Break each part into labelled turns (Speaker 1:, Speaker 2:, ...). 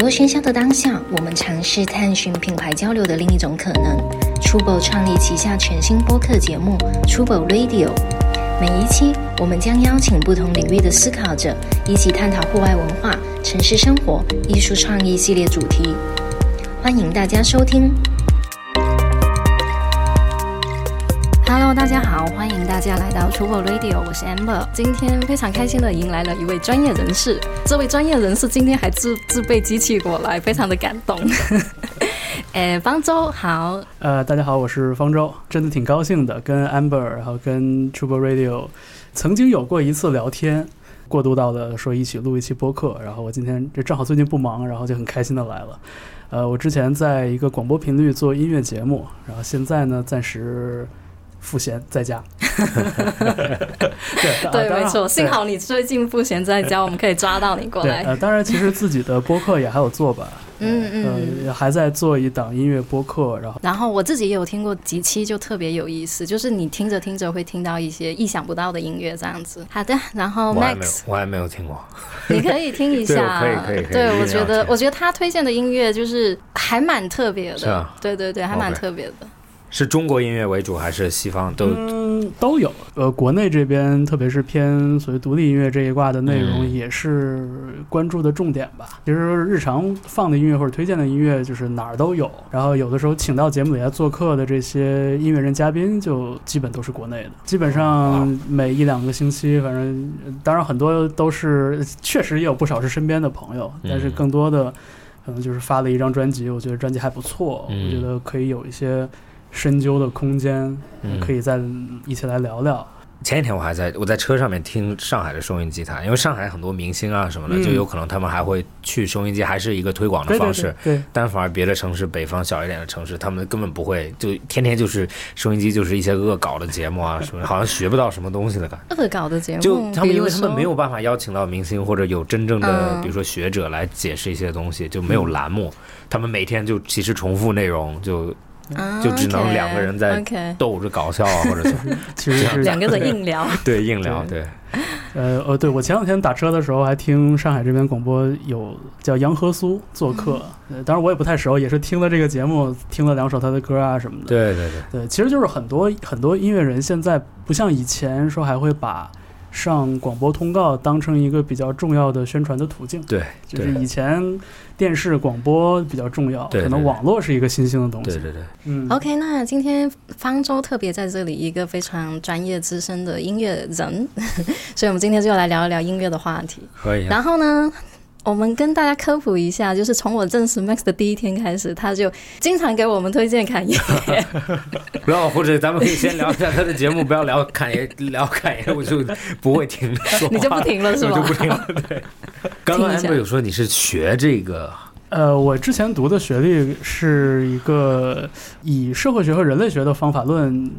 Speaker 1: 络喧嚣的当下，我们尝试探寻品牌交流的另一种可能。Trouble 创立旗下全新播客节目 Trouble Radio，每一期我们将邀请不同领域的思考者，一起探讨户外文化、城市生活、艺术创意系列主题。欢迎大家收听。Hello，大家好，欢迎大家来到 Trouble Radio，我是 Amber。今天非常开心的迎来了一位专业人士，这位专业人士今天还自自备机器过来，非常的感动。 哎，方舟好，
Speaker 2: 呃，大家好，我是方舟，真的挺高兴的，跟 Amber，然后跟 Trouble Radio 曾经有过一次聊天，过渡到的说一起录一期播客，然后我今天这正好最近不忙，然后就很开心的来了。呃，我之前在一个广播频率做音乐节目，然后现在呢暂时赋闲在家。 对
Speaker 1: 对，没错，幸。
Speaker 2: 啊当然
Speaker 1: 好你最近不闲在家，我们可以抓到你过
Speaker 2: 对，
Speaker 1: 来。
Speaker 2: 呃，当然，其实自己的播客也还有做吧，
Speaker 1: 嗯嗯。
Speaker 2: 呃，还在做一档音乐播客，然后。
Speaker 1: 然后我自己也有听过几期，就特别有意思，就是你听着听着会听到一些意想不到的音乐这样子。好的，然后
Speaker 3: 我还没
Speaker 1: 哦
Speaker 3: 有
Speaker 1: Max，，
Speaker 3: 我还没有听过。
Speaker 1: 你可以听一下，
Speaker 3: 对我可以可以可以一定
Speaker 1: 对，
Speaker 3: 要
Speaker 1: 我觉得
Speaker 3: 听
Speaker 1: 我觉得他推荐的音乐就是还蛮特别
Speaker 3: 是
Speaker 1: 的
Speaker 3: 啊，
Speaker 1: 对对对，还蛮
Speaker 3: OK
Speaker 1: 特别的。
Speaker 3: 是中国音乐为主还是西方都？
Speaker 2: 嗯，都有。呃，国内这边，特别是偏所谓独立音乐这一挂的内容，
Speaker 3: 嗯
Speaker 2: 也是关注的重点吧。其实日常放的音乐或者推荐的音乐，就是哪儿都有。然后有的时候请到节目里来做客的这些音乐人嘉宾，就基本都是国内的。基本上每一两个星期，反正呃当然很多都是，确实也有不少是身边的朋友，但是
Speaker 3: 嗯
Speaker 2: 更多的可能就是发了一张专辑，我觉得专辑还不错，我
Speaker 3: 嗯
Speaker 2: 觉得可以有一些。深究的空间，
Speaker 3: 嗯啊
Speaker 2: 可以再一起来聊聊。
Speaker 3: 前几天我还在我在车上面听上海的收音机台，因为上海很多明星啊什么的，
Speaker 2: 嗯
Speaker 3: 就有可能他们还会去收音机，还是一个推广的
Speaker 2: 对对
Speaker 3: 方式。
Speaker 2: 对对，
Speaker 3: 但反而别的城市，北方小一点的城市，他们根本不会，就天天就是收音机就是一些恶搞的节目啊什么的，好像学不到什么东西的感觉。
Speaker 1: 恶搞的节目，
Speaker 3: 就他们，
Speaker 1: 比
Speaker 3: 因
Speaker 1: 如
Speaker 3: 为他们
Speaker 1: 说
Speaker 3: 没有办法邀请到明星或者有真正的
Speaker 1: 嗯，
Speaker 3: 比如说学者来解释一些东西，就没有栏目，他们每天就其实重复内容，就
Speaker 1: 啊
Speaker 3: 就只能
Speaker 1: OK，
Speaker 3: 两个人在
Speaker 1: OK
Speaker 3: 逗着搞笑啊，或者怎么
Speaker 2: 其实是
Speaker 1: 两个人硬 聊。
Speaker 3: 对硬聊，
Speaker 2: 对
Speaker 3: 对，
Speaker 2: 呃呃，对我前两天打车的时候还听上海这边广播有叫杨和苏做客，呃，当然我也不太熟，也是听了这个节目，听了两首他的歌啊什么的。
Speaker 3: 对对对，
Speaker 2: 对，其实就是很多很多音乐人现在不像以前说还会把上广播通告当成一个比较重要的宣传的途径。
Speaker 3: 对，
Speaker 2: 就是以前电视广播比较重要，
Speaker 3: 对
Speaker 2: 可能
Speaker 3: 对对
Speaker 2: 网络是一个新兴的东西。
Speaker 3: 对对对，
Speaker 2: 嗯
Speaker 1: OK，那今天方舟特别在这里一个非常专业资深的音乐人， 所以我们今天就来聊一聊音乐的话题。
Speaker 3: 可以啊。
Speaker 1: 然后呢，我们跟大家科普一下，就是从我认识 Max 的第一天开始，他就经常给我们推荐侃爷。
Speaker 3: 然后或者咱们可以先聊一下他的节目，不要聊侃爷，聊侃爷我就不会停说话，
Speaker 1: 你就不停了是吧
Speaker 3: 我就不停了。对，刚刚
Speaker 1: 听一下
Speaker 3: amber 有说你是学这个，
Speaker 2: 呃，我之前读的学历是一个以社会学和人类学的方法论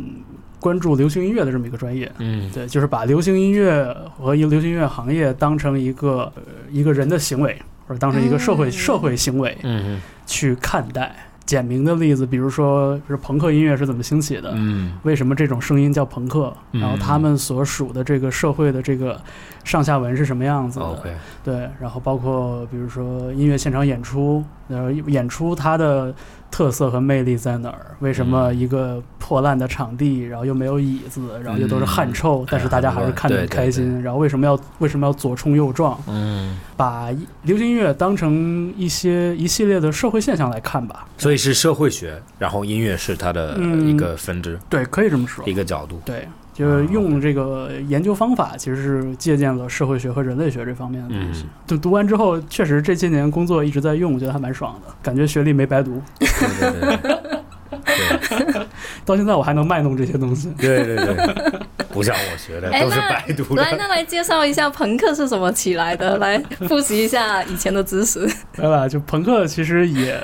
Speaker 2: 关注流行音乐的这么一个专业。
Speaker 3: 嗯
Speaker 2: 对，就是把流行音乐和一流行音乐行业当成一个、呃一个人的行为，或者当成一个社会、
Speaker 1: 嗯
Speaker 2: 社会行为
Speaker 3: 嗯
Speaker 2: 去看待。简明的例子，比如说，就是朋克音乐是怎么兴起的？
Speaker 3: 嗯
Speaker 2: 为什么这种声音叫朋克？
Speaker 3: 嗯
Speaker 2: 然后他们所属的这个社会的这个上下文是什么样子的？
Speaker 3: 哦，OK，
Speaker 2: 对，然后包括比如说音乐现场演出，呃，演出它的特色和魅力在哪儿？为什么
Speaker 3: 嗯
Speaker 2: 一个破烂的场地，然后又没有椅子，然后又都是汗臭，但是大家还是看得很
Speaker 3: 嗯哎对对
Speaker 2: 开心？然后为什么要为什么要左冲右撞？
Speaker 3: 嗯，
Speaker 2: 把流行音乐当成一些一系列的社会现象来看吧。
Speaker 3: 所以是社会学，然后音乐是它的
Speaker 2: 嗯
Speaker 3: 一个分支，
Speaker 2: 对，可以这么说。
Speaker 3: 一个角度。
Speaker 2: 对，就是用这个研究方法，其实是借鉴了社会学和人类学这方面的东西。
Speaker 3: 嗯
Speaker 2: 就读完之后，确实这些年工作一直在用，我觉得还蛮爽的，感觉学历没白读。
Speaker 3: 对对对对
Speaker 2: 到现在我还能卖弄这些东西。
Speaker 3: 对对对对，不像我学的，
Speaker 1: 哎
Speaker 3: 都是
Speaker 1: 那
Speaker 3: 百度
Speaker 1: 来，
Speaker 3: 的。
Speaker 1: 那来介绍一下朋克是怎么起来 的，来复习一下以前的知识。
Speaker 2: 对吧？就朋克其实也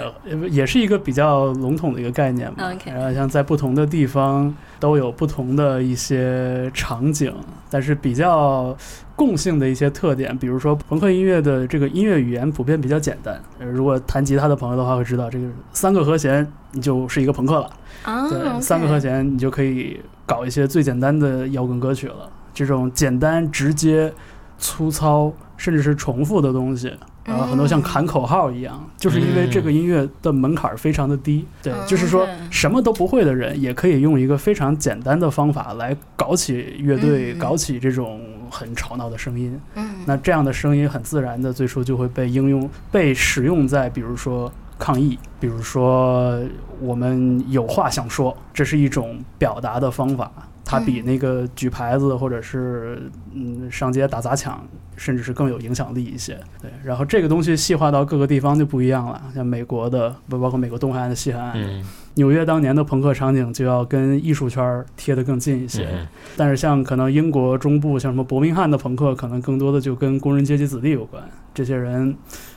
Speaker 2: 也是一个比较笼统的一个概念嘛。
Speaker 1: 哦 OK
Speaker 2: 然后像在不同的地方都有不同的一些场景，但是比较共性的一些特点，比如说朋克音乐的这个音乐语言普遍比较简单。呃如果弹吉他的朋友的话会知道，这个三个和弦你就是一个朋克了。
Speaker 1: 啊
Speaker 2: 对
Speaker 1: OK
Speaker 2: 三个和弦你就可以搞一些最简单的摇滚歌曲了。这种简单、直接、粗糙，甚至是重复的东西，
Speaker 1: 嗯
Speaker 2: 然啊后很多像喊口号一样，就是因为这个音乐的门槛非常的低，对，就是说
Speaker 1: 嗯
Speaker 2: 什么都不会的人也可以用一个非常简单的方法来搞起乐队，
Speaker 1: 嗯嗯
Speaker 2: 搞起这种很吵闹的声音。
Speaker 1: 嗯
Speaker 2: 那这样的声音很自然的最初就会被应用、被使用在，比如说抗议，比如说我们有话想说，这是一种表达的方法。它比
Speaker 1: 嗯
Speaker 2: 那个举牌子或者是嗯上街打砸抢，甚至是更有影响力一些。对，然后这个东西细化到各个地方就不一样了，像美国的，不包括美国东海岸的西海岸，
Speaker 3: 嗯，
Speaker 2: 纽约当年的朋克场景就要跟艺术圈儿贴得更近一些。
Speaker 3: 嗯
Speaker 2: 但是像可能英国中部，像什么伯明翰的朋克，可能更多的就跟工人阶级子弟有关。这些人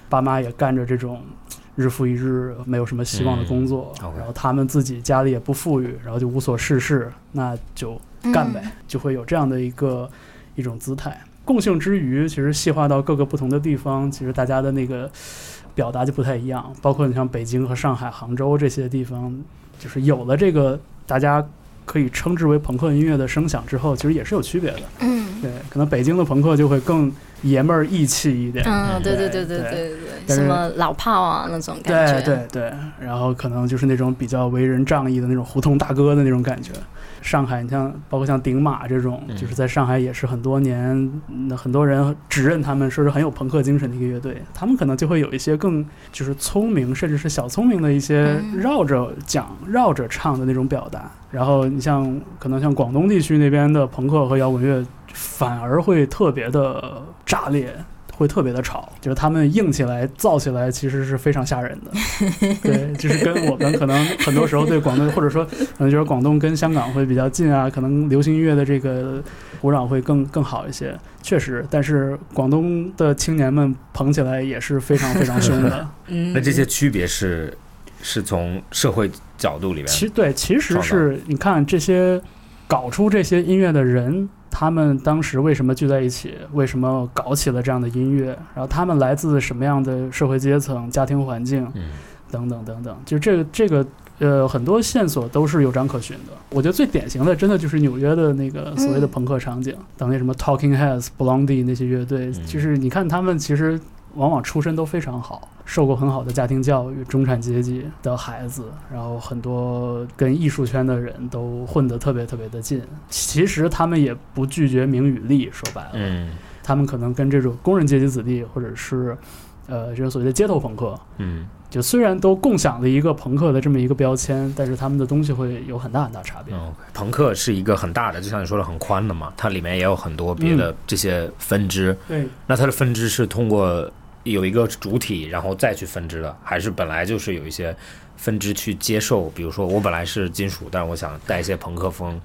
Speaker 2: 爸妈也干着这种日复一日没有什么希望的工作，
Speaker 3: 嗯，OK
Speaker 2: 然后他们自己家里也不富裕，然后就无所事事，那就
Speaker 1: 嗯
Speaker 2: 干呗，就会有这样的一个一种姿态。共性之余，其实细化到各个不同的地方，其实大家的那个表达就不太一样。包括你像北京和上海、杭州这些地方，就是有了这个大家可以称之为朋克音乐的声响之后，其实也是有区别的。
Speaker 1: 嗯
Speaker 2: 对，可能北京的朋克就会更爷们儿义气一点。
Speaker 1: 嗯，对对
Speaker 2: 对
Speaker 1: 对对对
Speaker 2: 对
Speaker 1: 对，
Speaker 2: 但是
Speaker 1: 什么老炮啊那种感觉，
Speaker 2: 对对对，然后可能就是那种比较为人仗义的那种胡同大哥的那种感觉。上海，你像包括像顶马这种，
Speaker 3: 嗯
Speaker 2: 就是在上海也是很多年，那很多人指认他们说是很有朋克精神的一个乐队，他们可能就会有一些更就是聪明，甚至是小聪明的一些
Speaker 1: 嗯
Speaker 2: 绕着讲、绕着唱的那种表达。然后你像可能像广东地区那边的朋克和摇滚乐，反而会特别的炸裂，会特别的吵，就是他们硬起来、造起来，其实是非常吓人的。对，就是跟我们可能很多时候对广东，或者说可能觉得广东跟香港会比较近啊，可能流行音乐的这个土壤会更更好一些，确实。但是广东的青年们捧起来也是非常非常凶的。
Speaker 1: 嗯，
Speaker 3: 那这些区别是是从社会角度里面，
Speaker 2: 其对，其实是你看这些搞出这些音乐的人，他们当时为什么聚在一起？为什么搞起了这样的音乐？然后他们来自什么样的社会阶层、家庭环境
Speaker 3: 嗯
Speaker 2: 等等等等，就这个这个。呃，很多线索都是有章可循的。我觉得最典型的，真的就是纽约的那个所谓的
Speaker 1: 嗯
Speaker 2: 朋克场景，等那什么 Talking Heads、Blondie 那些乐队，
Speaker 3: 嗯
Speaker 2: 就是你看他们其实往往出身都非常好，受过很好的家庭教育，中产阶级的孩子，然后很多跟艺术圈的人都混得特别特别的近。其实他们也不拒绝名与利，说白了，
Speaker 3: 嗯
Speaker 2: 他们可能跟这种工人阶级子弟，或者是呃这种所谓的街头朋克，
Speaker 3: 嗯
Speaker 2: 就虽然都共享了一个朋克的这么一个标签，但是他们的东西会有很大很大差别。
Speaker 3: ，OK。朋嗯克是一个很大的，就像你说的很宽的嘛，它里面也有很多别
Speaker 2: 嗯
Speaker 3: 的这些分支。
Speaker 2: 对，
Speaker 3: 那它的分支是通过有一个主体，然后再去分支的，还是本来就是有一些分支去接受？比如说我本来是金属，但是我想带一些朋克风，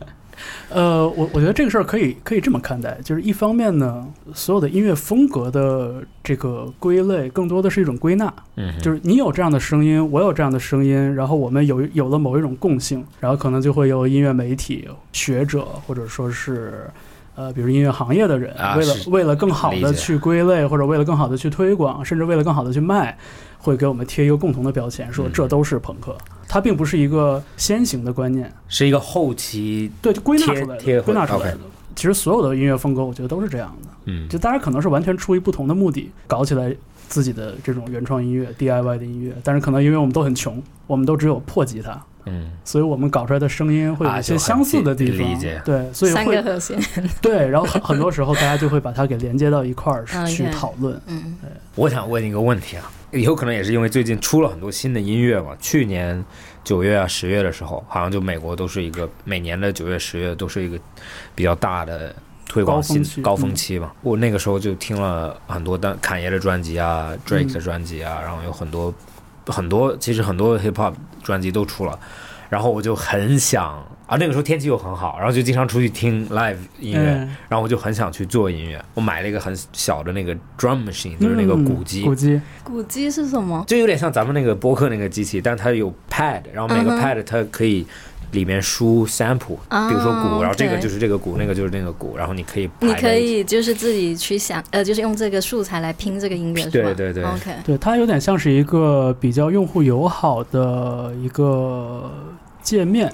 Speaker 2: 呃，我我觉得这个事儿可以可以这么看待，就是一方面呢，所有的音乐风格的这个归类，更多的是一种归纳，
Speaker 3: 嗯哼，
Speaker 2: 就是你有这样的声音，我有这样的声音，然后我们有有了某一种共性，然后可能就会有音乐媒体学者或者说是。呃，比如音乐行业的人，
Speaker 3: 啊
Speaker 2: 为了
Speaker 3: 是
Speaker 2: 为了更好
Speaker 3: 理
Speaker 2: 的
Speaker 3: 解
Speaker 2: 去归类，或者为了更好的去推广，甚至为了更好的去卖，会给我们贴一个共同的标签，说
Speaker 3: 嗯
Speaker 2: 这都是朋克。它并不是一个先行的观念，
Speaker 3: 是一个后期，
Speaker 2: 对，就归纳出来
Speaker 3: 贴贴
Speaker 2: 的，归纳出来的
Speaker 3: OK。
Speaker 2: 其实所有的音乐风格，我觉得都是这样的，
Speaker 3: 嗯
Speaker 2: 就大家可能是完全出于不同的目的搞起来自己的这种原创音乐、DIY 的音乐，但是可能因为我们都很穷，我们都只有破吉他，
Speaker 3: 嗯，
Speaker 2: 所以我们搞出来的声音会有一些相似的地
Speaker 3: 啊就
Speaker 2: 方，
Speaker 3: 很理解
Speaker 2: 对，所以
Speaker 1: 三个
Speaker 2: 会
Speaker 1: 和 弦，
Speaker 2: 对，然后很很多时候大家就会把它给连接到一块儿
Speaker 1: OK
Speaker 2: 去讨论，
Speaker 1: 嗯
Speaker 3: 我想问一个问题啊，有可能也是因为最近出了很多新的音乐嘛，去年九月啊、十月的时候，好像就美国都是一个每年的九月、十月都是一个比较大的。推广
Speaker 2: 高
Speaker 3: 新
Speaker 2: 峰期嗯
Speaker 3: 高峰期嘛，我那个时候就听了很多单侃爷的专辑
Speaker 2: 嗯
Speaker 3: 啊，Drake 的专辑啊，然后有很多很多，其实很多 hip hop 专辑都出了，然后我就很想啊，那个时候天气又很好，然后就经常出去听 live 音乐，
Speaker 2: 嗯
Speaker 3: 然后我就很想去做音乐，我买了一个很小的那个 drum machine，就是那个
Speaker 2: 嗯
Speaker 3: 鼓机，
Speaker 2: 鼓机，
Speaker 1: 古迹是什么？
Speaker 3: 就有点像咱们那个播客那个机器，但它有 pad，然后每个
Speaker 1: 嗯哼
Speaker 3: pad 它可以里面输 sample，、
Speaker 1: 啊
Speaker 3: 比如说鼓，然后这个
Speaker 1: OK
Speaker 3: 就是这个鼓，那个就是那个鼓，然后你可以排
Speaker 1: 你可
Speaker 3: 在一起
Speaker 1: 以就是自己去想，呃，就是用这个素材来拼这个音乐，是吧
Speaker 3: 对对对
Speaker 1: ，OK，
Speaker 2: 对，它有点像是一个比较用户友好的一个界面。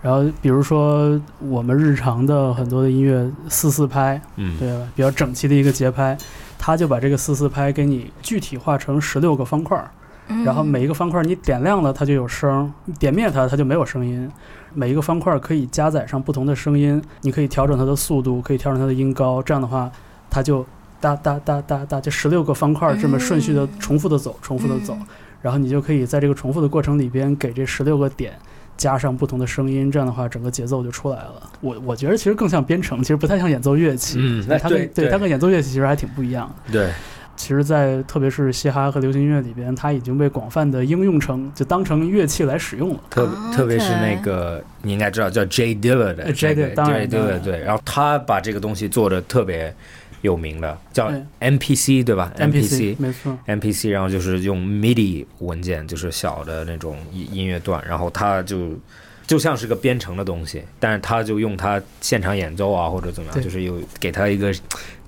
Speaker 2: 然后，比如说我们日常的很多的音乐四四拍，
Speaker 3: 嗯
Speaker 2: 对吧？比较整齐的一个节拍，他就把这个四四拍给你具体化成十六个方块儿，
Speaker 1: 嗯
Speaker 2: 然后每一个方块你点亮了它就有声儿，你点灭它它就没有声音。每一个方块可以加载上不同的声音，你可以调整它的速度，可以调整它的音高。这样的话，它就哒哒哒哒哒，就十六个方块这么顺序的
Speaker 1: 嗯
Speaker 2: 重复的走，重复的走。
Speaker 1: 嗯
Speaker 2: 然后你就可以在这个重复的过程里边给这十六个点加上不同的声音，这样的话整个节奏就出来了。我我觉得其实更像编程，其实不太像演奏乐器。
Speaker 3: 嗯，那
Speaker 2: 它
Speaker 3: 对
Speaker 2: 跟对它跟演奏乐器其实还挺不一样的。
Speaker 3: 对，
Speaker 2: 其实，在特别是嘻哈和流行音乐里边，它已经被广泛的应用成就当成乐器来使用了。
Speaker 3: 特
Speaker 1: 哦
Speaker 3: 特别是那
Speaker 1: OK
Speaker 3: 个你应该知道叫 J Dilla 的
Speaker 2: 呃，J
Speaker 3: 对
Speaker 2: Dilla，当然
Speaker 3: 对
Speaker 2: 当
Speaker 3: 对
Speaker 2: 然
Speaker 3: 对，然后他把这个东西做的特别有名的，叫
Speaker 2: 对
Speaker 3: MPC 对吧
Speaker 2: NPC 没错，
Speaker 3: MPC，然后就是用 MIDI 文件，就是小的那种音音乐段，然后它就就像是个编程的东西，但是它就用它现场演奏啊或者怎么样，
Speaker 2: 对
Speaker 3: 就是有给它一个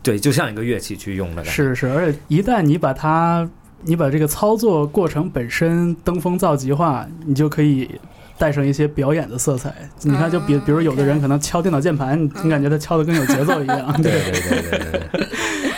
Speaker 3: 对，就像一个乐器去用的感觉。
Speaker 2: 是是，而且一旦你把它，你把这个操作过程本身登峰造极化，你就可以。带上一些表演的色彩，你看，就比
Speaker 1: 啊
Speaker 2: 比如有的
Speaker 1: OK
Speaker 2: 人可能敲电脑键盘，你你感觉他敲的跟有节奏一 样，
Speaker 3: 对对对对对对，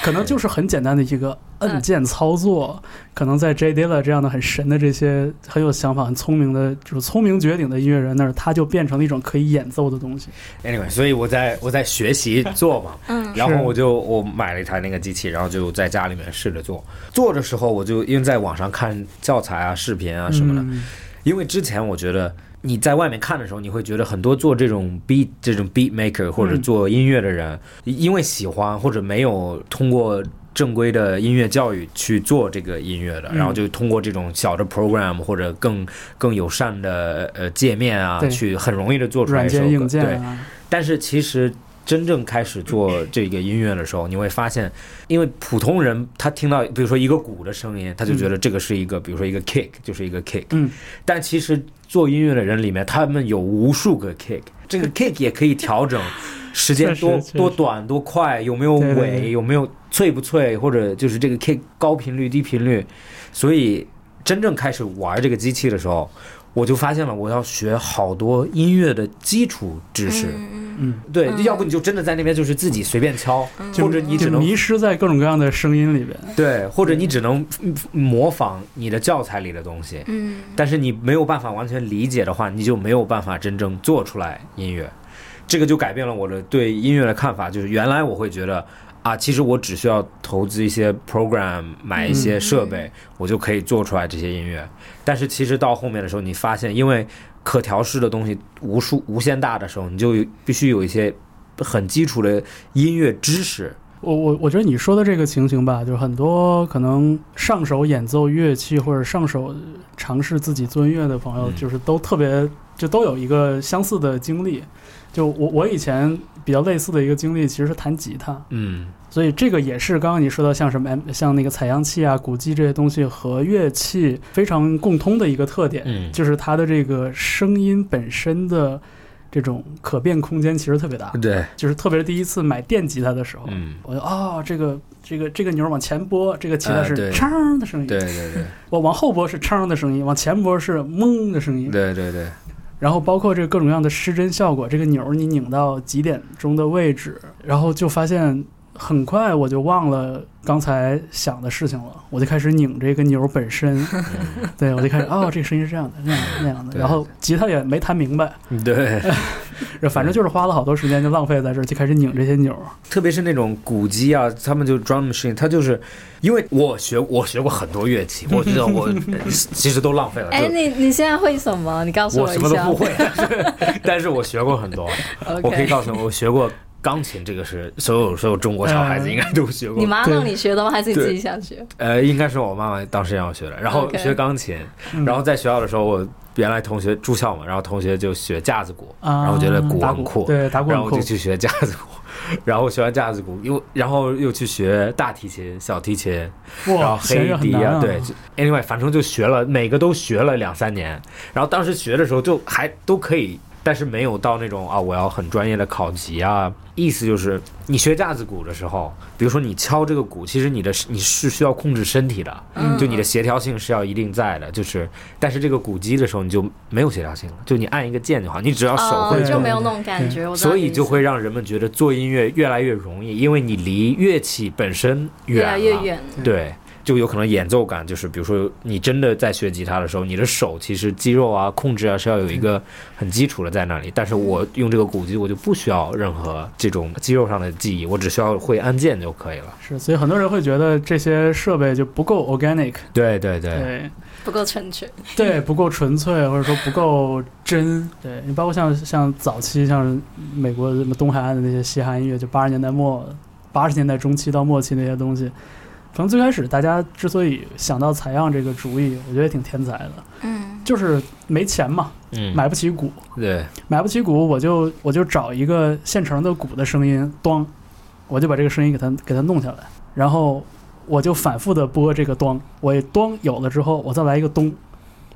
Speaker 2: 可能就是很简单的一个按键操作，可能在 J Dilla 这样的很神的这些很有想法、很聪明的，就是聪明绝顶的音乐人那儿，他就变成了一种可以演奏的东西。
Speaker 3: Anyway，所以我在我在学习做嘛，
Speaker 1: 嗯
Speaker 3: 然后我就我买了一台那个机器，然后就在家里面试着做。做的时候，我就因为在网上看教材啊、视频啊什么的，
Speaker 2: 嗯
Speaker 3: 因为之前我觉得你在外面看的时候，你会觉得很多做这种 beat 这种 beat maker 或者
Speaker 2: 嗯
Speaker 3: 做音乐的人，因为喜欢或者没有通过。正规的音乐教育去做这个音乐的，
Speaker 2: 嗯
Speaker 3: 然后就通过这种小的 program 或者更更友善的呃界面啊，
Speaker 2: 对
Speaker 3: 去很容易的做出来
Speaker 2: 软
Speaker 3: 一首歌。
Speaker 2: 件、硬件
Speaker 3: 对，
Speaker 2: 啊，
Speaker 3: 但是其实真正开始做这个音乐的时候，你会发现，因为普通人他听到比如说一个鼓的声音，他就觉得这个是一个，比如说一个 kick 就是一个 kick，
Speaker 2: 嗯，
Speaker 3: 但其实做音乐的人里面，他们有无数个 kick，这 个 kick 也可以调整时间
Speaker 2: 确实
Speaker 3: 多
Speaker 2: 确实
Speaker 3: 多短多快，有没有
Speaker 2: 对对对
Speaker 3: 尾，有没有脆不脆，或者就是这个 kick 高频率低频率，所以真正开始玩这个机器的时候。我就发现了，我要学好多音乐的基础知识，
Speaker 1: 嗯
Speaker 2: 嗯，
Speaker 3: 对，
Speaker 1: 嗯
Speaker 3: 要不你就真的在那边就是自己随便敲，
Speaker 1: 嗯
Speaker 3: 或者你只
Speaker 2: 就
Speaker 3: 能
Speaker 2: 迷失在各种各样的声音里边。
Speaker 3: 对，或者你只能嗯模仿你的教材里的东西，
Speaker 1: 嗯
Speaker 3: 但是你没有办法完全理解的话，你就没有办法真正做出来音乐。这个就改变了我的对音乐的看法，就是原来我会觉得啊，其实我只需要投资一些 program，买一些设备，我就可以做出来这些音乐。但是其实到后面的时候，你发现因为可调试的东西无数无限大的时候，你就有必须有一些很基础的音乐知识。
Speaker 2: 我我我觉得你说的这个情形吧，就是很多可能上手演奏乐器或者上手尝试自己做音乐的朋友，
Speaker 3: 嗯
Speaker 2: 就是都特别就都有一个相似的经历。就我我以前比较类似的一个经历，其实是弹吉他，
Speaker 3: 嗯
Speaker 2: 所以这个也是刚刚你说到像什么 M- 像那个采样器啊、鼓机这些东西和乐器非常共通的一个特点，
Speaker 3: 嗯，
Speaker 2: 就是它的这个声音本身的这种可变空间其实特别大。
Speaker 3: 对，
Speaker 2: 就是特别是第一次买电吉他的时候，
Speaker 3: 嗯，
Speaker 2: 我就哦，这个这个这个钮儿往前拨，这个吉他
Speaker 3: 啊
Speaker 2: 是
Speaker 3: 对
Speaker 2: 锵的声音；
Speaker 3: 对对对
Speaker 2: 我往后拨是锵的声音，往前拨是嗡的声音。
Speaker 3: 对对对。
Speaker 2: 然后包括这个各种各样的失真效果，这个钮儿你拧到几点钟的位置，然后就发现很快我就忘了刚才想的事情了，我就开始拧这个钮儿本 身，对我就开始哦，这个声音是这样的，那样的那样的。
Speaker 3: 对
Speaker 2: 然后吉他也没弹明白，
Speaker 3: 对，
Speaker 2: 反正就是花了好多时间就浪费在这儿，就开始拧这些钮儿。
Speaker 3: 特别是那种鼓机啊，他们就 drum machine，它就是因为我学我学过很多乐器，我觉得我呃其实都浪费了。
Speaker 1: 哎，
Speaker 3: 就
Speaker 1: 你你现在会什么？你告诉
Speaker 3: 我
Speaker 1: 一
Speaker 3: 什么都
Speaker 1: 下。
Speaker 3: 不会，但是但是我学过很多。我可以
Speaker 1: OK。
Speaker 3: 告诉你，我学过钢琴，这个是所有所有中国小孩子
Speaker 2: 嗯
Speaker 3: 应该都学过
Speaker 1: 你。妈
Speaker 2: 对
Speaker 1: 让你学的吗？还是你
Speaker 3: 对
Speaker 1: 自己想学？
Speaker 3: 呃，应该是我妈妈当时让我学的，然后
Speaker 1: OK
Speaker 3: 学钢琴，
Speaker 2: 嗯
Speaker 3: 然后在学校的时候，我原来同学住校嘛，然后同学就学架子鼓，
Speaker 2: 啊，
Speaker 3: 然后我觉得鼓
Speaker 2: 打
Speaker 3: 很酷，
Speaker 2: 对，打鼓
Speaker 3: 然后
Speaker 2: 很
Speaker 3: 我
Speaker 2: 酷
Speaker 3: 就。去学架子鼓，然后学完架子鼓又然后又去学大提琴、小提琴，然后
Speaker 2: 哇，弦
Speaker 3: 黑
Speaker 2: 乐很
Speaker 3: 笛
Speaker 2: 难啊，
Speaker 3: 对就，anyway，反正就学了，每个都学了两三年。然后当时学的时候就还都可以，但是没有到那种啊，我要很专业的考级啊。意思就是你学架子鼓的时候，比如说你敲这个鼓，其实你的你是需要控制身体的，
Speaker 1: 嗯
Speaker 3: 就你的协调性是要一定在的。就是但是这个鼓机的时候，你就没有协调性了，就你按一个键就好，你只要啊手会
Speaker 1: 哦，
Speaker 3: 动。
Speaker 1: 就没有那种感觉，我知道
Speaker 3: 所以
Speaker 1: 你
Speaker 3: 就
Speaker 1: 意思
Speaker 3: 会让人们觉得做音乐越来越容易，因为你离乐器本身
Speaker 1: 越
Speaker 3: 远
Speaker 1: 来越
Speaker 3: 了。
Speaker 1: 远。
Speaker 3: 对，就有可能演奏感就是，比如说你真的在学吉他的时候，你的手其实肌肉啊、控制啊是要有一个很基础的在那里。但是我用这个鼓机，我就不需要任何这种肌肉上的记忆，我只需要会按键就可以了。
Speaker 2: 是，所以很多人会觉得这些设备就不够 organic，
Speaker 3: 对对对，
Speaker 2: 对
Speaker 1: 不够纯粹，
Speaker 2: 对，不够纯粹，或者说不够真。对你包括像像早期像美国什么东海岸的那些嘻哈音乐，就八十年代末、八十年代中期到末期那些东西，可能最开始大家之所以想到采样这个主意，我觉得也挺天才的，
Speaker 1: 嗯，
Speaker 2: 就是没钱嘛，
Speaker 3: 嗯，
Speaker 2: 买不起鼓，
Speaker 3: 对
Speaker 2: 买不起鼓，我就我就找一个现成的鼓的声音，咚，我就把这个声音给它给它弄下来，然后我就反复的播这个咚，我也咚有了之后，我再来一个咚，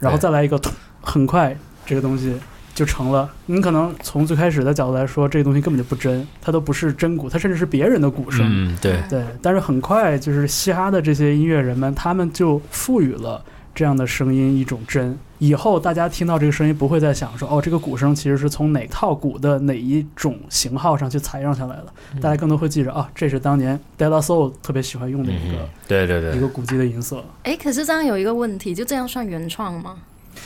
Speaker 2: 然后
Speaker 3: 对
Speaker 2: 再来一个咚，很快这个东西就成了。你可能从最开始的角度来说，这个东西根本就不真，它都不是真鼓，它甚至是别人的鼓声。
Speaker 3: 嗯对，
Speaker 2: 对，但是很快就是嘻哈的这些音乐人们，他们就赋予了这样的声音一种真。以后大家听到这个声音，不会再想说哦，这个鼓声其实是从哪套鼓的哪一种型号上去采样下来的。大家更多会记着啊，这是当年 De La Soul 特别喜欢用的一
Speaker 3: 嗯
Speaker 2: 个、
Speaker 3: 对对
Speaker 2: 一
Speaker 3: 对
Speaker 2: 个鼓机的音色。
Speaker 1: 哎，可是这样有一个问题，就这样算原创吗？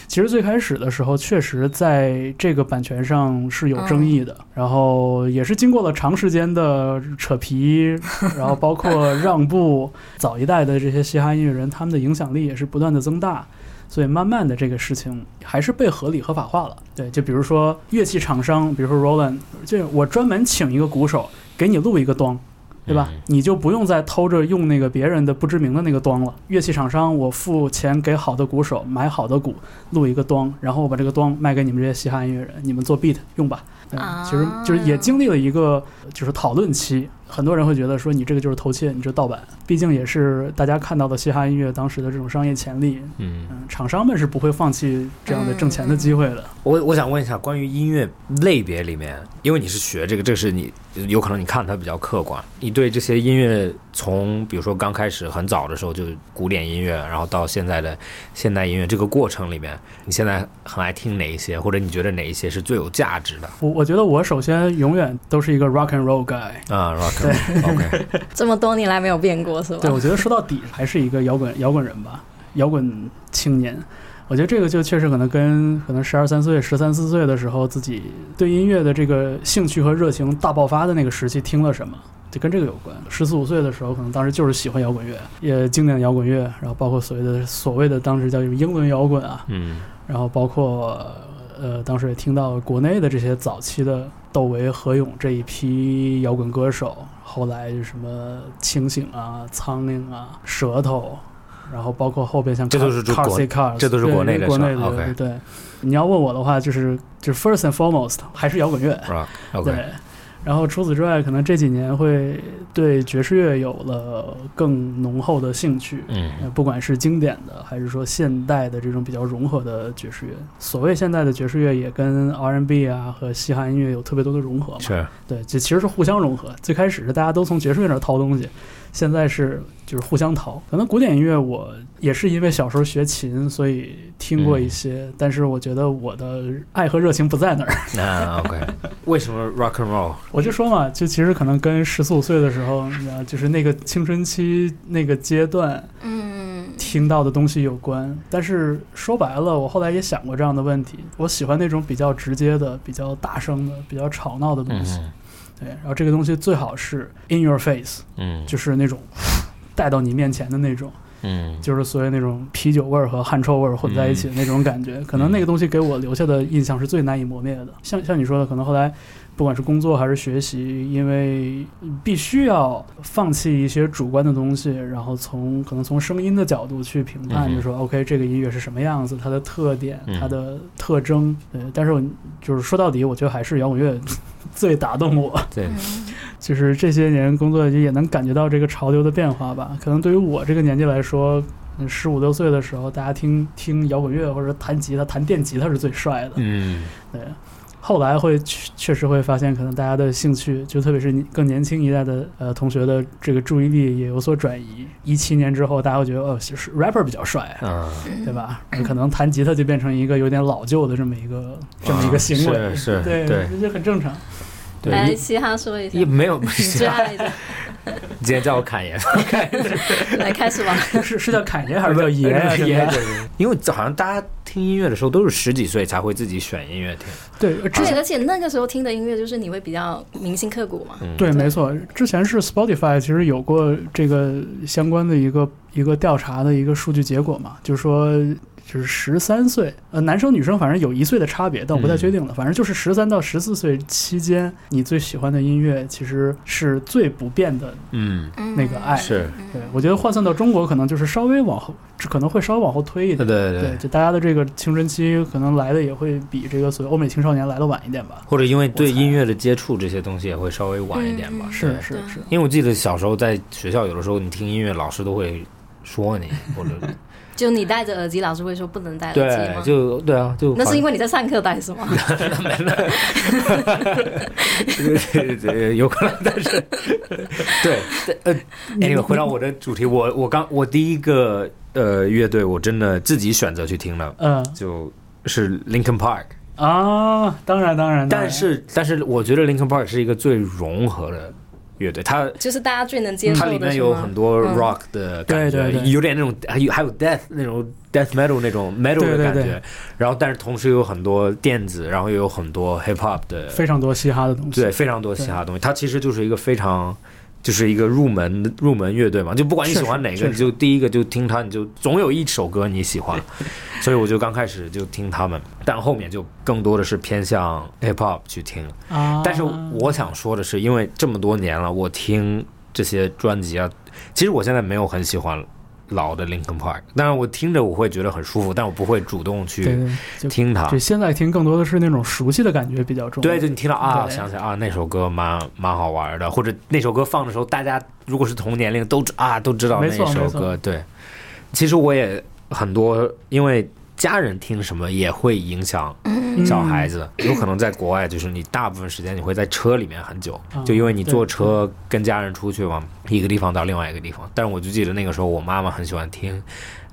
Speaker 2: 其实最开始的时候，确实在这个版权上是有争议的，然后也是经过了长时间的扯皮，然后包括让步，早一代的这些嘻哈音乐人，他们的影响力也是不断的增大。所以慢慢的，这个事情还是被合理合法化了。对，就比如说乐器厂商，比如说 Roland，就是我专门请一个鼓手给你录一个咚，对吧？
Speaker 3: 嗯
Speaker 2: 你就不用再偷着用那个别人的不知名的那个咚了。乐器厂商，我付钱给好的鼓手买好的鼓，录一个咚，然后我把这个咚卖给你们这些嘻哈音乐人，你们做 beat 用吧。嗯
Speaker 1: 啊，
Speaker 2: 其实就是也经历了一个就是讨论期，很多人会觉得说你这个就是偷窃，你这盗版。毕竟也是大家看到的嘻哈音乐当时的这种商业潜力，
Speaker 3: 嗯。
Speaker 2: 嗯，厂商们是不会放弃这样的挣钱的机会的。
Speaker 3: 我我想问一下，关于音乐类别里面，因为你是学这个，这是你有可能你看它比较客观。你对这些音乐，从比如说刚开始很早的时候就古典音乐，然后到现在的现代音乐这个过程里面，你现在很爱听哪一些，或者你觉得哪一些是最有价值的
Speaker 2: 我我觉得我首先永远都是一个 rock and roll guy，
Speaker 3: 啊？Rock and roll, OK，
Speaker 1: 这么多年来没有变过是吧？
Speaker 2: 对，我觉得说到底还是一个摇滚摇滚人吧，摇滚青年。我觉得这个就确实可能跟可能十二三岁、十三四岁的时候，自己对音乐的这个兴趣和热情大爆发的那个时期听了什么，就跟这个有关。十四五岁的时候，可能当时就是喜欢摇滚乐，也经典摇滚乐，然后包括所谓的所谓的当时叫英伦摇滚啊，
Speaker 3: 嗯
Speaker 2: 然后包括呃，当时也听到国内的这些早期的窦唯、何勇这一批摇滚歌手，后来就什么清醒啊、苍蝇啊、舌头，然后包括后边像
Speaker 3: 这都是
Speaker 2: Car-
Speaker 3: 中国
Speaker 2: Cars, Cars，
Speaker 3: 这都是
Speaker 2: 对
Speaker 3: 国内的
Speaker 2: 国
Speaker 3: 是吧
Speaker 2: 内的
Speaker 3: OK
Speaker 2: 对对。你要问我的话，就是就是 first and foremost 还是摇滚乐，
Speaker 3: ，Rock
Speaker 2: 对
Speaker 3: OK，。
Speaker 2: 然后除此之外，可能这几年会对爵士乐有了更浓厚的兴趣，
Speaker 3: 嗯
Speaker 2: 呃，不管是经典的还是说现代的这种比较融合的爵士乐，所谓现代的爵士乐也跟 R&B 啊和嘻哈音乐有特别多的融合嘛。
Speaker 3: 是
Speaker 2: 对，这其实是互相融合。最开始是大家都从爵士乐那儿掏东西，现在是就是互相掏。可能古典音乐我也是因为小时候学琴，所以听过一些，但是我觉得我的爱和热情不在那儿。
Speaker 3: 那啊 OK，为 什么 Rock and roll？
Speaker 2: 我就说嘛，就其实可能跟十四五岁的时候，你知道，就是那个青春期那个阶段，
Speaker 1: 嗯，
Speaker 2: 听到的东西有关。但是说白了，我后来也想过这样的问题。我喜欢那种比较直接的、比较大声的、比较吵闹的东西。
Speaker 3: 嗯
Speaker 2: 对，然后这个东西最好是 in your face，
Speaker 3: 嗯
Speaker 2: 就是那种带到你面前的那种，
Speaker 3: 嗯
Speaker 2: 就是所谓那种啤酒味儿和汗臭味儿混在一起的那种感觉。可能
Speaker 3: 嗯
Speaker 2: 那个东西给我留下的印象是最难以磨灭的。像像你说的，可能后来。不管是工作还是学习，因为必须要放弃一些主观的东西，然后从可能从声音的角度去评判，
Speaker 3: 嗯哼
Speaker 2: 就说 OK 这个音乐是什么样子，它的特点
Speaker 3: 嗯、
Speaker 2: 它的特征。对，但是我就是说到底，我觉得还是摇滚乐 最打动我。
Speaker 3: 对
Speaker 1: 嗯
Speaker 2: 就是这些年工作也能感觉到这个潮流的变化吧。可能对于我这个年纪来说，嗯十五六岁的时候，大家听听摇滚乐或者弹吉他、弹电吉他是最帅的。
Speaker 3: 嗯
Speaker 2: 对，后来会确确实会发现，可能大家的兴趣，就特别是你更年轻一代的呃同学的这个注意力也有所转移。一七年之后，大家会觉得哦是是，rapper 比较帅，
Speaker 3: 嗯，
Speaker 2: 对吧？可能弹吉他就变成一个有点老旧的这么一个这么一个行为，
Speaker 3: 是是
Speaker 2: 啊对，
Speaker 3: 对
Speaker 2: 这很正常。
Speaker 1: 来
Speaker 3: 对，
Speaker 1: 嘻哈说一下
Speaker 3: 也，没啊有，
Speaker 1: 你最爱的，
Speaker 3: 今天叫我侃 爷，
Speaker 1: 来开始 吧。
Speaker 2: 是是叫侃爷还 是叫爷呀？
Speaker 3: 爷
Speaker 2: 现在
Speaker 3: 爷，因为好像大家听音乐的时候都是十几岁才会自己选音乐听，
Speaker 2: 对，呃之
Speaker 1: 对，
Speaker 2: 前
Speaker 1: 而且那个时候听的音乐就是你会比较铭心刻骨嘛。
Speaker 3: 嗯，
Speaker 2: 对，没错，之前是 Spotify 其实有过这个相关的一个一个调查的一个数据结果嘛，就是说。就是十三岁，呃，男生女生反正有一岁的差别，但我
Speaker 3: 嗯
Speaker 2: 不太确定了。反正就是十三到十四岁期间，你最喜欢的音乐其实是最不变的
Speaker 3: 嗯，
Speaker 1: 嗯
Speaker 2: 那个爱。
Speaker 3: 是，
Speaker 2: 对，我觉得换算到中国，可能就是稍微往后，这可能会稍微往后推一
Speaker 3: 对
Speaker 2: 点。
Speaker 3: 对
Speaker 2: 对，就大家的这个青春期，可能来的也会比这个所谓欧美青少年来的晚一点吧。
Speaker 3: 或者因为对音乐的接触这些东西也会稍微晚一点吧，
Speaker 1: 嗯嗯
Speaker 2: 是
Speaker 3: 对
Speaker 2: 是
Speaker 1: 对
Speaker 2: 是，
Speaker 3: 因为我记得小时候在学校，有的时候你听音乐，老师都会说你，或者
Speaker 1: 就你戴着耳机，老师会说不能戴耳机
Speaker 3: 对，
Speaker 1: 吗？
Speaker 3: 就对啊，就
Speaker 1: 那是因
Speaker 3: 为
Speaker 1: 为你在上课戴是 吗？
Speaker 3: 有可能，但是对，呃，哎，anyway，回到我的主题，我我刚我第一个呃乐队，我真的自己选择去听的，
Speaker 2: 嗯
Speaker 3: 就是 Linkin Park，
Speaker 2: 啊，当然当然，当然
Speaker 3: 但是但是我觉得 Linkin Park 是一个最融合的乐队，它
Speaker 1: 就是大家最能接受
Speaker 3: 它
Speaker 1: 的是吗。
Speaker 3: 里面有很多
Speaker 1: 嗯
Speaker 3: rock 的感觉，
Speaker 2: 对对对
Speaker 3: 有点那种还有还有 death 那种 death metal 那种 metal 的感觉，
Speaker 2: 对对对
Speaker 3: 然后但是同时又有很多电子，然后又有很多 hip hop 的，
Speaker 2: 非常多嘻哈的东西。
Speaker 3: 对，非常多嘻哈的东西。它其实就是一个非常。就是一个入门入门乐队嘛，就不管你喜欢哪
Speaker 2: 确实
Speaker 3: 个，你就第一个就听它，你就总有一首歌你 喜欢，所以我就刚开始就听他们，但后面就更多的是偏向 hip hop 去听。
Speaker 2: 啊，
Speaker 3: 但是我想说的是，因为这么多年了，我听这些专辑啊，其实我现在没有很喜欢老的 Linkin Park，但是我听着我会觉得很舒服，但我不会主动
Speaker 2: 对
Speaker 3: 去
Speaker 2: 对，就
Speaker 3: 听它
Speaker 2: 就。现在听更多的是那种熟悉的感觉比较重。
Speaker 3: 对，就你听到啊，
Speaker 2: 对
Speaker 3: 想起啊那首歌蛮蛮好玩的，或者那首歌放的时候，大家如果是同年龄都知啊都知道
Speaker 2: 没
Speaker 3: 那
Speaker 2: 错
Speaker 3: 首
Speaker 2: 没错
Speaker 3: 歌。对，其实我也很多，因为家人听什么也会影响
Speaker 2: 嗯
Speaker 3: 小孩子，有可能在国外，就是你大部分时间你会在车里面很久
Speaker 2: 啊，
Speaker 3: 就因为你
Speaker 2: 对
Speaker 3: 坐车跟家人出去嘛，一个地方到另外一个地方。但是我就记得那个时候，我妈妈很喜欢听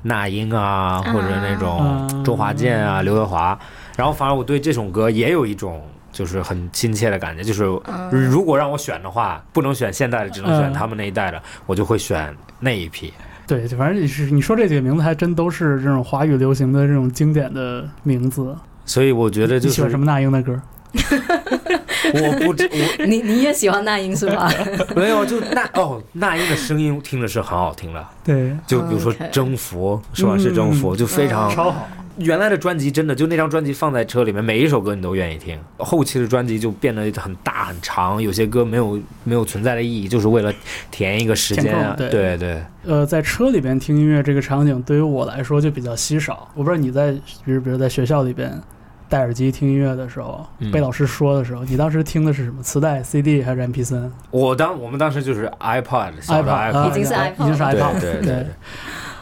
Speaker 3: 那英啊，或者那种周华健啊、刘德华，然后反而我对这种歌也有一种。就是很亲切的感觉，就是
Speaker 1: 嗯
Speaker 3: 如果让我选的话，不能选现代的，只能选
Speaker 2: 嗯
Speaker 3: 他们那一代的，我就会选那一批。
Speaker 2: 对，就反正你是你说这几个名字还真都是这种华语流行的这种经典的名字。
Speaker 3: 所以我觉得就
Speaker 2: 你喜
Speaker 3: 是
Speaker 2: 欢什么那英的歌？
Speaker 3: 我不知我
Speaker 1: 你你也喜欢那英是 吧？
Speaker 3: 没有，就那哦，那英的声音听着是很好听的，
Speaker 2: 对，
Speaker 3: 就比如说
Speaker 1: OK
Speaker 3: 《征服》是吧？是《征服》，就非常
Speaker 2: 嗯超好。
Speaker 3: 原来的专辑真的就那张专辑放在车里面，每一首歌你都愿意听。后期的专辑就变得很大很长，有些歌没有没有存在的意义，就是为了填一个时间啊。
Speaker 2: 填空
Speaker 3: 对对，
Speaker 2: 呃，在车里边听音乐这个场景对于我来说就比较稀少。我不知道你在，比如比如在学校里边戴耳机听音乐的时候，
Speaker 3: 嗯
Speaker 2: 被老师说的时候，你当时听的是什么？磁带、CD 还是 MP 三？
Speaker 3: 我当我们当时就是 iPod 小的
Speaker 2: iPod，啊
Speaker 1: 已经是
Speaker 2: 对
Speaker 1: iPod
Speaker 2: 已经是
Speaker 1: 了
Speaker 2: iPod，
Speaker 3: 对对对
Speaker 2: 对
Speaker 3: 对。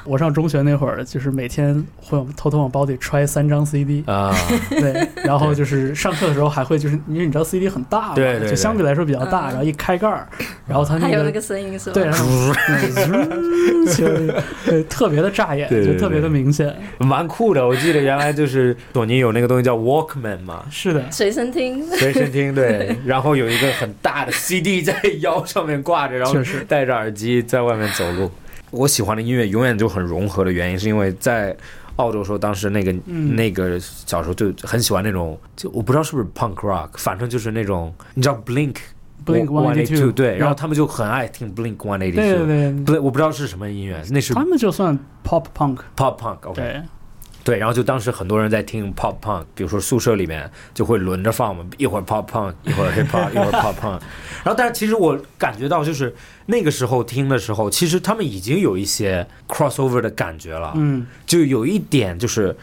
Speaker 2: 我上中学那会儿，就是每天会偷偷往包里揣三 张 CD，
Speaker 3: 啊，
Speaker 2: 对，然后就是上课的时候还会就是，因为你知道 CD 很大嘛，
Speaker 3: 对对对
Speaker 2: 就相对来说比较
Speaker 1: 嗯
Speaker 2: 大，然后一开盖儿，然后它
Speaker 1: 还有那
Speaker 2: 那
Speaker 1: 个声音是吧？
Speaker 2: 对，然后就对特别的扎眼，
Speaker 3: 对对
Speaker 2: 就特别的明显，
Speaker 3: 蛮酷的。我记得原来就是索尼有那个东西叫 Walkman 嘛，
Speaker 2: 是的，
Speaker 1: 随身听。
Speaker 3: 随身听对，然后有一个很大的 CD 在 腰上面挂着，然后
Speaker 2: 确实
Speaker 3: 戴着耳机在外面走路。我喜欢的音乐永远就很融合的原因，是因为在澳洲的时候，当时那个、
Speaker 2: 嗯
Speaker 3: 那个小时候就很喜欢那种，就我不知道是不是 punk rock，反正就是那种你知道 Blink
Speaker 2: Blink
Speaker 3: One Eighty
Speaker 2: Two，
Speaker 3: Two 对，然后他们就很爱听 Blink One Eighty
Speaker 2: 对对
Speaker 3: Two，
Speaker 2: 对，
Speaker 3: 对，我不知道是什么音乐，那是
Speaker 2: 他们就算 pop punk，
Speaker 3: pop punk，OK，、
Speaker 2: 对，
Speaker 3: 对，然后就当时很多人在听 pop punk，比如说宿舍里面就会轮着放嘛，一会儿 pop punk，一会儿 hip hop，一会儿 pop punk。然后，但是其实我感觉到，就是那个时候听的时候，其实他们已经有一些 crossover 的感觉了，
Speaker 2: 嗯，
Speaker 3: 就有一点就是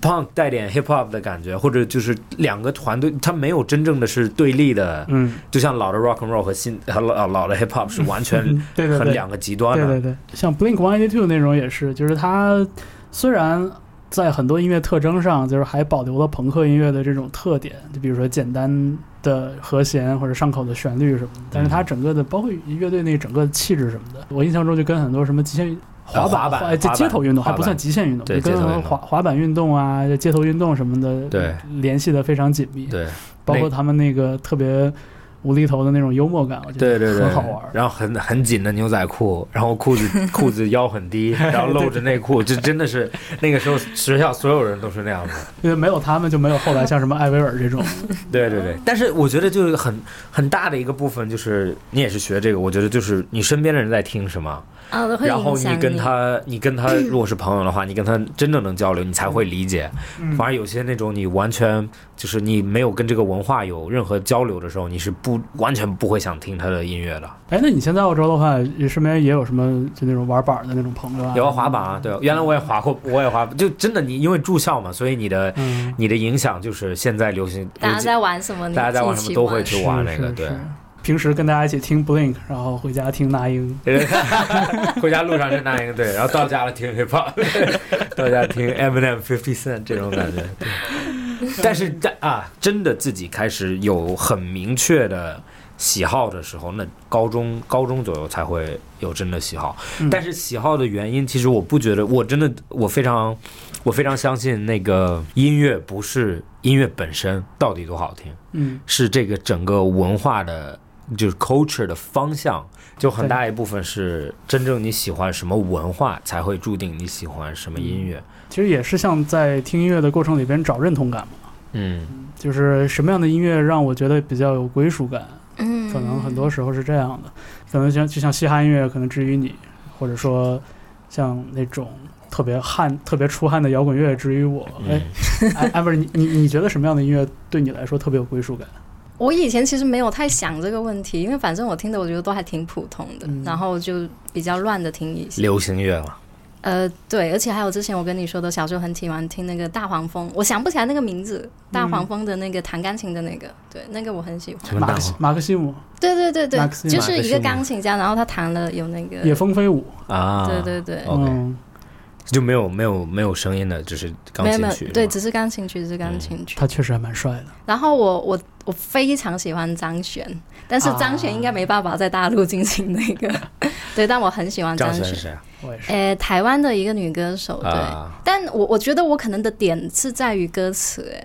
Speaker 3: punk 带点 hip hop 的感觉，或者就是两个团队，它没有真正的是对立的，
Speaker 2: 嗯，
Speaker 3: 就像老的 rock and roll 和新和老老的 hip hop 是完全
Speaker 2: 嗯 对对
Speaker 3: 很
Speaker 2: 对，
Speaker 3: 两个极端
Speaker 2: 对
Speaker 3: 的，
Speaker 2: 对对，像 Blink One Eighty Two 那种也是，就是它虽然在很多音乐特征上，就是还保留了朋克音乐的这种特点，就比如说简单的和弦或者上口的旋律什么的。
Speaker 3: 嗯
Speaker 2: 但是它整个的，包括乐队那整个气质什么的，我印象中就跟很多什么极限
Speaker 3: 呃
Speaker 2: 板、
Speaker 3: 滑板
Speaker 2: 哎街
Speaker 3: 滑板
Speaker 2: 街头运动还
Speaker 3: 滑
Speaker 2: 不
Speaker 3: 板
Speaker 2: 算极限运动，
Speaker 3: 对
Speaker 2: 就跟
Speaker 3: 街头
Speaker 2: 很多
Speaker 3: 运动
Speaker 2: 滑滑板运动啊、街头运动什么的，
Speaker 3: 对，
Speaker 2: 联系的非常紧密。
Speaker 3: 对
Speaker 2: 包括
Speaker 3: 那
Speaker 2: 他们那个特别无厘头的那种幽默感，我觉得
Speaker 3: 对对对，
Speaker 2: 很好玩。
Speaker 3: 然后很很紧的牛仔裤，然后裤子裤子腰 很低，然后露着内裤，这真的是那个时候学校所有人都是那样的。
Speaker 2: 因为没有他们，就没有后来像什么艾薇儿这种。
Speaker 3: 对对对，但是我觉得就是很很大的一个部分，就是你也是学这个，我觉得就是你身边的人在听什么，
Speaker 1: 啊，会
Speaker 3: 然后
Speaker 1: 影响
Speaker 3: 你跟 他，你跟他如果是朋友的话，你跟他真正能交流，你才会理解。
Speaker 2: 嗯
Speaker 3: 反而有些那种你完全就是你没有跟这个文化有任何交流的时候，你是不完全不会想听他的音乐的。
Speaker 2: 哎，那你现在澳洲的话，你身边也有什么就那种玩板儿的那种朋友啊？
Speaker 3: 有啊，滑板啊，对啊，原来我也滑过，我也滑，就真的你因为住校嘛，所以你的
Speaker 2: 嗯，
Speaker 3: 你的影响就是现在流行，
Speaker 1: 大家
Speaker 3: 尤其
Speaker 1: 在玩什么，你
Speaker 3: 大家在玩
Speaker 1: 一
Speaker 3: 什么
Speaker 1: 起
Speaker 3: 都会
Speaker 1: 玩
Speaker 3: 去玩那
Speaker 2: 是
Speaker 3: 个，
Speaker 2: 是
Speaker 3: 对。
Speaker 2: 是平时跟大家一起听 Blink，然后回家听那英。
Speaker 3: 回家路上是那一个对，然后到家了听 hip hop，到家听 Eminem、Fifty Cent 这种感觉。对但是在啊，真的自己开始有很明确的喜好的时候，那高中高中左右才会有真的喜好。
Speaker 2: 嗯
Speaker 3: 但是喜好的原因，其实我不觉得，我真的我非常我非常相信那个音乐不是音乐本身到底多好听，
Speaker 2: 嗯，
Speaker 3: 是这个整个文化的，就是 culture 的方向，就很大一部分是真正你喜欢什么文化，才会注定你喜欢什么音乐。
Speaker 2: 其实也是像在听音乐的过程里边找认同感嘛，
Speaker 3: 嗯，
Speaker 2: 就是什么样的音乐让我觉得比较有归属感，
Speaker 1: 嗯，
Speaker 2: 可能很多时候是这样的，可能像就像嘻哈音乐，可能至于你，或者说像那种特别汗、特别出汗的摇滚乐至于我。
Speaker 3: 嗯
Speaker 2: 哎，安安不是你你你觉得什么样的音乐对你来说特别有归属感？
Speaker 1: 我以前其实没有太想这个问题，因为反正我听的我觉得都还挺普通的，
Speaker 2: 嗯
Speaker 1: 然后就比较乱的听一些。
Speaker 3: 流行乐嘛，
Speaker 1: 呃，对，而且还有之前我跟你说的，小时候很喜欢听那个大黄蜂，我想不起来那个名字，大黄蜂的那个弹钢琴的那个，对，那个我很喜欢。
Speaker 3: 什么
Speaker 2: 马
Speaker 3: 大
Speaker 2: 克西马克西姆
Speaker 1: 对对对对，
Speaker 2: Maxim
Speaker 1: 就是一个
Speaker 3: Maxim
Speaker 1: 钢琴家，然后他弹了有那
Speaker 2: 野
Speaker 1: 个，
Speaker 2: 蜂飞舞，
Speaker 3: 啊？
Speaker 1: 对对对，
Speaker 3: OK
Speaker 2: 嗯，
Speaker 3: 就没有没有没有声音的，只是钢
Speaker 1: 没有没有
Speaker 3: 琴曲。，
Speaker 1: 对，
Speaker 3: 是吗嗯
Speaker 1: 只是钢琴曲，只是钢琴曲。
Speaker 2: 他确实还蛮帅的。
Speaker 1: 然后我我我非常喜欢张悬，但是张悬应该没办法在大陆进行那个， 对，但我很喜欢
Speaker 3: 啊张
Speaker 1: 张
Speaker 3: 悬
Speaker 1: 悬
Speaker 3: 是。谁啊
Speaker 2: 我也是，
Speaker 1: 诶，台湾的一个女歌手，对。
Speaker 3: 啊？
Speaker 1: 但我我觉得我可能的点是在于歌词，诶，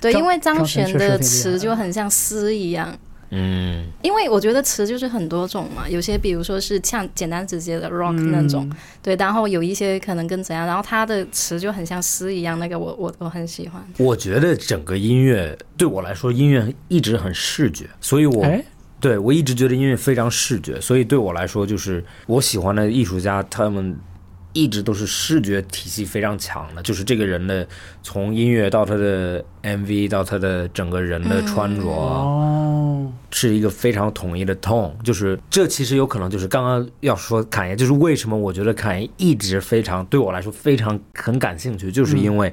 Speaker 1: 对，
Speaker 2: 张
Speaker 1: 因为张
Speaker 2: 张悬
Speaker 1: 悬
Speaker 2: 确实
Speaker 1: 的
Speaker 2: 挺厉害
Speaker 1: 词
Speaker 2: 的
Speaker 1: 就很像诗一样。
Speaker 3: 嗯，
Speaker 1: 因为我觉得词就是很多种嘛，有些比如说是像简单直接的 rock
Speaker 2: 嗯
Speaker 1: 那种，对，然后有一些可能跟怎样，然后他的词就很像诗一样，那个我我我很喜欢。
Speaker 3: 我觉得整个音乐对我来说，音乐一直很视觉，所以我
Speaker 2: 哎，
Speaker 3: 对我一直觉得音乐非常视觉，所以对我来说，就是我喜欢的艺术家，他们一直都是视觉体系非常强的，就是这个人的从音乐到他的 MV 到他的整个人的穿着，啊
Speaker 2: 哦，
Speaker 3: 是一个非常统一的 tone，就是这其实有可能就是刚刚要说侃爷，就是为什么我觉得侃爷一直非常对我来说非常很感兴趣，就是因为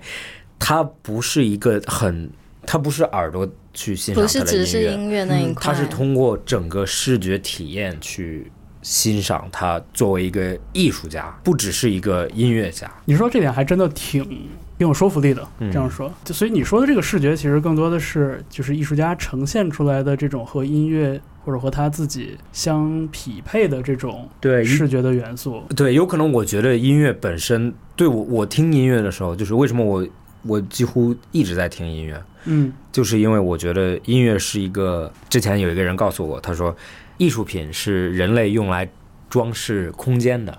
Speaker 3: 他不是一个很，他不是耳朵去欣赏
Speaker 1: 不
Speaker 3: 他
Speaker 1: 是
Speaker 3: 的音
Speaker 1: 只
Speaker 3: 乐，
Speaker 1: 是音乐那一块，
Speaker 3: 他是通过整个视觉体验去欣赏他作为一个艺术家，不只是一个音乐家。
Speaker 2: 你说这点还真的挺挺有说服力的。
Speaker 3: 嗯
Speaker 2: 这样说，就所以你说的这个视觉，其实更多的是就是艺术家呈现出来的这种和音乐或者和他自己相匹配的这种
Speaker 3: 对
Speaker 2: 视觉的元素。
Speaker 3: 对，有可能我觉得音乐本身对我，我听音乐的时候，就是为什么我我几乎一直在听音乐，
Speaker 2: 嗯
Speaker 3: 就是因为我觉得音乐是一个，之前有一个人告诉我，他说，艺术品是人类用来装饰空间的，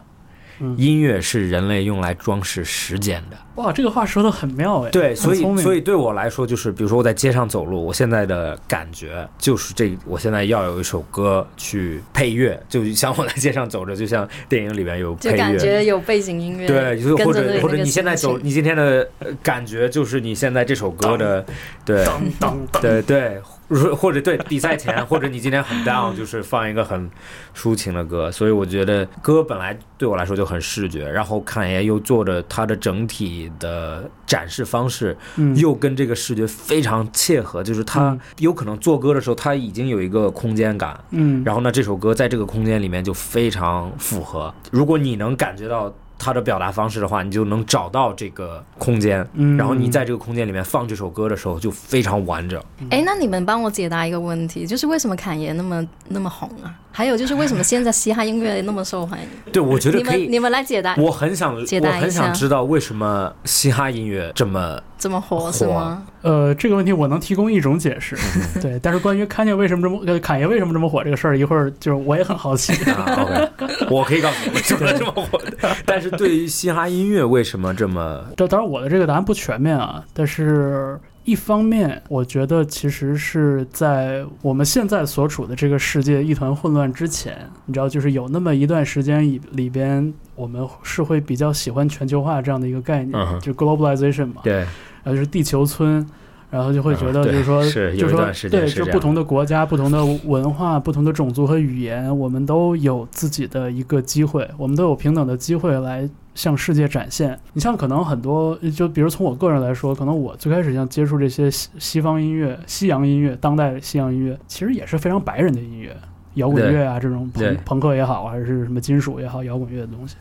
Speaker 2: 嗯
Speaker 3: 音乐是人类用来装饰时间的。
Speaker 2: 哇，这个话说的很妙哎。
Speaker 3: 对，所以
Speaker 2: 很聪明
Speaker 3: 所以对我来说，就是比如说我在街上走路，我现在的感觉就是这，我现在要有一首歌去配乐，就像我在街上走着，就像电影里面有配
Speaker 1: 就
Speaker 3: 乐，
Speaker 1: 感觉有背景音乐，
Speaker 3: 对，就是
Speaker 1: 跟
Speaker 3: 或
Speaker 1: 着那
Speaker 3: 者
Speaker 1: 个
Speaker 3: 或者你
Speaker 1: 心
Speaker 3: 现在走，
Speaker 1: 情
Speaker 3: 你今天的呃感觉就是你现在这首 歌的，对
Speaker 2: 当当当，
Speaker 3: 对对，或或者对比赛前，或者你今天很
Speaker 2: 嗯
Speaker 3: down，就是放一个很抒情的歌。所以我觉得歌本来对我来说就很视觉，然后侃爷又做着他的整体的展示方式，
Speaker 2: 嗯
Speaker 3: 又跟这个视觉非常切合，就是他
Speaker 2: 嗯
Speaker 3: 有可能做歌的时候他已经有一个空间感，
Speaker 2: 嗯，
Speaker 3: 然后呢，这首歌在这个空间里面就非常符合。如果你能感觉到他的表达方式的话，你就能找到这个空间，
Speaker 2: 嗯
Speaker 3: 然后你在这个空间里面放这首歌的时候就非常完整。
Speaker 1: 哎，那你们帮我解答一个问题，就是为什么侃爷那么那么红啊？还有就是为什么现在嘻哈音乐那么受欢迎？
Speaker 3: 对，我觉得
Speaker 1: 你
Speaker 3: 可
Speaker 1: 们
Speaker 3: 以。
Speaker 1: 你们来解答，
Speaker 3: 我很想，
Speaker 1: 解答
Speaker 3: 我
Speaker 1: 一下
Speaker 3: 很想知道为什么嘻哈音乐这么
Speaker 1: 怎么火是吗？
Speaker 2: 呃，这个问题我能提供一种解释，
Speaker 3: 嗯
Speaker 2: 对。但是关于侃爷为什么这么呃侃爷为什么这么火这个事儿，一会儿就是我也很好奇。
Speaker 3: 啊，OK，我可以告诉你为什么这么火。但是对于嘻哈音乐为什么这么
Speaker 2: 这当然我的这个答案不全面啊，但是一方面，我觉得其实是在我们现在所处的这个世界一团混乱之前，你知道，就是有那么一段时间以里边，我们是会比较喜欢全球化这样的一个概念，
Speaker 3: 嗯哼
Speaker 2: 就是 globalization 嘛，
Speaker 3: 对？
Speaker 2: 然呃后就是地球村。然后就会觉
Speaker 3: 啊
Speaker 2: 得，就
Speaker 3: 对
Speaker 2: 是说，
Speaker 3: 是有
Speaker 2: 就
Speaker 3: 一
Speaker 2: 说
Speaker 3: 段时，间
Speaker 2: 对，
Speaker 3: 是
Speaker 2: 就
Speaker 3: 这
Speaker 2: 不
Speaker 3: 样
Speaker 2: 同的国家、不同的文化、不同的种族和语言，我们都有自己的一个机会，我们都有平等的机会来向世界展现。你像可能很多，就比如从我个人来说，可能我最开始像接触这些西西方音乐、西洋音乐、当代西洋音乐，其实也是非常白人的音乐，摇滚乐啊，这种
Speaker 3: 对
Speaker 2: 朋朋克也好，还是什么金属也好，摇滚乐的东西。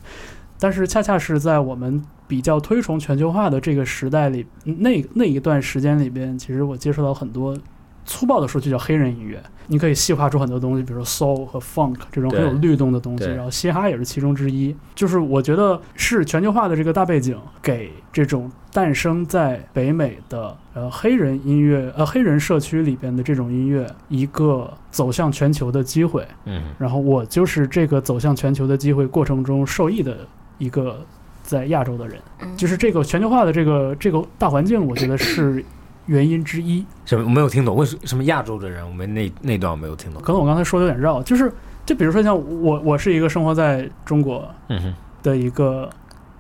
Speaker 2: 但是恰恰是在我们比较推崇全球化的这个时代里，那那一段时间里边，其实我接触到很多粗暴的说就叫黑人音乐，你可以细化出很多东西，比如说 soul 和 funk 这种很有
Speaker 3: 对
Speaker 2: 律动的东西，
Speaker 3: 对
Speaker 2: 然后嘻哈也是其中之一。就是我觉得是全球化的这个大背景，给这种诞生在北美的呃黑人音乐呃黑人社区里边的这种音乐一个走向全球的机会。
Speaker 3: 嗯，
Speaker 2: 然后我就是这个走向全球的机会过程中受益的一个在亚洲的人，
Speaker 3: 啊
Speaker 1: 嗯
Speaker 2: 就是这个全球化的这个这个大环境，我觉得是原因之一。
Speaker 3: 什么我没有听懂？为什什么亚洲的人？我们那那段我没有听懂。
Speaker 2: 可能我刚才说的有点绕，就是就比如说像我，我是一个生活在中国
Speaker 3: 嗯哼，
Speaker 2: 的一个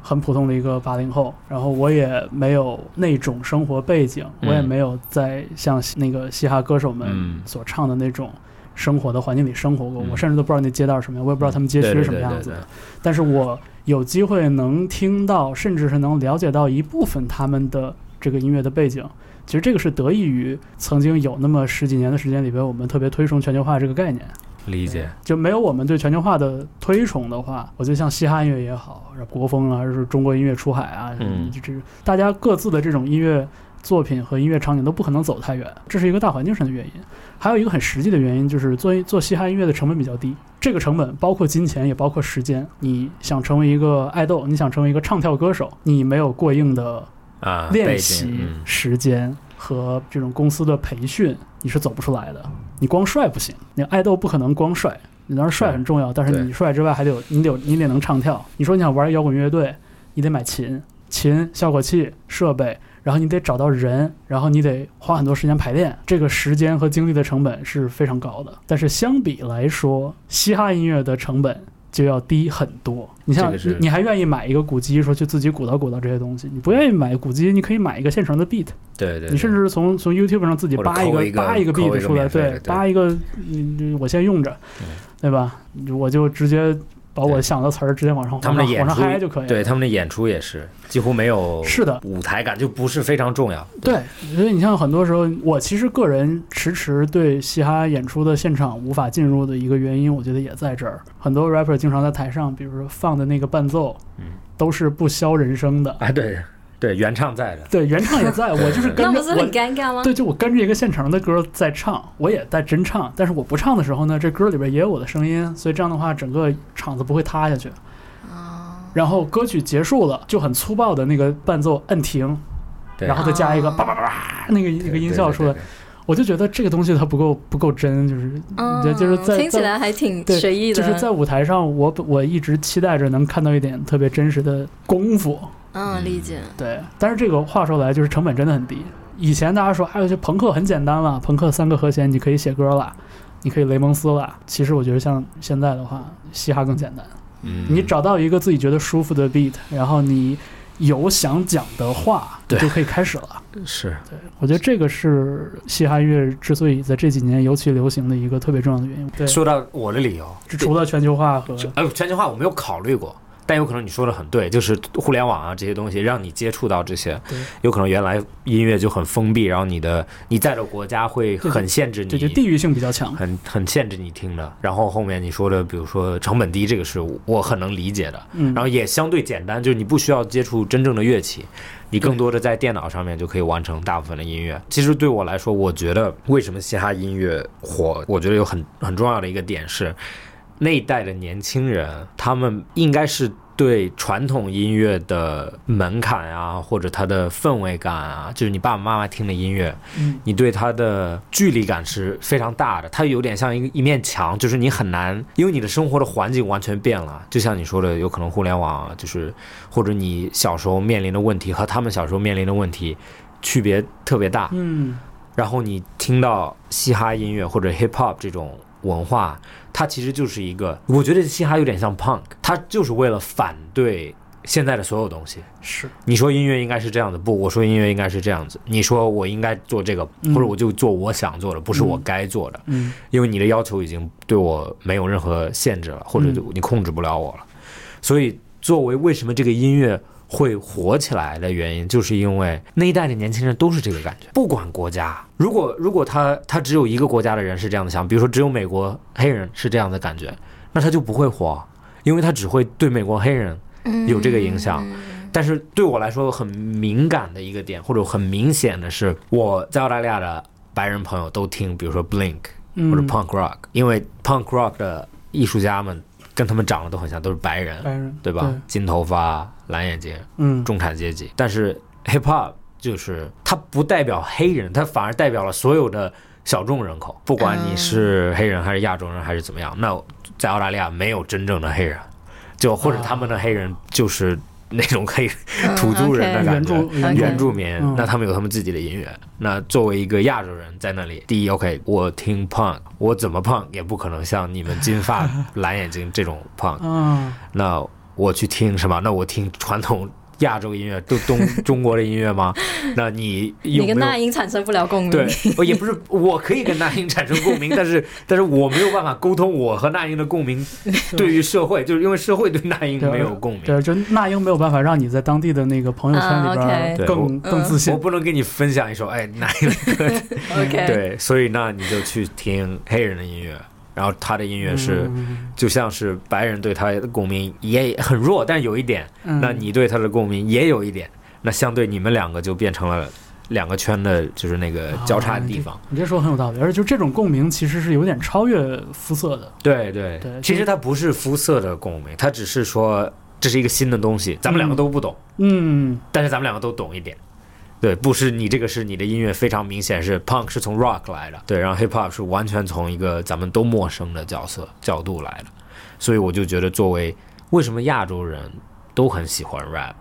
Speaker 2: 很普通的一个八零后，然后我也没有那种生活背景，
Speaker 3: 嗯
Speaker 2: 我也没有在像那个嘻哈歌手
Speaker 3: 嗯
Speaker 2: 们所唱的那种生活的环境里生活过，
Speaker 3: 嗯
Speaker 2: 我甚至都不知道那街道是什么样，我也不知道他们街区
Speaker 3: 对
Speaker 2: 是什
Speaker 3: 对
Speaker 2: 么样
Speaker 3: 对
Speaker 2: 子
Speaker 3: 对
Speaker 2: 的
Speaker 3: 对。
Speaker 2: 但是我有机会能听到，甚至是能了解到一部分他们的这个音乐的背景。其实这个是得益于曾经有那么十几年的时间里边，我们特别推崇全球化这个概念。
Speaker 3: 理解。
Speaker 2: 就没有我们对全球化的推崇的话，我觉得像嘻哈音乐也好，然后国风啊，还是中国音乐出海啊，
Speaker 3: 嗯
Speaker 2: 就这大家各自的这种音乐作品和音乐场景都不可能走太远，这是一个大环境上的原因。还有一个很实际的原因就是做做嘻哈音乐的成本比较低，这个成本包括金钱也包括时间。你想成为一个爱豆，你想成为一个唱跳歌手，你没有过硬的
Speaker 3: 啊，
Speaker 2: 练
Speaker 3: 背
Speaker 2: 习
Speaker 3: 景嗯
Speaker 2: 时间和这种公司的培训，你是走不出来的。你光帅不行，你爱豆不可能光帅。你当然帅很重要，但是你帅之外还得有你得有你得能唱跳。你说你想玩摇滚乐队，你得买琴、琴、效果器、设备，然后你得找到人，然后你得花很多时间排练，这个时间和精力的成本是非常高的。但是相比来说，嘻哈音乐的成本就要低很多。你像
Speaker 3: 这个是
Speaker 2: 你你还愿意买一个鼓机，说去自己鼓捣鼓捣这些东西？你不愿意买鼓机，你可以买一个现成的 beat，
Speaker 3: 对对，
Speaker 2: 你甚
Speaker 3: 对
Speaker 2: 至是从从 YouTube 上自己
Speaker 3: 或者
Speaker 2: 扒一
Speaker 3: 抠
Speaker 2: 个
Speaker 3: 一个
Speaker 2: 扒一个
Speaker 3: 抠一
Speaker 2: beat
Speaker 3: 个
Speaker 2: 出来，
Speaker 3: 免费的
Speaker 2: 对，
Speaker 3: 对
Speaker 2: 扒一个，嗯，我先用着，对吧？我就直接把我
Speaker 3: 对
Speaker 2: 想的词儿直接往上
Speaker 3: 他们的
Speaker 2: 往
Speaker 3: 演
Speaker 2: 上
Speaker 3: 出
Speaker 2: 嗨就可以了。
Speaker 3: 对他们的演出也是几乎没有
Speaker 2: 是的
Speaker 3: 舞台感，就不是非常重要。
Speaker 2: 对，所以你像很多时候，我其实个人迟迟对嘻哈演出的现场无法进入的一个原因，我觉得也在这儿。很多 rapper 经常在台上，比如说放的那个伴奏，
Speaker 3: 嗯
Speaker 2: 都是不消人声的。
Speaker 3: 啊，对对，原唱在的，
Speaker 2: 对，原唱也在，我 就是
Speaker 1: 那
Speaker 2: 跟着
Speaker 1: 不是很
Speaker 2: 我，
Speaker 1: 尴尬吗？
Speaker 2: 对，就我跟着一个现成的歌在唱，我也在真唱，但是我不唱的时候呢，这歌里边也有我的声音，所以这样的话，整个场子不会塌下去。
Speaker 1: 哦
Speaker 2: 然后歌曲结束了，就很粗暴的那个伴奏摁停，
Speaker 3: 对
Speaker 2: 然后再加一个
Speaker 1: 哦
Speaker 2: 叭叭叭叭那个那个音效出来
Speaker 3: 对，对对对
Speaker 2: 我就觉得这个东西它不够不够真，就是
Speaker 1: 嗯，
Speaker 2: 对就是在
Speaker 1: 听起来还挺
Speaker 2: 对
Speaker 1: 随意
Speaker 2: 就
Speaker 1: 的，
Speaker 2: 是在舞台上，我我一直期待着能看到一点特别真实的功夫。
Speaker 1: 嗯理解。
Speaker 2: 对，但是这个话说来，就是成本真的很低。以前大家说，哎呦，这朋克很简单了，朋克三个和弦你可以写歌了，你可以雷蒙斯了。其实我觉得像现在的话，嘻哈更简单。
Speaker 3: 嗯
Speaker 2: 你找到一个自己觉得舒服的 beat，然后你有想讲的话，你
Speaker 3: 对
Speaker 2: 就可以开始了。
Speaker 3: 嗯是
Speaker 2: 我觉得这个是嘻哈音乐之所以在这几年尤其流行的一个特别重要的原因。对，
Speaker 3: 说到我的理由，呃
Speaker 2: 除了全球化和
Speaker 3: 就哎，全球化我没有考虑过，但有可能你说的很对，就是互联网啊这些东西让你接触到这些
Speaker 2: 对，
Speaker 3: 有可能原来音乐就很封闭，然后你的你在的国家会
Speaker 2: 对
Speaker 3: 很限制
Speaker 2: 这就
Speaker 3: 你，
Speaker 2: 地域性比较强。
Speaker 3: 很很限制你听的。然后后面你说的，比如说成本低，这个是我很能理解的，
Speaker 2: 嗯
Speaker 3: 然，后也相对简单，就是你不需要接触真正的乐器，你更多的在电脑上面就可以完成大部分的音乐。其实对我来说，我觉得为什么嘻哈音乐火，我觉得有很很重要的一个点是，那一代的年轻人，他们应该是。对传统音乐的门槛啊，或者它的氛围感啊，就是你爸爸妈妈听的音乐，
Speaker 2: 嗯
Speaker 3: 你对它的距离感是非常大的，它有点像一个一面墙，就是你很难，因为你的生活的环境完全变了，就像你说的，有可能互联网啊就是或者你小时候面临的问题和他们小时候面临的问题区别特别大，
Speaker 2: 嗯，
Speaker 3: 然后你听到嘻哈音乐或者 hip hop 这种文化，它其实就是一个，我觉得嘻哈有点像 punk，它就是为了反对现在的所有东西，
Speaker 2: 是
Speaker 3: 你说音乐应该是这样的，不，我说音乐应该是这样子。你说我应该做这个，
Speaker 2: 嗯
Speaker 3: 或者我就做我想做的，不是我该做的，
Speaker 2: 嗯
Speaker 3: 因为你的要求已经对我没有任何限制了，或者
Speaker 2: 嗯
Speaker 3: 你控制不了我了。所以，作为为什么这个音乐会火起来的原因，就是因为那一代的年轻人都是这个感觉，不管国家。如果如果他他只有一个国家的人是这样的想，比如说只有美国黑人是这样的感觉，那他就不会火，因为他只会对美国黑人嗯
Speaker 1: 嗯
Speaker 3: 有这个影响。但是对我来说很敏感的一个点，或者很明显的是，我在澳大利亚的白人朋友都听，比如说 Blink
Speaker 2: 嗯，
Speaker 3: 或者 Punk Rock，、因为 Punk Rock 的艺术家们跟他们长得都很像，都是白人，
Speaker 2: 白人
Speaker 3: 对吧？金头发、蓝眼睛、
Speaker 2: 嗯，
Speaker 3: 中产阶级。但是 Hip Hop 就是它不代表黑人，它反而代表了所有的小众人口，不管你是黑人还是亚洲人还是怎么样。那在澳大利亚没有真正的黑人，就或者他们的黑人就是那种黑
Speaker 1: 嗯
Speaker 3: 土著人的
Speaker 1: OK
Speaker 3: 感
Speaker 2: 原
Speaker 3: 觉
Speaker 2: 住原
Speaker 1: OK
Speaker 3: 原住民
Speaker 2: 嗯，
Speaker 3: 那他们有他们自己的音乐。那作为一个亚洲人在那里，第一，OK，我听 punk，我怎么 punk 也不可能像你们金发蓝眼睛这种 punk。
Speaker 2: 啊，
Speaker 3: 那我去听什么？那我听传统亚洲音乐，就东中国的音乐 吗？那你
Speaker 1: 你
Speaker 3: 有没
Speaker 1: 跟那
Speaker 3: 有？
Speaker 1: 英产生不了共鸣。
Speaker 3: 对，我也不是，我可以跟那英产生 共鸣，但是但是我没有办法沟通我和那英的共鸣，对于社会，就是因为社会对那英
Speaker 2: 对
Speaker 3: 没有共鸣。
Speaker 2: 对，就那英没有办法让你在当地的那个朋友圈里边
Speaker 1: 啊
Speaker 2: 儿
Speaker 3: ，OK
Speaker 2: 更
Speaker 1: 对我
Speaker 2: 更自信
Speaker 3: 我。不能嗯跟你分享一首哎哪一个歌，
Speaker 1: ，OK，
Speaker 3: 对，所以那你就去听黑人的音乐，然后他的音乐是、
Speaker 2: 嗯，
Speaker 3: 就像是白人对他的共鸣也很弱，但有一点，
Speaker 2: 嗯
Speaker 3: 那你对他的共鸣也有一点，那相对你们两个就变成了两个圈的，就是那个交叉的地方。
Speaker 2: 你这说很有道理，而且就这种共鸣其实是有点超越肤色的。
Speaker 3: 对对
Speaker 2: 对
Speaker 3: 其
Speaker 2: 就
Speaker 3: 实它不是肤色的共鸣，它只是说这是一个新的东西，咱们两个都不懂，
Speaker 2: 嗯，
Speaker 3: 但是咱们两个都懂一点。对，不是你这个是你的音乐非常明显是 punk 是从 rock 来的，对，然后 hip hop 是完全从一个咱们都陌生的角色角度来的，所以我就觉得作为为什么亚洲人都很喜欢 rap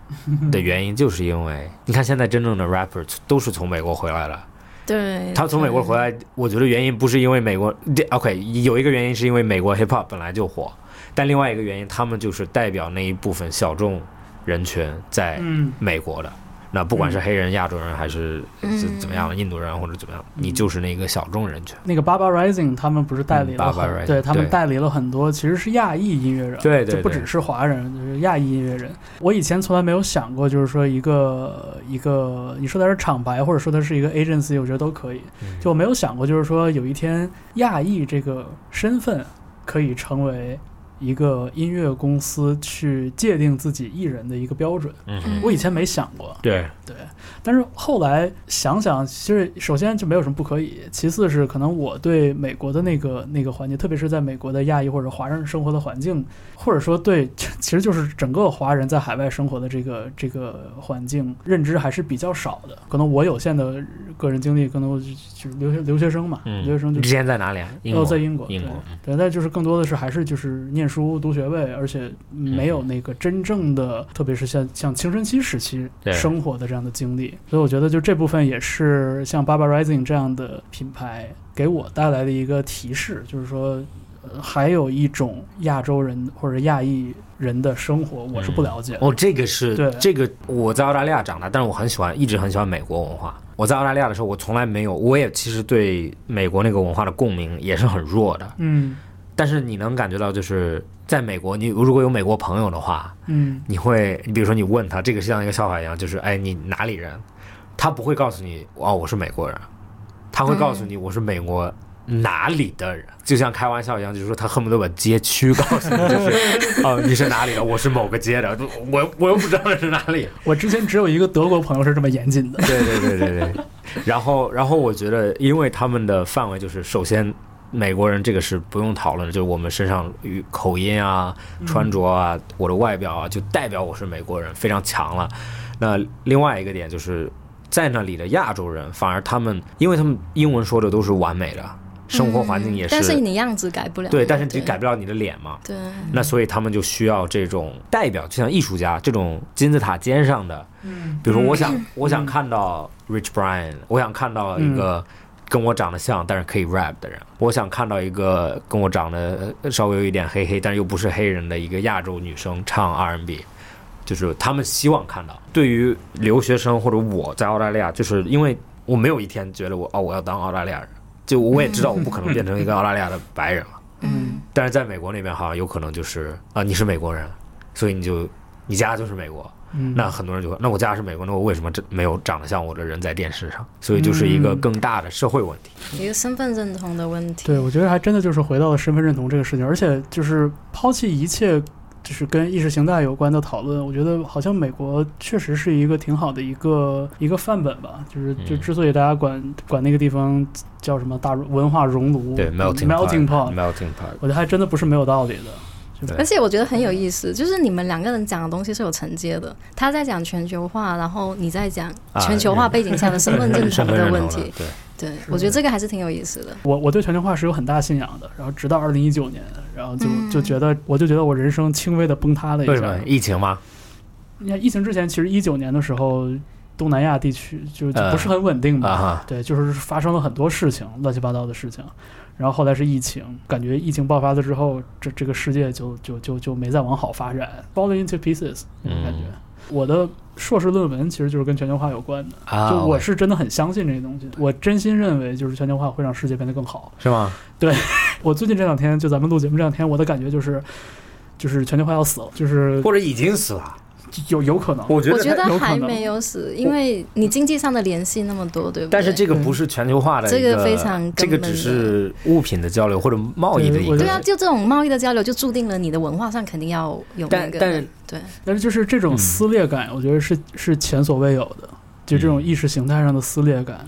Speaker 3: 的原因，就是因为你看现在真正的 rapper 都是从美国回来的，
Speaker 1: 对，
Speaker 3: 他从美国
Speaker 1: 对
Speaker 3: 回来，我觉得原因不是因为美国对，OK，有一个原因是因为美国 hip hop 本来就火，但另外一个原因，他们就是代表那一部分小众人群在
Speaker 2: 嗯
Speaker 3: 美国的。那不管是黑人、亚洲人还是是
Speaker 1: 嗯
Speaker 3: 怎么样的印度人或者怎么样，你就是那个小众人群。
Speaker 2: 那个 Baba Rising 他们不是代理了
Speaker 3: 嗯
Speaker 2: 很，
Speaker 3: ，Baba Rising，
Speaker 2: 对他们
Speaker 3: 对
Speaker 2: 代理了很多其实是亚裔音乐人，
Speaker 3: 对对
Speaker 2: 就不
Speaker 3: 对
Speaker 2: 只是华人，就是亚裔音乐人。我以前从来没有想过，就是说一个一个，你说它是厂牌，或者说它是一个 agency，我觉得都可以。嗯就我没有想过，就是说有一天亚裔这个身份可以成为一个音乐公司去界定自己艺人的一个标准，
Speaker 3: 嗯
Speaker 1: 嗯
Speaker 3: 哼，
Speaker 2: 我以前没想过。
Speaker 3: 对，
Speaker 2: 对，但是后来想想，其实首先就没有什么不可以，其次是可能我对美国的那个那个环境，特别是在美国的亚裔或者华人生活的环境，或者说对， 其实就是整个华人在海外生活的这个这个环境认知还是比较少的。可能我有限的个人经历，可能我就就是留学留学生嘛，
Speaker 3: 嗯，
Speaker 2: 留学生就
Speaker 3: 你之前在哪里啊？英
Speaker 2: 哦，
Speaker 3: 国，
Speaker 2: 在英国，
Speaker 3: 英
Speaker 2: 对
Speaker 3: 国，
Speaker 2: 对，但就是更多的是还是就是念书读学位，而且
Speaker 3: 嗯
Speaker 2: 没有那个真正的，特别是像像青春期时期
Speaker 3: 对
Speaker 2: 生活的这样的经历，所以我觉得就这部分也是像 Baba Rising 这样的品牌给我带来的一个提示，就是说。呃还有一种亚洲人或者亚裔人的生活，我是不了解的。
Speaker 3: 哦，这个是
Speaker 2: 对
Speaker 3: 这个我在澳大利亚长大，但是我很喜欢，一直很喜欢美国文化。我在澳大利亚的时候，我从来没有，我也其实对美国那个文化的共鸣也是很弱的。
Speaker 2: 嗯
Speaker 3: 但是你能感觉到，就是在美国，你如果有美国朋友的话，
Speaker 2: 嗯
Speaker 3: 你会，你比如说你问他，这个是像一个笑话一样，就是哎，你哪里人？他不会告诉你哦，我是美国人，他会告诉你我是美国哪里的人，就像开玩笑一样，就是说他恨不得把街区告诉你，就是哦，你是哪里的？我是某个街的，我我又不知道是哪里。
Speaker 2: 我之前只有一个德国朋友是这么严谨的，
Speaker 3: 对对对对对。然后，然后我觉得，因为他们的范围就是，首先美国人这个是不用讨论的，就是我们身上与口音啊、
Speaker 1: 嗯
Speaker 3: 穿着啊、我的外表啊，就代表我是美国人，非常强了。那另外一个点就是，在那里的亚洲人，反而他们，因为他们英文说的都是完美的，生活环境也
Speaker 1: 嗯
Speaker 3: 是，
Speaker 1: 但是你样子改不了，
Speaker 3: 对，但是你改不了你的脸嘛。
Speaker 1: 对，
Speaker 3: 那所以他们就需要这种代表，就像艺术家这种金字塔尖上的，
Speaker 2: 嗯，
Speaker 3: 比如说我想、我想看到 Rich Brian，我想看到一个跟我长得像但是可以 rap 的人，我想看到一个跟我长得呃稍微有一点黑黑但是又不是黑人的一个亚洲女生唱 R&B。就是他们希望看到，对于留学生或者我在澳大利亚，就是因为我没有一天觉得我哦我要当澳大利亚人，就我也知道我不可能变成一个澳大利亚的白人了，
Speaker 2: 嗯
Speaker 3: 但是在美国那边好像有可能就是啊、你是美国人，所以你就你家就是美国。
Speaker 2: 嗯
Speaker 3: 那很多人就说，那我家是美国，那我为什么这没有长得像我的人在电视上？所以就是一个更大的社会问题。
Speaker 1: 一个身份认同的问题。
Speaker 2: 对，我觉得还真的就是回到了身份认同这个事情，而且就是抛弃一切就是跟意识形态有关的讨论，我觉得好像美国确实是一个挺好的一个一个范本吧。就是就
Speaker 3: 嗯
Speaker 2: 之所以大家管管那个地方叫什么大文化熔炉，
Speaker 3: 对，melting
Speaker 2: melting pot，
Speaker 3: pot，melting pot，
Speaker 2: 我觉得还真的不是没有道理的。
Speaker 1: 而且我觉得很有意思，就是你们两个人讲的东西是有承接的。他在讲全球化，然后你在讲
Speaker 3: 啊
Speaker 1: 全球化背景下的身份认同
Speaker 3: 身份认
Speaker 1: 的
Speaker 3: 同
Speaker 1: 问
Speaker 3: 了
Speaker 1: 题。
Speaker 3: 对，
Speaker 1: 对，我觉得这个还是挺有意思的。
Speaker 2: 我我对全球化是有很大信仰的，然后直到二零一九年，然后就
Speaker 1: 嗯
Speaker 2: 就觉得我就觉得我人生轻微的崩塌了一
Speaker 3: 为什
Speaker 2: 下
Speaker 3: 么。疫情吗？
Speaker 2: 你看疫情之前，其实一九年的时候，东南亚地区就
Speaker 3: 呃
Speaker 2: 就不是很稳定嘛，
Speaker 3: 啊哈，
Speaker 2: 对，就是发生了很多事情，乱七八糟的事情。然后后来是疫情，感觉疫情爆发了之后，这这个世界就就就就没再往好发展，falling into pieces 那种感觉。
Speaker 3: 嗯
Speaker 2: 我的硕士论文其实就是跟全球化有关的，
Speaker 3: 啊，
Speaker 2: 就我是真的很相信这些东西，我真心认为就是全球化会让世界变得更好。
Speaker 3: 是吗？
Speaker 2: 我最近这两天，就咱们录节目这两天，我的感觉就是，就是全球化要死了，就是
Speaker 3: 或者已经死了？
Speaker 2: 有有可能。
Speaker 3: 我觉
Speaker 1: 我觉
Speaker 3: 得。
Speaker 1: 得
Speaker 2: 有可
Speaker 1: 还
Speaker 2: 能
Speaker 1: 没有死，因为你经济上的联系那么多，对不对？
Speaker 3: 但是这个不是全球化的一
Speaker 1: 这个非常
Speaker 3: 这
Speaker 1: 根
Speaker 3: 个
Speaker 1: 本的
Speaker 3: 只是物品的交流或者贸易的一
Speaker 2: 对我
Speaker 3: 个
Speaker 2: 觉
Speaker 1: 对
Speaker 2: 得
Speaker 1: 啊，就这种贸易的交流，就注定了你的文化上肯定要有那
Speaker 3: 但
Speaker 1: 个。
Speaker 3: 但
Speaker 1: 对，
Speaker 2: 但是就是这种
Speaker 3: 嗯
Speaker 2: 撕裂感，我觉得是是前所未有的，就这种
Speaker 3: 嗯
Speaker 2: 意识形态上的撕裂感。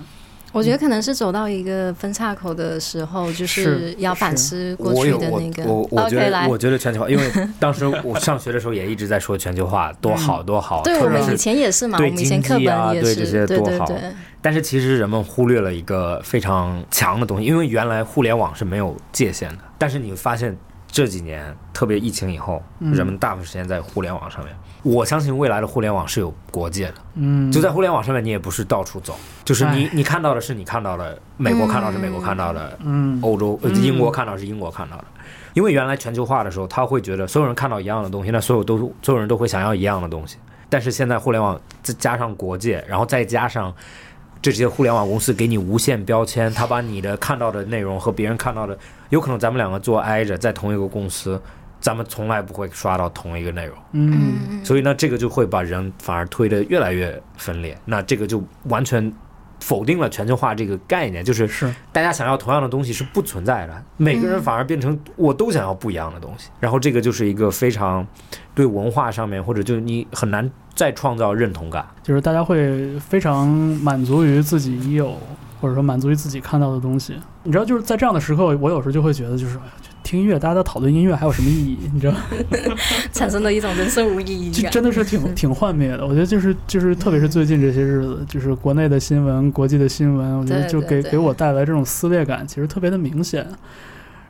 Speaker 1: 我觉得可能是走到一个分岔口的时候，就是要反思过去的那个。
Speaker 3: 我有我我我
Speaker 1: OK，
Speaker 3: 觉得
Speaker 1: 来
Speaker 3: 我觉得全球化，因 为当时我上学的时候也一直在说全球化多好多好，
Speaker 1: 嗯对
Speaker 3: 啊特
Speaker 1: 我
Speaker 3: 别
Speaker 1: 们以
Speaker 3: 是
Speaker 1: 前也是嘛，我
Speaker 3: 对
Speaker 1: 们以前课
Speaker 3: 经济啊
Speaker 1: 本也
Speaker 3: 对
Speaker 1: 是，
Speaker 3: 这些
Speaker 1: 对
Speaker 3: 多
Speaker 1: 对
Speaker 3: 好
Speaker 1: 对，
Speaker 3: 但是其实人们忽略了一个非常强的东西，因为原来互联网是没有界限的。但是你会发现这几年，特别疫情以后，
Speaker 2: 嗯
Speaker 3: 人们大部分时间在互联网上面。我相信未来的互联网是有国界的，
Speaker 2: 嗯，
Speaker 3: 就在互联网上面，你也不是到处走，就是你
Speaker 2: 哎
Speaker 3: 你看到的是你看到的，美国看到是美国看到的，
Speaker 2: 嗯
Speaker 3: 欧洲呃英国看到是英国看到的。因为原来全球化的时候，他会觉得所有人看到一样的东西，那所有都所有人都会想要一样的东西。但是现在互联网再加上国界，然后再加上这些互联网公司给你无限标签，他把你的看到的内容和别人看到的，有可能咱们两个坐挨着，在同一个公司，咱们从来不会刷到同一个内容。
Speaker 2: 嗯
Speaker 3: 所以呢，这个就会把人反而推得越来越分裂。那这个就完全否定了全球化这个概念，就是
Speaker 2: 是
Speaker 3: 大家想要同样的东西是不存在的，每
Speaker 2: 嗯
Speaker 3: 个人反而变成我都想要不一样的东西。然后这个就是一个非常对文化上面，或者就是你很难再创造认同感。
Speaker 2: 就是大家会非常满足于自己已有，或者说满足于自己看到的东西。你知道，就是在这样的时刻，我有时候就会觉得，就是哎呀就听音乐，大家在讨论音乐还有什么意义？你知道吗，
Speaker 1: 产生了一种人生无意义
Speaker 2: 就
Speaker 1: 感。
Speaker 2: 真的 是挺挺幻灭的。我觉得就是就是，特别是最近这些日子，就是国内的新闻、国际的新闻，我觉得
Speaker 1: 嗯对
Speaker 2: 就
Speaker 1: 对
Speaker 2: 给
Speaker 1: 对
Speaker 2: 给我带来这种撕裂感，其实特别的明显。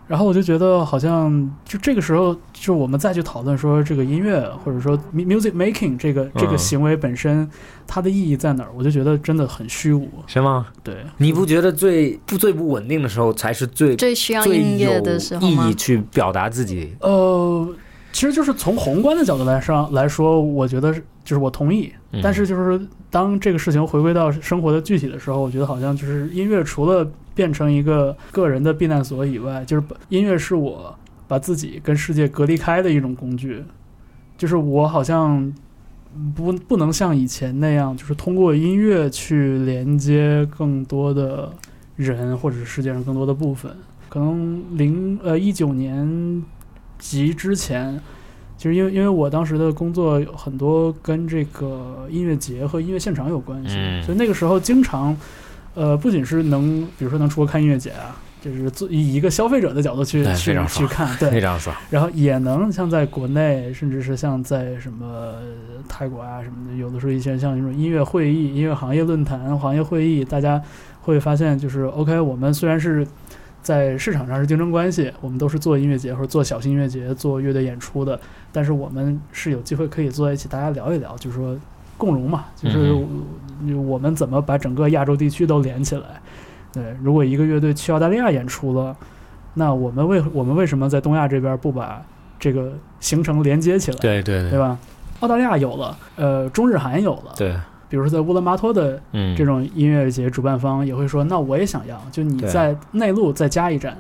Speaker 2: 然后我就觉得，好像就这个时候，就我们再去讨论说这个音乐或者说 mu- music making 这个这个
Speaker 3: 嗯
Speaker 2: 行为本身它的意义在哪儿，我就觉得真的很虚无。
Speaker 3: 是吗？
Speaker 2: 对，
Speaker 3: 你不觉得最不最不稳定的时候才是最
Speaker 1: 最需要
Speaker 3: 最
Speaker 1: 音乐
Speaker 3: 有
Speaker 1: 的时候
Speaker 3: 意
Speaker 1: 吗
Speaker 3: 义？去表达自己？
Speaker 1: 哦
Speaker 2: 呃，其实就是从宏观的角度来上来说，我觉得是就是我同意，
Speaker 3: 嗯
Speaker 2: 但是就是当这个事情回归到生活的具体的时候，我觉得好像就是音乐除了变成一个个人的避难所以外，就是音乐是我把自己跟世界隔离开的一种工具。就是我好像不不能像以前那样，就是通过音乐去连接更多的人或者是世界上更多的部分。可能零呃一九年及之前，其实因为因为我当时的工作有很多跟这个音乐节和音乐现场有关系，
Speaker 3: 嗯
Speaker 2: 所以那个时候经常呃不仅是能比如说能出国看音乐节啊，就是做以一个消费者的角度去
Speaker 3: 对非
Speaker 2: 去
Speaker 3: 常
Speaker 2: 去
Speaker 3: 爽
Speaker 2: 看，对
Speaker 3: 嗯非，常爽。
Speaker 2: 然后也能像在国内，甚至是像在什么泰国啊什么的，有的时候一些像那种音乐会议、音乐行业论坛、行业会议，大家会发现就是 OK，我们虽然是在市场上是竞争关系，我们都是做音乐节或者做小型音乐节、做乐队演出的，但是我们是有机会可以坐在一起，大家聊一聊，就是说共荣嘛，就是我们怎么把整个亚洲地区都连起来。对，如果一个乐队去澳大利亚演出了，那我们为我们为什么在东亚这边不把这个行程连接起来，
Speaker 3: 对对
Speaker 2: 对
Speaker 3: 对
Speaker 2: 吧？澳大利亚有了，呃，中日韩有了，
Speaker 3: 对，
Speaker 2: 比如说在乌兰巴托的
Speaker 3: 嗯，
Speaker 2: 这种音乐节主办方也会说，那我也想要，就你
Speaker 3: 对
Speaker 2: 在内陆再加一站，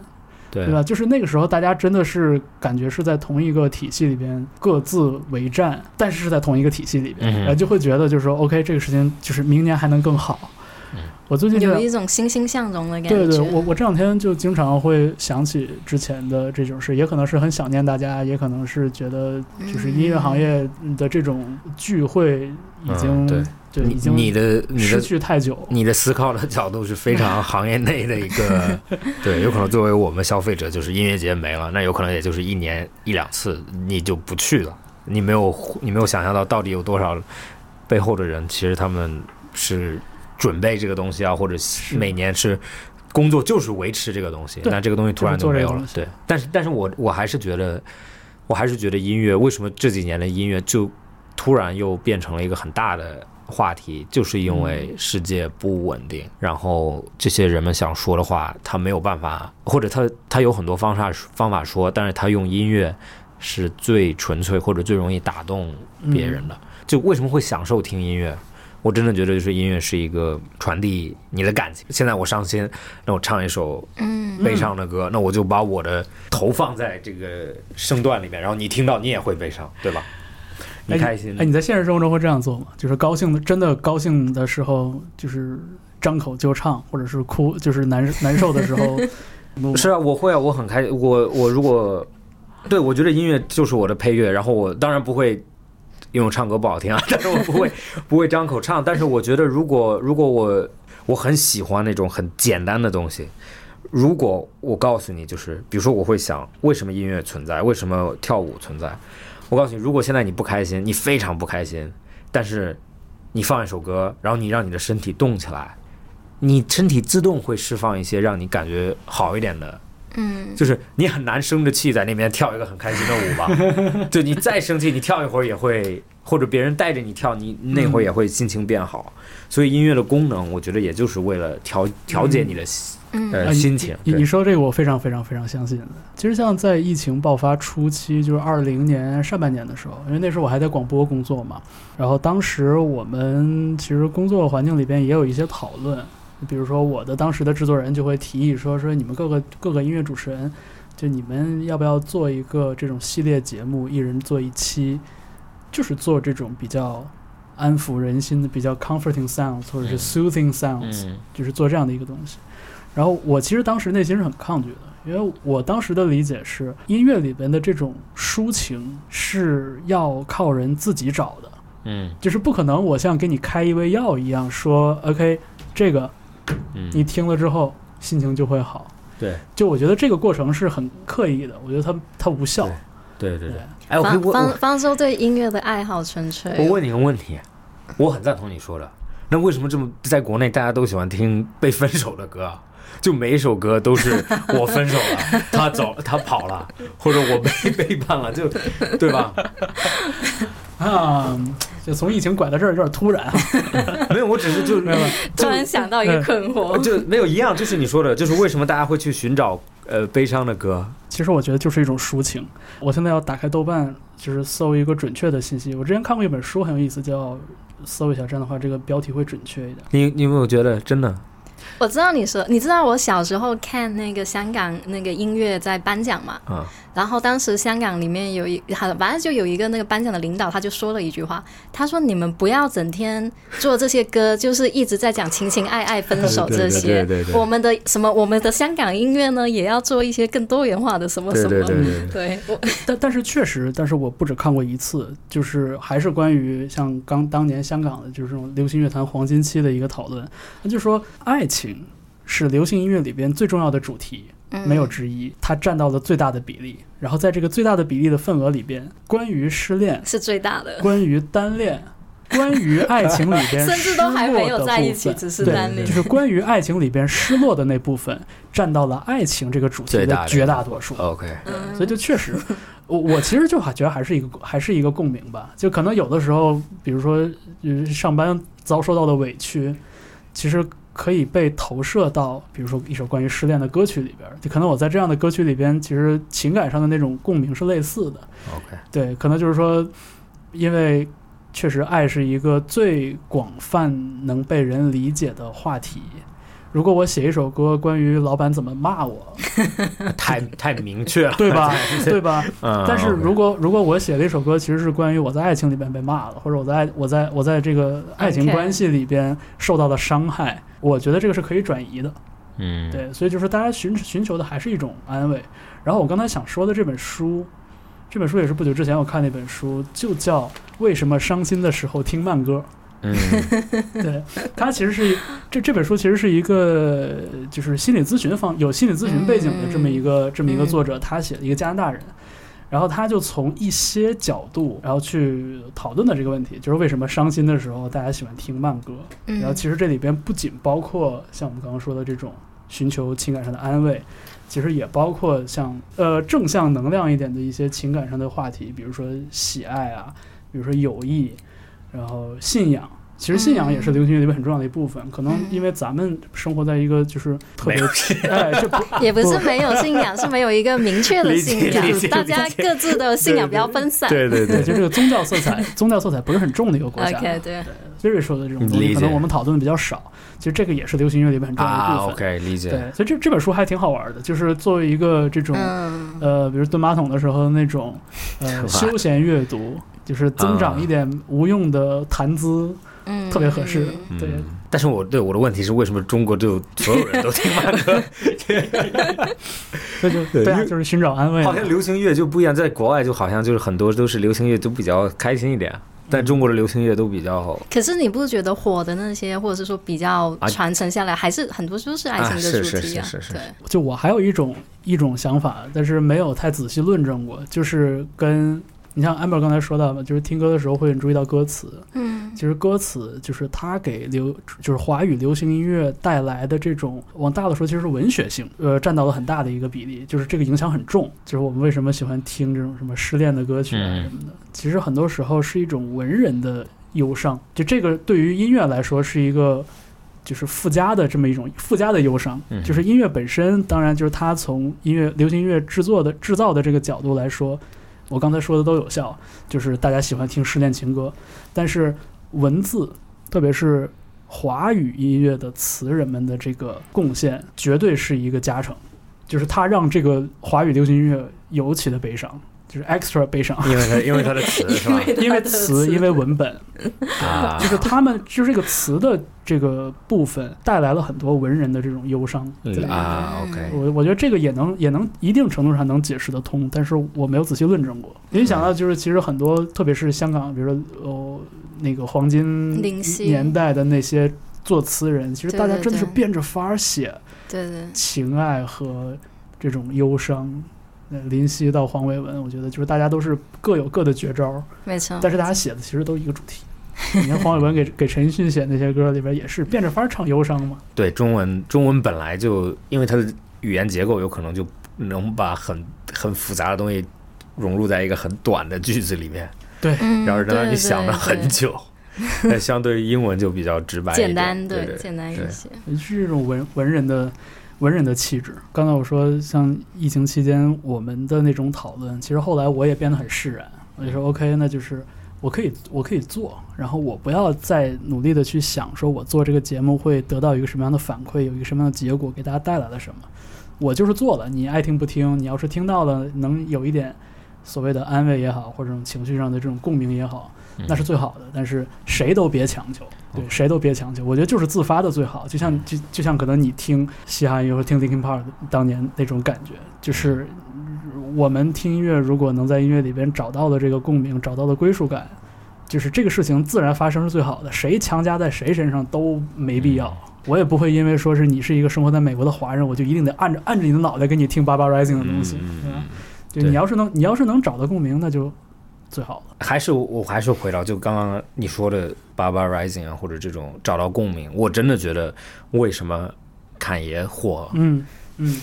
Speaker 3: 对
Speaker 2: 对吧？就是那个时候，大家真的是感觉是在同一个体系里边各自为战，但是是在同一个体系里边，
Speaker 3: 嗯
Speaker 2: 然后就会觉得就是说，OK，这个事情就是明年还能更好
Speaker 3: 嗯。
Speaker 2: 我最近这
Speaker 1: 有
Speaker 2: 两
Speaker 1: 一种欣欣向荣的感觉。
Speaker 2: 对对，我我这两天就经常会想起之前的这种事，也可能是很想念大家，也可能是觉得
Speaker 1: 嗯
Speaker 2: 就是音乐行业的这种聚会已经、
Speaker 3: 嗯对
Speaker 2: 对
Speaker 3: 你
Speaker 2: 已经
Speaker 3: 你的你
Speaker 2: 失
Speaker 3: 的
Speaker 2: 去太久。
Speaker 3: 你的思考的角度是非常行业内的一 个，对，有可能作为我们消费者，就是音乐节没了，那有可能也就是一年一两次，你就不去了，你没有你没有想象到到底有多少背后的人，其实他们是准备这个东西啊，或者
Speaker 2: 是
Speaker 3: 每年是。工作就是维持这个东西，
Speaker 2: 对
Speaker 3: 那这个东西突然
Speaker 2: 就是做
Speaker 3: 就没
Speaker 2: 这个
Speaker 3: 有了
Speaker 2: 东。西
Speaker 3: 对，但是但是我我还是觉得，我还是觉得音乐为什么这几年的音乐就突然又变成了一个很大的话题，就是因为世界不稳定，然后这些人们想说的话，他没有办法，或者他他有很多方法方法说，但是他用音乐是最纯粹或者最容易打动别人的。就为什么会享受听音乐？我真的觉得，就是音乐是一个传递你的感情。现在我伤心，那我唱一首
Speaker 1: 嗯，
Speaker 3: 悲伤的歌，那我就把我的头放在这个声段里面，然后你听到你也会悲伤，对吧？
Speaker 2: 哎
Speaker 3: 你开心，
Speaker 2: 哎，你在现实生活中会这样做吗？就是高兴的，真的高兴的时候，就是张口就唱，或者是哭，就是难难受的时 候录，
Speaker 3: 是啊，我会啊，我很开心。我我如果对我觉得音乐就是我的配乐，然后我当然不会，因为我唱歌不好听啊， 但是我不会不会张口唱。但是我觉得如果如果我我很喜欢那种很简单的东西。如果我告诉你，就是比如说，我会想为什么音乐存在，为什么跳舞存在。我告诉你，如果现在你不开心，你非常不开心，但是你放一首歌，然后你让你的身体动起来，你身体自动会释放一些让你感觉好一点的。
Speaker 1: 嗯，
Speaker 3: 就是你很难生着气在那边跳一个很开心的 舞吧？就你再生气，你跳一会儿也会，或者别人带着你跳，你那会儿也会心情变好。所以音乐的功能，我觉得也就是为了调调节你的心
Speaker 1: 嗯
Speaker 3: 呃
Speaker 2: 啊你
Speaker 3: 心情。
Speaker 2: 你
Speaker 3: 对
Speaker 2: 你说这个我非常非常非常相信的。其实像在疫情爆发初期，就是二零年上半年的时候，因为那时候我还在广播工作嘛，然后当时我们其实工作环境里边也有一些讨论，比如说我的当时的制作人就会提议说说你们各个各个音乐主持人，就你们要不要做一个这种系列节目，一人做一期，就是做这种比较安抚人心的、比较 comforting sounds 或者是
Speaker 3: 嗯
Speaker 2: soothing sounds，、
Speaker 3: 嗯
Speaker 2: 就是做这样的一个东西。然后我其实当时内心是很抗拒的，因为我当时的理解是，音乐里边的这种抒情是要靠人自己找的，
Speaker 3: 嗯
Speaker 2: 就是不可能我像给你开一味药一样说，OK，这个你
Speaker 3: 嗯，
Speaker 2: 听了之后心情就会好。
Speaker 3: 对，
Speaker 2: 就我觉得这个过程是很刻意的，我觉得它它无效。
Speaker 3: 对对
Speaker 2: 对
Speaker 3: 对。哎，我
Speaker 1: 方
Speaker 3: 我
Speaker 1: 方
Speaker 3: 我
Speaker 1: 方舟对音乐的爱好纯粹哦。
Speaker 3: 我问你个问题，我很赞同你说的。那为什么这么在国内大家都喜欢听被分手的歌啊？就每一首歌都 是我分手了，他走，他跑了，或者我 被背叛了，就对吧？
Speaker 2: 啊，就从疫情拐到这儿有点突然啊，
Speaker 3: 没有，我只是就
Speaker 2: 明白吗？
Speaker 1: 突然想到一
Speaker 2: 嗯
Speaker 1: 个困
Speaker 2: 哦
Speaker 1: 惑，
Speaker 3: 就没有一样，就是你说的，就是为什么大家会去寻找呃悲伤的歌？
Speaker 2: 其实我觉得就是一种抒情。我现在要打开豆瓣，就是搜一个准确的信息。我之前看过一本书很有意思，叫“搜一下”，这样的话这个标题会准确一点。
Speaker 3: 你你有没有觉得真的
Speaker 1: 我知道你说，你知道我小时候看那个香港那个音乐在颁奖嘛？
Speaker 3: 啊
Speaker 1: 然后当时香港里面有一，好的，反正就有一个那个颁奖的领导，他就说了一句话，他说：“你们不要整天做这些歌，就是一直在讲情情爱爱、分手
Speaker 3: 对对
Speaker 1: 这
Speaker 3: 对
Speaker 1: 些
Speaker 3: 对对。对
Speaker 1: 我们的什么，我们的香港音乐呢，也要做一些更多元化的什么什么。
Speaker 3: 对对对对
Speaker 1: 对我
Speaker 2: 但但是确实，但是我不止看过一次，就是还是关于像刚当年香港的，就是这种流行乐坛黄金期的一个讨论。那就说爱情是流行音乐里边最重要的主题，
Speaker 1: 嗯
Speaker 2: 没有之一，它占到了最大的比例。然后在这个最大的比例的份额里边，关于失恋、
Speaker 1: 是最大的，
Speaker 2: 关于 单恋、关于爱情里边，
Speaker 1: 甚至都还没有在一起， 只是
Speaker 2: 对
Speaker 1: 单恋
Speaker 2: 就。是关于爱情里边失落的那部分，占到了爱情这个哦主题的绝大多数。
Speaker 3: ，OK，
Speaker 1: 嗯
Speaker 2: 所以就确实，我我其实就还觉得还是一个还是一个共鸣吧。就可能有的时候，比如说呃上班遭受到的委屈，其实可以被投射到，比如说一首关于失恋的歌曲里边儿。就可能我在这样的歌曲里边，其实情感上的那种共鸣是类似的。
Speaker 3: OK，
Speaker 2: 对，可能就是说，因为确实爱是一个最广泛能被人理解的话题。如果我写一首歌关于老板怎么骂我，
Speaker 3: 啊太太明确了，
Speaker 2: 对吧？对吧？
Speaker 3: 嗯，
Speaker 2: 但是
Speaker 3: OK
Speaker 2: 如果如果我写了一首歌，其实是关于我在爱情里边被骂了，或者我在爱我在我在这个爱情
Speaker 1: OK
Speaker 2: 关系里边受到的伤害，我觉得这个是可以转移的。
Speaker 3: 嗯，
Speaker 2: 对，所以就是大家寻寻求的还是一种安慰。然后我刚才想说的这本书，这本书也是不久之前我看那本书，就叫《为什么伤心的时候听慢歌
Speaker 3: 嗯，》。
Speaker 2: 对，它其实是这这本书其实是一个就是心理咨询方有心理咨询背景的这么一个、这么一个作者，他写的一个加拿大人。然后他就从一些角度，然后去讨论的这个问题，就是为什么伤心的时候大家喜欢听慢歌。
Speaker 1: 嗯
Speaker 2: 然后其实这里边不仅包括像我们刚刚说的这种寻求情感上的安慰，其实也包括像呃正向能量一点的一些情感上的话题，比如说喜爱啊，比如说友谊，然后信仰。其实信仰也是
Speaker 1: 嗯
Speaker 2: 流行乐里面很重要的一部分，可能因为咱们生活在一个就是特别
Speaker 3: 没有
Speaker 2: 哎，这 不
Speaker 1: 也不是没有信仰，是没有一个明确的信
Speaker 3: 理解理
Speaker 1: 仰
Speaker 3: 解，
Speaker 1: 大家各自的信仰比较分散。
Speaker 3: 对对
Speaker 2: 对，
Speaker 3: 对，
Speaker 2: 就这个宗教色彩，宗教色彩不是很重的一个国家。
Speaker 1: OK，对，
Speaker 2: Siri 说的这种东
Speaker 3: 理
Speaker 2: 西，
Speaker 3: 解
Speaker 2: 可能我们讨论的比较少。其实这个也是流行乐里面很重要的一
Speaker 3: 啊
Speaker 2: 部分。
Speaker 3: ，OK，理解，
Speaker 2: 对，所以这这本书还挺好玩的，就是作为一个这种、
Speaker 1: 嗯，
Speaker 2: 呃，比如蹲马桶的时候那种呃休闲阅读，就是增长一点无用的谈资，
Speaker 1: 嗯
Speaker 2: 特别合适。对，
Speaker 3: 嗯。但是我对我的问题是，为什么中国就所有人都听慢歌？
Speaker 2: 所以就对啊，
Speaker 3: 因为
Speaker 2: 就是寻找安慰嘛
Speaker 3: 好。像流行乐就不一样，在国外就好像就是很多都是流行乐都比较开心一点，但中国的流行乐都比较
Speaker 1: 可是你不觉得火的那些，或者是说比较
Speaker 3: 啊
Speaker 1: 传承下来，还是很多都是爱情
Speaker 3: 啊是
Speaker 1: 的主
Speaker 3: 是
Speaker 1: 题
Speaker 3: 是是是
Speaker 1: 对，
Speaker 2: 就我还有一种一种想法，但是没有太仔细论证过，就是跟你像 amber 刚才说到嘛，就是听歌的时候会注意到歌词，
Speaker 1: 嗯
Speaker 2: 其实歌词就是它给流，就是华语流行音乐带来的这种，往大了说，其实是文学性，呃，占到了很大的一个比例，就是这个影响很重。就是我们为什么喜欢听这种什么失恋的歌曲啊
Speaker 3: 嗯
Speaker 2: 什么的，其实很多时候是一种文人的忧伤，就这个对于音乐来说是一个。就是附加的这么一种附加的忧伤
Speaker 3: 嗯，
Speaker 2: 就是音乐本身，当然就是它从音乐流行音乐制作的制造的这个角度来说，我刚才说的都有效，就是大家喜欢听失恋情歌，但是文字，特别是华语音乐的词人们的这个贡献，绝对是一个加成，就是它让这个华语流行音乐尤其的悲伤，就是 extra 悲 伤，
Speaker 3: 因为它因为它的词是吧？
Speaker 2: 因为词，因为文本，
Speaker 3: 啊
Speaker 2: 就，是他们就是这个词的这个部分带来了很多文人的这种忧伤在里 面。
Speaker 3: 啊，OK，
Speaker 2: 我我觉得这个也能也能一定程度上能解释得通，但是我没有仔细论证过。因为想到就是其实很多，特别是香港，比如说哦那个黄金
Speaker 1: 零星
Speaker 2: 年代的那些作词人，其实
Speaker 1: 对
Speaker 2: 大家
Speaker 1: 对
Speaker 2: 真的是
Speaker 1: 对
Speaker 2: 变着法儿写
Speaker 1: 对对。
Speaker 2: 情爱和这种忧伤。呃林夕到黄伟文，我觉得就是大家都是各有各的绝招，
Speaker 1: 没错，
Speaker 2: 但是大家写的其实都一个主 题。你看黄伟文给给陈奕迅写那些歌里边也是变着法儿唱忧伤嘛，
Speaker 3: 对中文中文本来就因为它的语言结构有可能就能把很很复杂的东西融入在一个很短的句子里面，
Speaker 1: 嗯，
Speaker 3: 然后能让你
Speaker 1: 对
Speaker 3: 想了很，久。那相对于英文就比较直白
Speaker 1: 对
Speaker 3: 一
Speaker 1: 对简
Speaker 3: 点，
Speaker 1: 单
Speaker 3: 对
Speaker 1: 对，简单一些，
Speaker 2: 是这种文文人的文人的气质。刚才我说，像疫情期间我们的那种讨论，其实后来我也变得很释然。我就说，OK，那就是我可以我可以做，然后我不要再努力的去想说我做这个节目会得到一个什么样的反馈，有一个什么样的结果，给大家带来了什么。我就是做了，你爱听不听，你要是听到了，能有一点所谓的安慰也好，或者这种情绪上的这种共鸣也好，那是最好的。但是谁都别强求，对，谁都别强求。我觉得就是自发的最好。就像就就像可能你听嘻哈音乐或者听 Linkin Park 当年那种感觉，就是我们听音乐如果能在音乐里边找到的这个共鸣，找到的归属感，就是这个事情自然发生是最好的。谁强加在谁身上都没必要。我也不会因为说是你是一个生活在美国的华人，我就一定得按着按着你的脑袋给你听八八 rising 的东西，
Speaker 3: 嗯
Speaker 2: 对吧？对
Speaker 3: 对
Speaker 2: 你要是能你要是能找到共鸣，那就最好了。
Speaker 3: 还是我还是回到就刚刚你说的“八八 rising” 啊，或者这种找到共鸣，我真的觉得为什么侃爷火？
Speaker 2: 嗯嗯，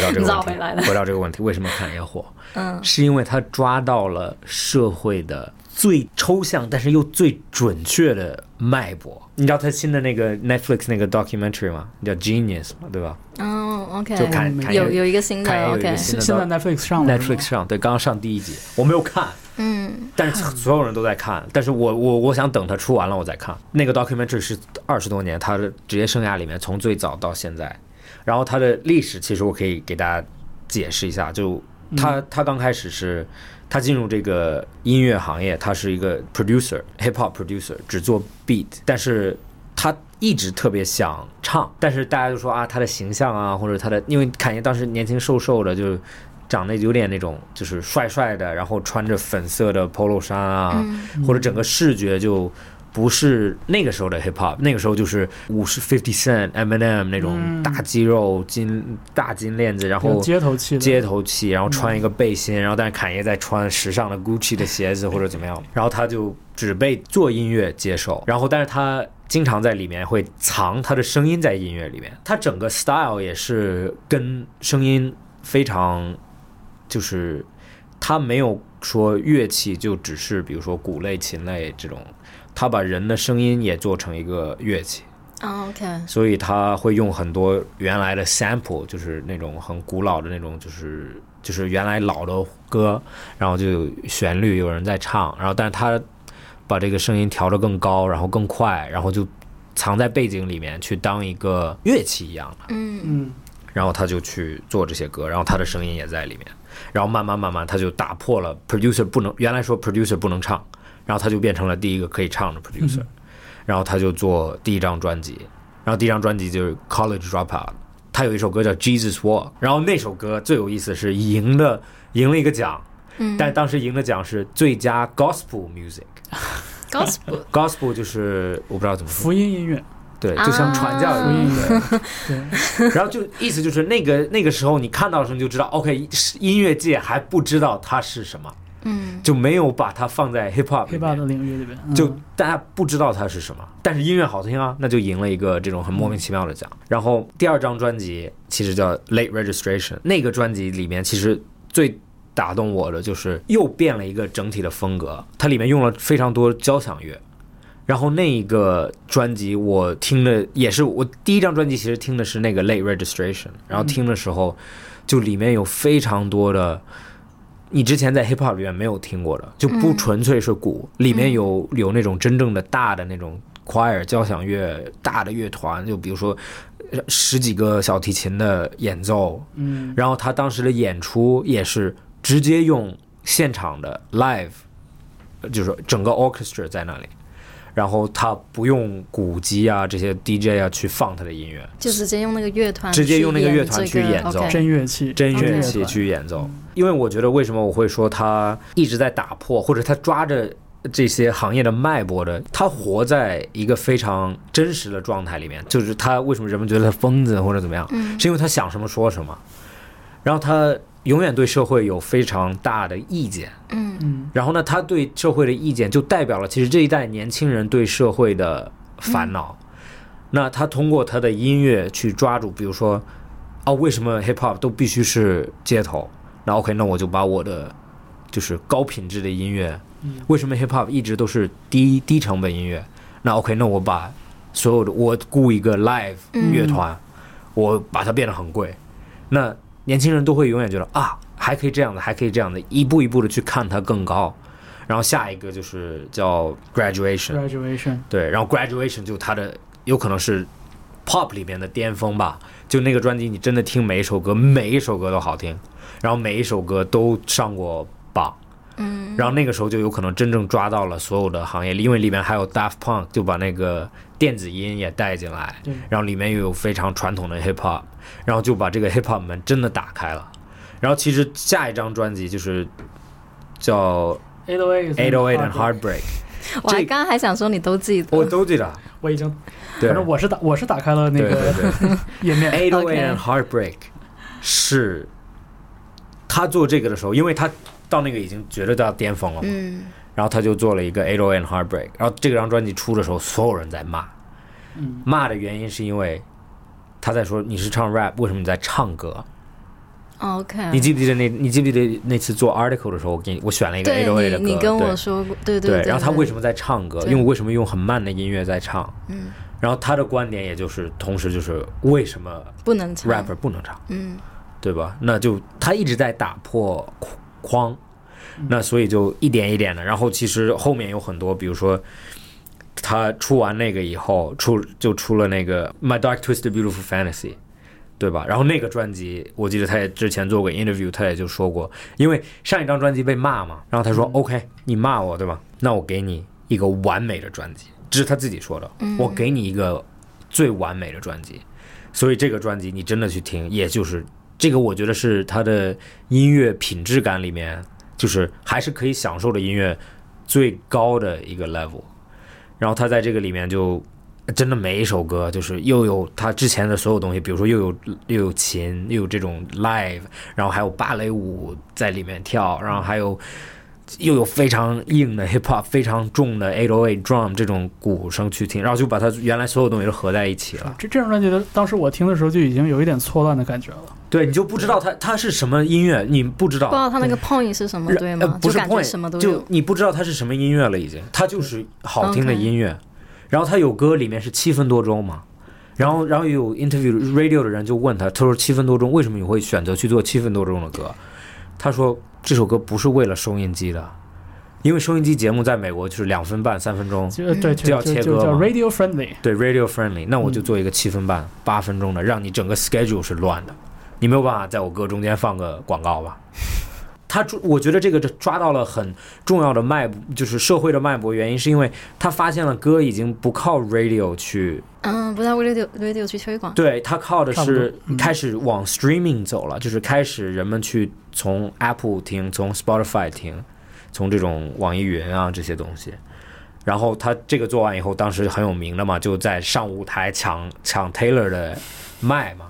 Speaker 3: 到这个问
Speaker 1: 绕
Speaker 3: 题，
Speaker 1: 回来了
Speaker 3: 到这个问题，为什么侃爷火？
Speaker 1: 嗯，
Speaker 3: 是因为他抓到了社会的最抽象，但是又最准确的脉搏。你知道他新的那个 Netflix 那个 documentary 吗？叫 Genius 嘛，对吧？
Speaker 1: 哦，OK，
Speaker 3: 就看
Speaker 2: 没
Speaker 3: 看
Speaker 1: 有有一个新的
Speaker 3: 看有一个
Speaker 1: OK，
Speaker 3: 新
Speaker 2: 现现
Speaker 3: 的
Speaker 2: 在
Speaker 3: doc-
Speaker 2: Netflix 上了是
Speaker 3: Netflix
Speaker 2: 吗
Speaker 3: 上，对，刚刚上第一集，我没有看，
Speaker 1: 嗯，
Speaker 3: 但是所有人都在看，但是我我我想等它出完了我再看。那个 documentary 是二十多年他的职业生涯里面从最早到现在，然后他的历史其实我可以给大家解释一下，就他他刚开始是他进入这个音乐行业，他是一个 producer，hip hop producer，只做 beat，但是他一直特别想唱，但是大家就说啊，他的形象啊，或者他的，因为侃爷当时年轻瘦瘦的，就长得有点那种就是帅帅的，然后穿着粉色的 polo 衫啊，或者整个视觉就。不是那个时候的 hip hop，那个时候就是五十 Fifty Cent、Eminem 那种
Speaker 2: 嗯
Speaker 3: 大肌肉、金大金链子，然
Speaker 2: 比较
Speaker 3: 后
Speaker 2: 街头气的，
Speaker 3: 街头气，然后穿一个背心，然后但是侃爷在穿时尚的 Gucci 的鞋子或者怎么样，然后他就只被做音乐接受，然后但是他经常在里面会藏他的声音在音乐里面，他整个 style 也是跟声音非常，就是他没有说乐器就只是比如说鼓类、琴类这种，他把人的声音也做成一个乐器。
Speaker 1: 哦，OK，
Speaker 3: 所以他会用很多原来的 sample，就是那种很古老的那种，就是就是原来老的歌，然后就有旋律有人在唱，然后但是他把这个声音调得更高，然后更快，然后就藏在背景里面去当一个乐器一样，
Speaker 1: 嗯
Speaker 2: 嗯
Speaker 3: 然后他就去做这些歌，然后他的声音也在里面，然后慢慢慢慢他就打破了 producer 不能原来说 producer 不能唱，然后他就变成了第一个可以唱的 producer，、然后他就做第一张专辑，然后第一张专辑就是 College Dropout，他有一首歌叫 Jesus Walk，然后那首歌最有意思是赢的赢了一个奖，
Speaker 1: 嗯
Speaker 3: 但当时赢的奖是最佳 Gospel Music。
Speaker 1: ，Gospel，
Speaker 3: Gospel 就是我不知道怎么说，
Speaker 2: 福音音乐，
Speaker 3: 对，就像传教
Speaker 2: 福音
Speaker 3: 一
Speaker 2: 音
Speaker 3: 样。对
Speaker 2: 乐，对，
Speaker 3: 然后就意思就是那个那个时候你看到的时候你就知道，OK，是音乐界还不知道它是什么，
Speaker 1: 嗯
Speaker 3: 就没有把它放在 hip hop 里
Speaker 2: hip hop 的
Speaker 3: 面，
Speaker 2: 领域里边，嗯
Speaker 3: 就大家不知道它是什么，但是音乐好听啊，那就赢了一个这种很莫名其妙的奖。然后第二张专辑其实叫 Late Registration，那个专辑里面其实最。打动我的就是又变了一个整体的风格，它里面用了非常多交响乐，然后那一个专辑我听的也是我第一张专辑，其实听的是那个 Late Registration，然后听的时候就里面有非常多的你之前在 hip hop 里面没有听过的，就不纯粹是鼓，里面有有那种真正的大的那种 choir 交响乐大的乐团，就比如说呃十几个小提琴的演奏，
Speaker 2: 嗯
Speaker 3: 然后他当时的演出也是直接用现场的 live，呃就是整个 orchestra 在那里，然后他不用鼓机啊这些 DJ 啊去放他的音乐，
Speaker 1: 就直接用那个乐团，
Speaker 3: 直接用那个乐团去演奏
Speaker 2: 真乐器，
Speaker 3: 真乐
Speaker 2: 乐
Speaker 3: 器
Speaker 2: 哦团
Speaker 3: 去演奏。因为我觉得为什么我会说他一直在打破，或者他抓着。这些行业的脉搏的，他活在一个非常真实的状态里面，就是他为什么人们觉得他疯子或者怎么样，是因为他想什么说什么，然后他永远对社会有非常大的意见，
Speaker 1: 嗯
Speaker 2: 嗯
Speaker 3: 然后呢，他对社会的意见就代表了其实这一代年轻人对社会的烦恼。那他通过他的音乐去抓住，比如说，哦，为什么 hip hop 都必须是街头？那 OK，那我就把我的就是高品质的音乐，
Speaker 2: 嗯
Speaker 3: 为什么 hip hop 一直都是低低成本音乐？那 OK，那我把所有的我雇一个 live
Speaker 1: 嗯
Speaker 3: 乐团，我把它变得很贵。那年轻人都会永远觉得啊，还可以这样的，还可以这样的，一步一步的去看它更高。然后下一个就是叫 Graduation，
Speaker 2: Graduation，
Speaker 3: 对，然后 Graduation 就它的有可能是 pop 里面的巅峰吧，就那个专辑你真的听每一首歌，每一首歌都好听，然后每一首歌都上过榜，嗯，然后那个时候就有可能真正抓到了所有的行业，因为里面还有 Daft Punk 就把那个电子音也带进来
Speaker 2: 对，
Speaker 3: 然后里面又有非常传统的 hip hop，然后就把这个 hip hop 门真的打开了，然后其实下一张专辑就是叫
Speaker 2: 808
Speaker 3: Eight O Eight and
Speaker 2: Heart，
Speaker 3: Heartbreak，
Speaker 1: 我还刚刚还想说你都记得，
Speaker 3: 我都记得，
Speaker 2: 我已经，
Speaker 3: 对
Speaker 2: 反。正我是打我是打开了那
Speaker 3: 对
Speaker 2: 个
Speaker 3: 对对，
Speaker 2: 页面，
Speaker 3: Eight O
Speaker 1: OK
Speaker 3: Eight and Heartbreak 是他做这个的时候，因为他到那个已经绝对到巅峰了嘛，
Speaker 1: 嗯，
Speaker 3: 然后他就做了一个 Eight O Eight and Heartbreak，然后这张专辑出的时候，所有人在骂，
Speaker 2: 嗯
Speaker 3: 骂的原因是因为他在说你是唱 rap，为什么你在唱歌？
Speaker 1: 哦 OK，
Speaker 3: 你记不记得那？你记不记得那次做 article 的时候，我给你我选了一个 Eight O
Speaker 1: 对
Speaker 3: Eight 的歌，
Speaker 1: 你你跟
Speaker 3: 对
Speaker 1: 我说过，对
Speaker 3: 对
Speaker 1: 对，
Speaker 3: 然后他为什
Speaker 1: 么？
Speaker 3: 么在唱歌？
Speaker 1: 对
Speaker 3: 用为什么用很慢的音乐在唱？
Speaker 1: 嗯，
Speaker 3: 然后他的观点也就是，同时就是为什么
Speaker 1: 不能唱
Speaker 3: rapper 不能唱？
Speaker 1: 嗯，
Speaker 3: 对吧？那就他一直在打破框框，那所以就一点一点的。然后其实后面有很多，比如说他出完那个以后，出就出了那个《My Dark Twisted Beautiful Fantasy》，对吧？然后那个专辑，我记得他也之前做过 interview，他也就说过，因为上一张专辑被骂嘛，然后他说、OK，你
Speaker 1: 嗯
Speaker 3: 骂我对吧？那我给你一个完美的专辑，这是他自己说的，
Speaker 1: 嗯
Speaker 3: 我给你一个最完美的专辑。所以这个专辑你真的去听，也就是这个，我觉得是他的音乐品质感里面，就是还是可以享受的音乐最高的一个 level。然后他在这个里面就真的每一首歌，就是又有他之前的所有东西，比如说又有又有琴，又有这种 live，然后还有芭蕾舞在里面跳，然后还有又有非常硬的 hip hop，非常重的808 drum 这种鼓声去听，然后就把他原来所有东西都合在一起了。
Speaker 2: 这这张专辑的当时我听的时候就已经有一点错乱的感觉了，
Speaker 3: 对，你就不知道它它是什么音乐，你不知
Speaker 1: 不知
Speaker 3: 道，
Speaker 1: 道他那个 point 是什么，对
Speaker 3: 哦呃
Speaker 1: 吗？
Speaker 3: 不
Speaker 1: 就是感觉
Speaker 3: point，
Speaker 1: 什么都
Speaker 3: 就
Speaker 1: 有，
Speaker 3: 你不知道它是什么音乐了，已经，它就是好听的
Speaker 1: OK
Speaker 3: 音乐。然后它有歌里面是七分多钟嘛，然后然后有 interview radio 的人就问他，他说七分多钟为什么你会选择去做七分多钟的歌？他说这首歌不是为了收音机的，因为收音机节目在美国就是两分半三分钟，
Speaker 2: 就对
Speaker 3: 嗯就
Speaker 2: 就
Speaker 3: 要
Speaker 2: 就
Speaker 3: 切
Speaker 2: 就
Speaker 3: 割
Speaker 2: 叫
Speaker 3: 嘛
Speaker 2: radio friendly，
Speaker 3: 对 radio friendly，那我就做一个七分半、八分钟的，让你整个 schedule 是乱的，你没有办法在我歌中间放个广告吧？他抓，我觉得这个抓到了很重要的脉搏，就是社会的脉搏，原因是因为他发现了歌已经不靠 radio 去，
Speaker 1: 嗯，不知道 radio radio 去推广，
Speaker 3: 对他靠的
Speaker 2: 差不多
Speaker 3: 是
Speaker 2: 嗯
Speaker 3: 开始往 streaming 走了，就是开始人们去从 Apple 听，从 Spotify 听，从这种网易云啊这些东西。然后他这个做完以后，当时很有名的嘛，就在上舞台抢抢 Taylor 的麦嘛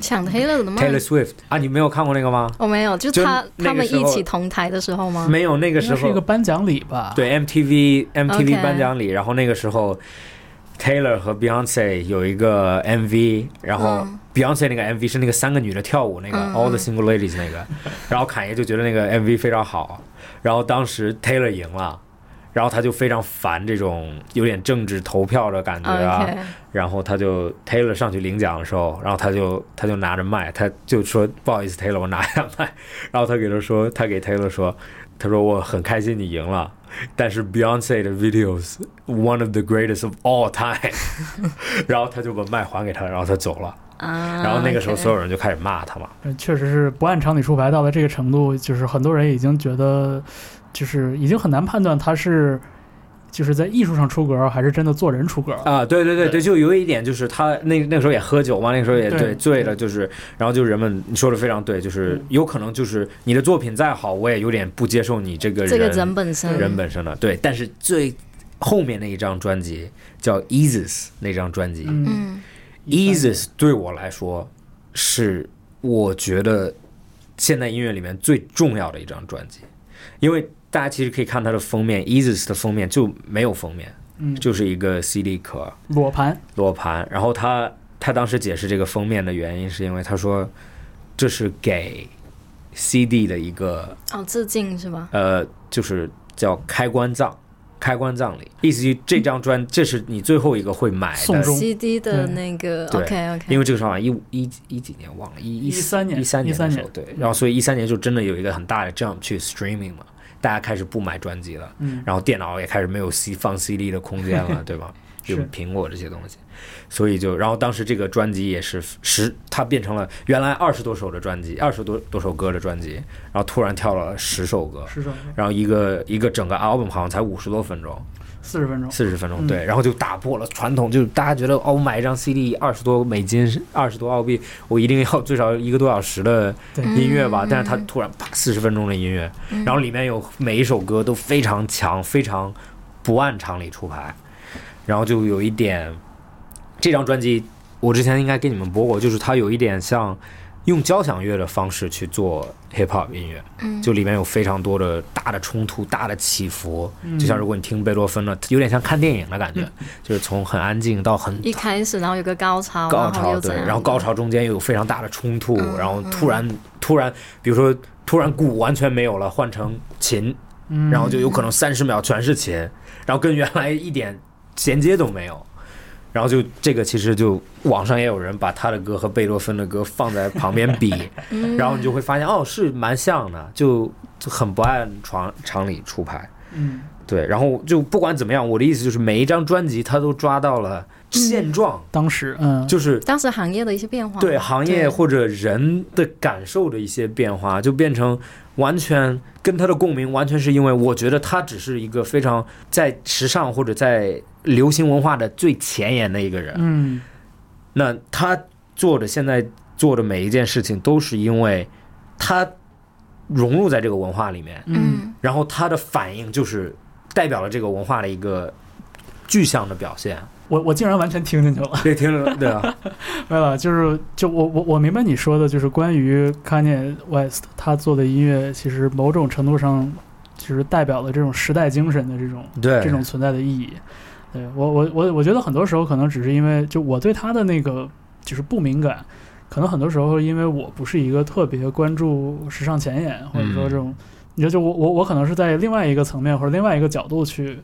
Speaker 1: 抢 Taylor 的吗？
Speaker 3: ，Taylor Swift 啊，你没有看过那个吗？
Speaker 1: 哦我没有，就
Speaker 3: 就
Speaker 1: 他
Speaker 3: 那
Speaker 1: 他
Speaker 3: 个
Speaker 1: 们
Speaker 3: 时候
Speaker 1: 一起同台的时候吗？
Speaker 3: 没有，那个
Speaker 2: 应
Speaker 3: 时
Speaker 2: 该是一个
Speaker 3: 候
Speaker 2: 颁奖礼吧？，
Speaker 3: 对 MTV MTV
Speaker 1: OK
Speaker 3: 颁奖礼，然后那个时候 Taylor 和 Beyonce 有一个 MV，然后
Speaker 1: 嗯
Speaker 3: Beyonce 那个 MV 是那个三个女的跳舞那个
Speaker 1: 嗯
Speaker 3: All the Single Ladies 那个，然后侃爷就觉得那个 MV 非常好，然后当时 Taylor 赢了。然后他就非常烦这种有点政治投票的感觉啊
Speaker 1: OK，
Speaker 3: 然后他就 Taylor 上去领奖的时候，然后他就他就拿着麦，他就说不好意思 Taylor，我拿一下麦。然后他给他说，他给 Taylor 说，他说我很开心你赢了，但是 Beyonce 的 videos one of the greatest of all time。然后他就把麦还给他，然后他走了。
Speaker 1: 啊，
Speaker 3: 然后那个时候
Speaker 1: OK
Speaker 3: 所有人就开始骂他嘛，
Speaker 2: 确实是不按常理出牌到了这个程度，就是很多人已经觉得，就是已经很难判断他是就是在艺术上出格，还是真的做人出格了。
Speaker 3: 啊，对对对
Speaker 2: 对
Speaker 3: 对，就有一点就是他那那个时候也喝酒嘛，那个时候也
Speaker 2: 对
Speaker 3: 对醉了，就是然后就人们你说的非常对，就是
Speaker 1: 嗯
Speaker 3: 有可能就是你的作品再好，我也有点不接受你这个人
Speaker 1: 这个人本身
Speaker 3: 人本身的对，但是最后面那一张专辑叫 E Easus 那张专辑、
Speaker 2: 嗯，
Speaker 1: 嗯
Speaker 3: e a s u s 对我来说是我觉得现代音乐里面最重要的一张专辑，因为大家其实可以看它的封面，Easus，E 的封面就没有封面，
Speaker 2: 嗯
Speaker 3: 就是一个 CD 壳，
Speaker 2: 裸盘，
Speaker 3: 罗盘，然后他他当时解释这个封面的原因，是因为他说这是给 CD 的一个
Speaker 1: 哦，致敬是吧？
Speaker 3: 呃，就是叫开棺葬，开棺葬礼，意思就是这张专这是你最后一个会买
Speaker 2: 送
Speaker 3: 的
Speaker 2: 终。
Speaker 1: CD 的
Speaker 2: 对
Speaker 1: 那个
Speaker 3: 对
Speaker 1: OK OK，
Speaker 3: 因为这个时候好像一五一一几年忘了，一
Speaker 2: 13年
Speaker 3: 一三年的
Speaker 2: 13
Speaker 3: 时候，对，然后所以一三年就真的有一个很大的 jump 去 streaming 嘛，大家开始不买专辑了，
Speaker 2: 嗯
Speaker 3: 然后电脑也开始没有 C 放 CD 的空间 了，对吧？
Speaker 2: 是
Speaker 3: 有苹果这些东西，所以就，然后当时这个专辑也是十，它变成了原来二十多首的专辑，二十多多首歌的专辑，然后突然跳了十首歌，
Speaker 2: 是这样，
Speaker 3: 然后一个一个整个 album 好像才五十多分钟，
Speaker 2: 四十分钟，
Speaker 3: 四十分
Speaker 2: 哦
Speaker 3: 钟，
Speaker 2: 嗯
Speaker 3: 对，然后就打破了传统，就是大家觉得哦，我买一张 CD 二十多美金，二十多澳币，我一定要最少一个多小时的
Speaker 2: 对
Speaker 3: 音乐吧。
Speaker 1: 嗯
Speaker 3: 但是他突然啪四十分钟的音乐，然后里面有每一首歌都非常强，非常不按常理出牌，然后就有一点，这张专辑我之前应该给你们播过，就是它有一点像用交响乐的方式去做 hip hop 音乐，
Speaker 1: 嗯
Speaker 3: 就里面有非常多的大的冲突、大的起伏，
Speaker 2: 嗯
Speaker 3: 就像如果你听贝多芬的，有点像看电影的感觉，就是从很安静到很
Speaker 1: 一开始，然后有个高潮，
Speaker 3: 高
Speaker 1: 然后
Speaker 3: 潮，
Speaker 1: 哦又
Speaker 3: 对
Speaker 1: 怎，样？
Speaker 3: 然后高潮中间又有非常大的冲突，
Speaker 1: 嗯
Speaker 3: 然后
Speaker 1: 嗯
Speaker 3: 突然突然，比如说突然鼓完全没有了，换成琴，
Speaker 2: 嗯
Speaker 3: 然后就有可能三十秒全是琴，然后跟原来一点衔接都没有。然后就这个，其实就网上也有人把他的歌和贝多芬的歌放在旁边比，
Speaker 1: 嗯，
Speaker 3: 然后你就会发现哦，是蛮像的，就就很不按常常理出牌。
Speaker 2: 嗯
Speaker 3: 对，然后就不管怎么样，我的意思就是每一张专辑它都抓到了现状，
Speaker 2: 当时嗯
Speaker 3: 就是
Speaker 1: 当时行业的一些
Speaker 2: 啊
Speaker 1: 变化，
Speaker 3: 对行业
Speaker 1: 对
Speaker 3: 或者人的感受的一些变化，就变成完全跟他的共鸣，完全是因为我觉得他只是一个非常在时尚或者在流行文化的最前沿的一个人，
Speaker 2: 嗯
Speaker 3: 那他做的现在做的每一件事情，都是因为他融入在这个文化里面，
Speaker 2: 嗯
Speaker 1: 嗯
Speaker 3: 然后他的反应就是代表了这个文化的一个具象的表现。
Speaker 2: 我我竟然完全听进去了。
Speaker 3: 对，听着，对啊，
Speaker 2: 没有了，就是就我我我明白你说的，就是关于 Kanye West 他做的音乐，其实某种程度上其实代表了这种时代精神的这种
Speaker 3: 对
Speaker 2: 这种存在的意义。对我我我我觉得很多时候可能只是因为就我对他的那个就是不敏感，可能很多时候因为我不是一个特别关注时尚前沿，或者说这种，你知道就我我我可能是在另外一个层面或者另外一个角度去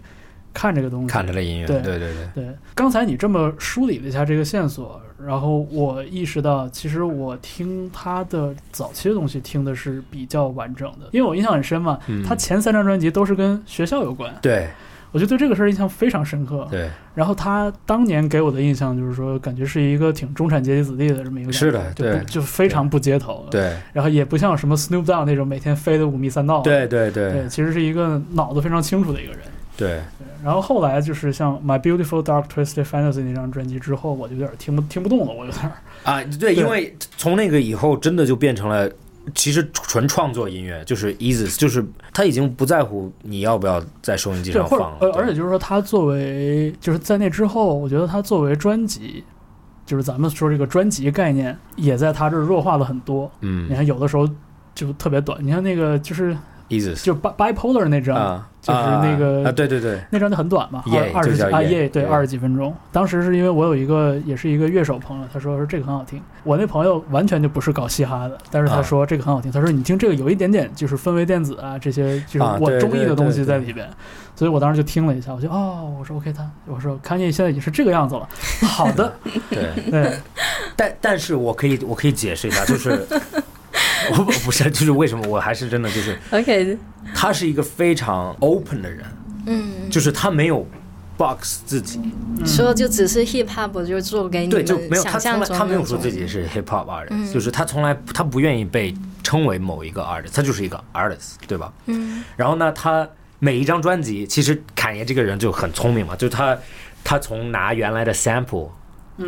Speaker 2: 看这个东西，
Speaker 3: 看他的音乐，
Speaker 2: 对
Speaker 3: 对对对，
Speaker 2: 对，刚才你这么梳理了一下这个线索，然后我意识到，其实我听他的早期的东西听的是比较完整的，因为我印象很深嘛，
Speaker 3: 嗯
Speaker 2: 他前三张专辑都是跟学校有关，
Speaker 3: 对
Speaker 2: 我就对这个事儿印象非常深刻。
Speaker 3: 对
Speaker 2: 然后他当年给我的印象就是说，感觉是一个挺中产阶级子弟的这么一个感觉，
Speaker 3: 是的
Speaker 2: 就
Speaker 3: 对
Speaker 2: 不就非常不街头，，
Speaker 3: 对
Speaker 2: 然后也不像什么 Snoop Dogg 那种每天飞的五迷三道，
Speaker 3: 对对
Speaker 2: 对，
Speaker 3: 对
Speaker 2: 其实是一个脑子非常清楚的一个人。
Speaker 3: 对，
Speaker 2: 然后后来就是像《My Beautiful Dark Twisted Fantasy》那张专辑之后，我就有点听不听不动了，我有点儿
Speaker 3: 啊，对，因为从那个以后，真的就变成了。其实纯创作音乐就是 easy，就是他已经不在乎你要不要在收音机
Speaker 2: 对，
Speaker 3: 上
Speaker 2: 或者
Speaker 3: 放了，
Speaker 2: 呃，
Speaker 3: 对
Speaker 2: 而且就是说，他作为就是在那之后，我觉得他作为专辑，就是咱们说这个专辑概念，也在他这儿弱化了很多。你
Speaker 3: 嗯
Speaker 2: 看，有的时候就特别短，你看那个就是
Speaker 3: ，easy
Speaker 2: 就 bi- bipolar 那张，
Speaker 3: 啊，
Speaker 2: 就是那个
Speaker 3: 啊，对 对对，
Speaker 2: 那张就很短嘛，
Speaker 3: 耶
Speaker 2: 二二十
Speaker 3: 就
Speaker 2: 几
Speaker 3: 叫
Speaker 2: 啊
Speaker 3: 耶
Speaker 2: 耶，对，
Speaker 3: 对
Speaker 2: 二十几分钟。当时是因为我有一个也是一个乐手朋友，他说说这个很好听。我那朋友完全就不是搞嘻哈的，但是他
Speaker 3: 啊
Speaker 2: 说这个很好听。他说你听这个有一点点就是氛围电子啊这些就是
Speaker 3: 啊
Speaker 2: 我
Speaker 3: 对
Speaker 2: 中意的
Speaker 3: 对
Speaker 2: 东西
Speaker 3: 对
Speaker 2: 在
Speaker 3: 对
Speaker 2: 里边，所以我当时就听了一下，我就哦，我说 OK 他，我说 Kanye 现在也是这个样子了。 好的，
Speaker 3: 对，
Speaker 2: 对，
Speaker 3: 但但是我可以我可以解释一下，就是我不是就是为什么我还是真的就是
Speaker 1: ，OK，
Speaker 3: 他是一个非常 open 的人，
Speaker 1: 嗯，
Speaker 3: 就是他没有 box 自己，
Speaker 1: 所以就只是 hip hop 就做给你
Speaker 3: 对，就
Speaker 1: 们
Speaker 3: 没有他
Speaker 1: 想
Speaker 3: 从
Speaker 1: 象
Speaker 3: 来
Speaker 1: 中
Speaker 3: 他没有
Speaker 1: 那
Speaker 3: 说
Speaker 1: 种
Speaker 3: 自己是 hip hop artist，、
Speaker 1: 嗯
Speaker 3: 就是他从来他不愿意被称为某一个 artist，他就是一个 artist，对吧？
Speaker 1: 嗯
Speaker 3: 然后呢，他每一张专辑，其实侃爷这个人就很聪明嘛，就是他他从拿原来的 sample，、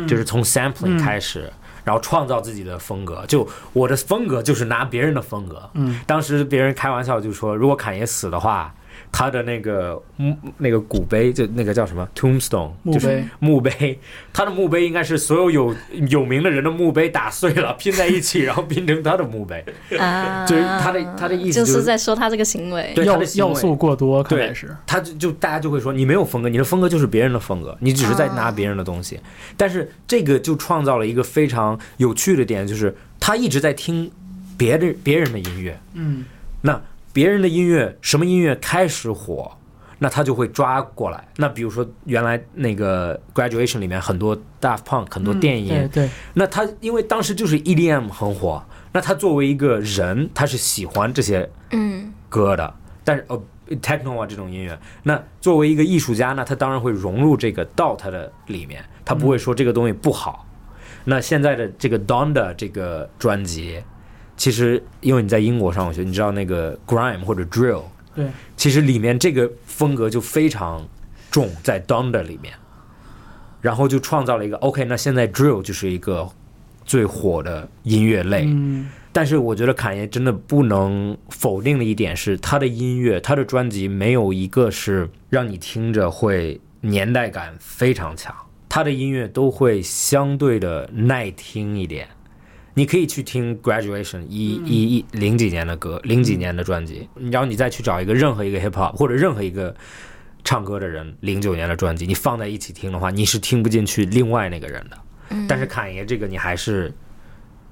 Speaker 3: 就是从 sampling 开始。然后创造自己的风格，就我的风格就是拿别人的风格。
Speaker 2: 嗯，
Speaker 3: 当时别人开玩笑就说，如果侃爷死的话，他的那个嗯那个古碑，就那个叫什么 tombstone，
Speaker 2: 墓
Speaker 3: 就是
Speaker 2: 碑
Speaker 3: 墓碑，他的墓碑应该是所有有有名的人的墓碑打碎了拼在一起，然后拼成他的墓碑。
Speaker 1: 啊，
Speaker 3: 就是他的他的意思
Speaker 1: 就
Speaker 3: 就是
Speaker 1: 是在说他这个行为，
Speaker 3: 对他
Speaker 2: 要
Speaker 3: 的行
Speaker 2: 要
Speaker 3: 为
Speaker 2: 素过多，看来
Speaker 3: 对
Speaker 2: 是
Speaker 3: 他就就大家就会说你没有风格，你的风格就是别人的风格，你只是在拿别人的东
Speaker 2: 啊
Speaker 3: 西。但是这个就创造了一个非常有趣的点，就是他一直在听别的别人的音乐，
Speaker 2: 嗯
Speaker 3: 那别人的音乐什么音乐开始火，那他就会抓过来。那比如说原来那个 graduation 里面很多 Daft Punk 很多电音，
Speaker 2: 嗯对对，
Speaker 3: 那他因为当时就是 E EDM 很火，那他作为一个人，他是喜欢这些
Speaker 1: 嗯
Speaker 3: 歌的，但是呃，techno 啊这种音乐，那作为一个艺术家呢，他当然会融入这个到他的里面，他不会说这个东西不好。那现在的这个 Donda 这个专辑，其实因为你在英国上过学，你知道那个 grime 或者 drill，
Speaker 2: 对，
Speaker 3: 其实里面这个风格就非常重在 Donda 里面，然后就创造了一个 OK，那现在 drill 就是一个最火的音乐类，
Speaker 2: 嗯
Speaker 3: 但是我觉得侃爷真的不能否定的一点是，他的音乐，他的专辑没有一个是让你听着会年代感非常强，他的音乐都会相对的耐听一点。你可以去听 Graduation 一一一零几年的歌，零几年的专辑，然后你再去找一个任何一个 hip hop 或者任何一个唱歌的人零九年的专辑，你放在一起听的话，你是听不进去另外那个人的。但是侃爷这个，你还是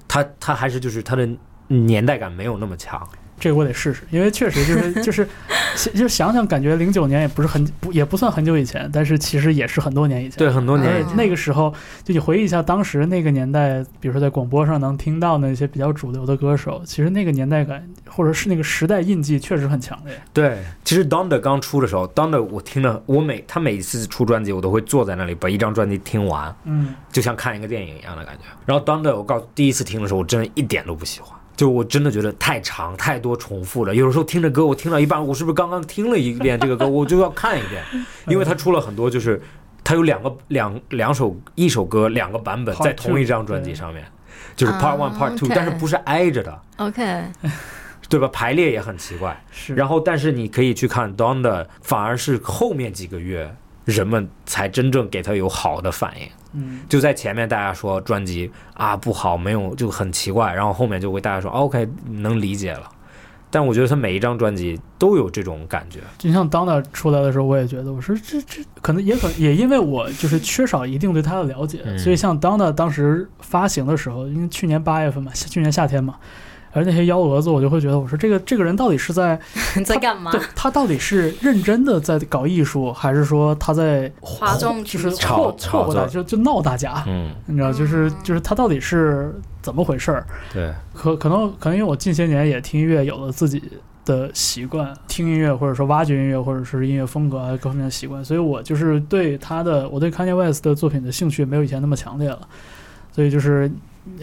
Speaker 3: 他他还是就是他的年代感没有那么强。
Speaker 2: 这个我得试试，因为确实就是就是，其就想想感觉零九年也不是很不也不算很久以前，但是其实也是很多年以前。
Speaker 3: 对，很多年
Speaker 2: 而
Speaker 3: 以
Speaker 2: 且
Speaker 3: 前，
Speaker 2: 那个时候，就你回忆一下当时那个年代，比如说在广播上能听到那些比较主流的歌手，其实那个年代感或者是那个时代印记确实很强烈。
Speaker 3: 对，其实 Donda 刚出的时候，Donda 我听了，我每他每次出专辑，我都会坐在那里把一张专辑听完，
Speaker 2: 嗯，
Speaker 3: 就像看一个电影一样的感觉。然后 Donda 我告诉第一次听的时候，我真的一点都不喜欢。就我真的觉得太长，太多重复了。有的时候听着歌，我听到一半，我是不是刚刚听了一遍这个歌，我就要看一遍， 因为它出了很多，就是它有两个两两首一首歌两个版本
Speaker 2: Part
Speaker 3: 在同一张专
Speaker 2: two，
Speaker 3: 辑
Speaker 2: 对啊
Speaker 3: 上面，就是 Part One、Part Two，
Speaker 1: OK
Speaker 3: 但是不是挨着的，
Speaker 1: OK，
Speaker 3: 对吧？排列也很奇怪。
Speaker 2: 是。
Speaker 3: 然后，但是你可以去看 Donda，反而是后面几个月人们才真正给他有好的反应。
Speaker 2: 嗯，
Speaker 3: 就在前面大家说专辑啊不好，没有就很奇怪，然后后面就会大家说、哦 OK 能理解了。但我觉得他每一张专辑都有这种感觉，
Speaker 2: 就像当当出来的时候，我也觉得，我说这这可能也可也因为我就是缺少一定对他的了解，
Speaker 3: 嗯
Speaker 2: 所以像当当当时发行的时候，因为去年八月份嘛，夏去年夏天嘛，而那些幺蛾子，我就会觉得，我说这个这个人到底是在
Speaker 1: 你在干嘛
Speaker 2: 对？他到底是认真的在搞艺术，还是说他在
Speaker 1: 哗众
Speaker 2: 就
Speaker 1: 取
Speaker 2: 是
Speaker 1: 宠
Speaker 2: 错
Speaker 3: 炒
Speaker 2: 错
Speaker 3: 炒
Speaker 2: 过
Speaker 3: 作
Speaker 2: 大就就闹大家，
Speaker 3: 嗯，
Speaker 2: 你知道，就是
Speaker 1: 嗯
Speaker 2: 就是他到底是怎么回事儿？
Speaker 3: 对，
Speaker 2: 可可能可能因为我近些年也听音乐，有了自己的习惯，听音乐或者说挖掘音乐，或者是音乐风格啊各方面的习惯，所以我就是对他的我对 Kanye West 的作品的兴趣没有以前那么强烈了，所以就是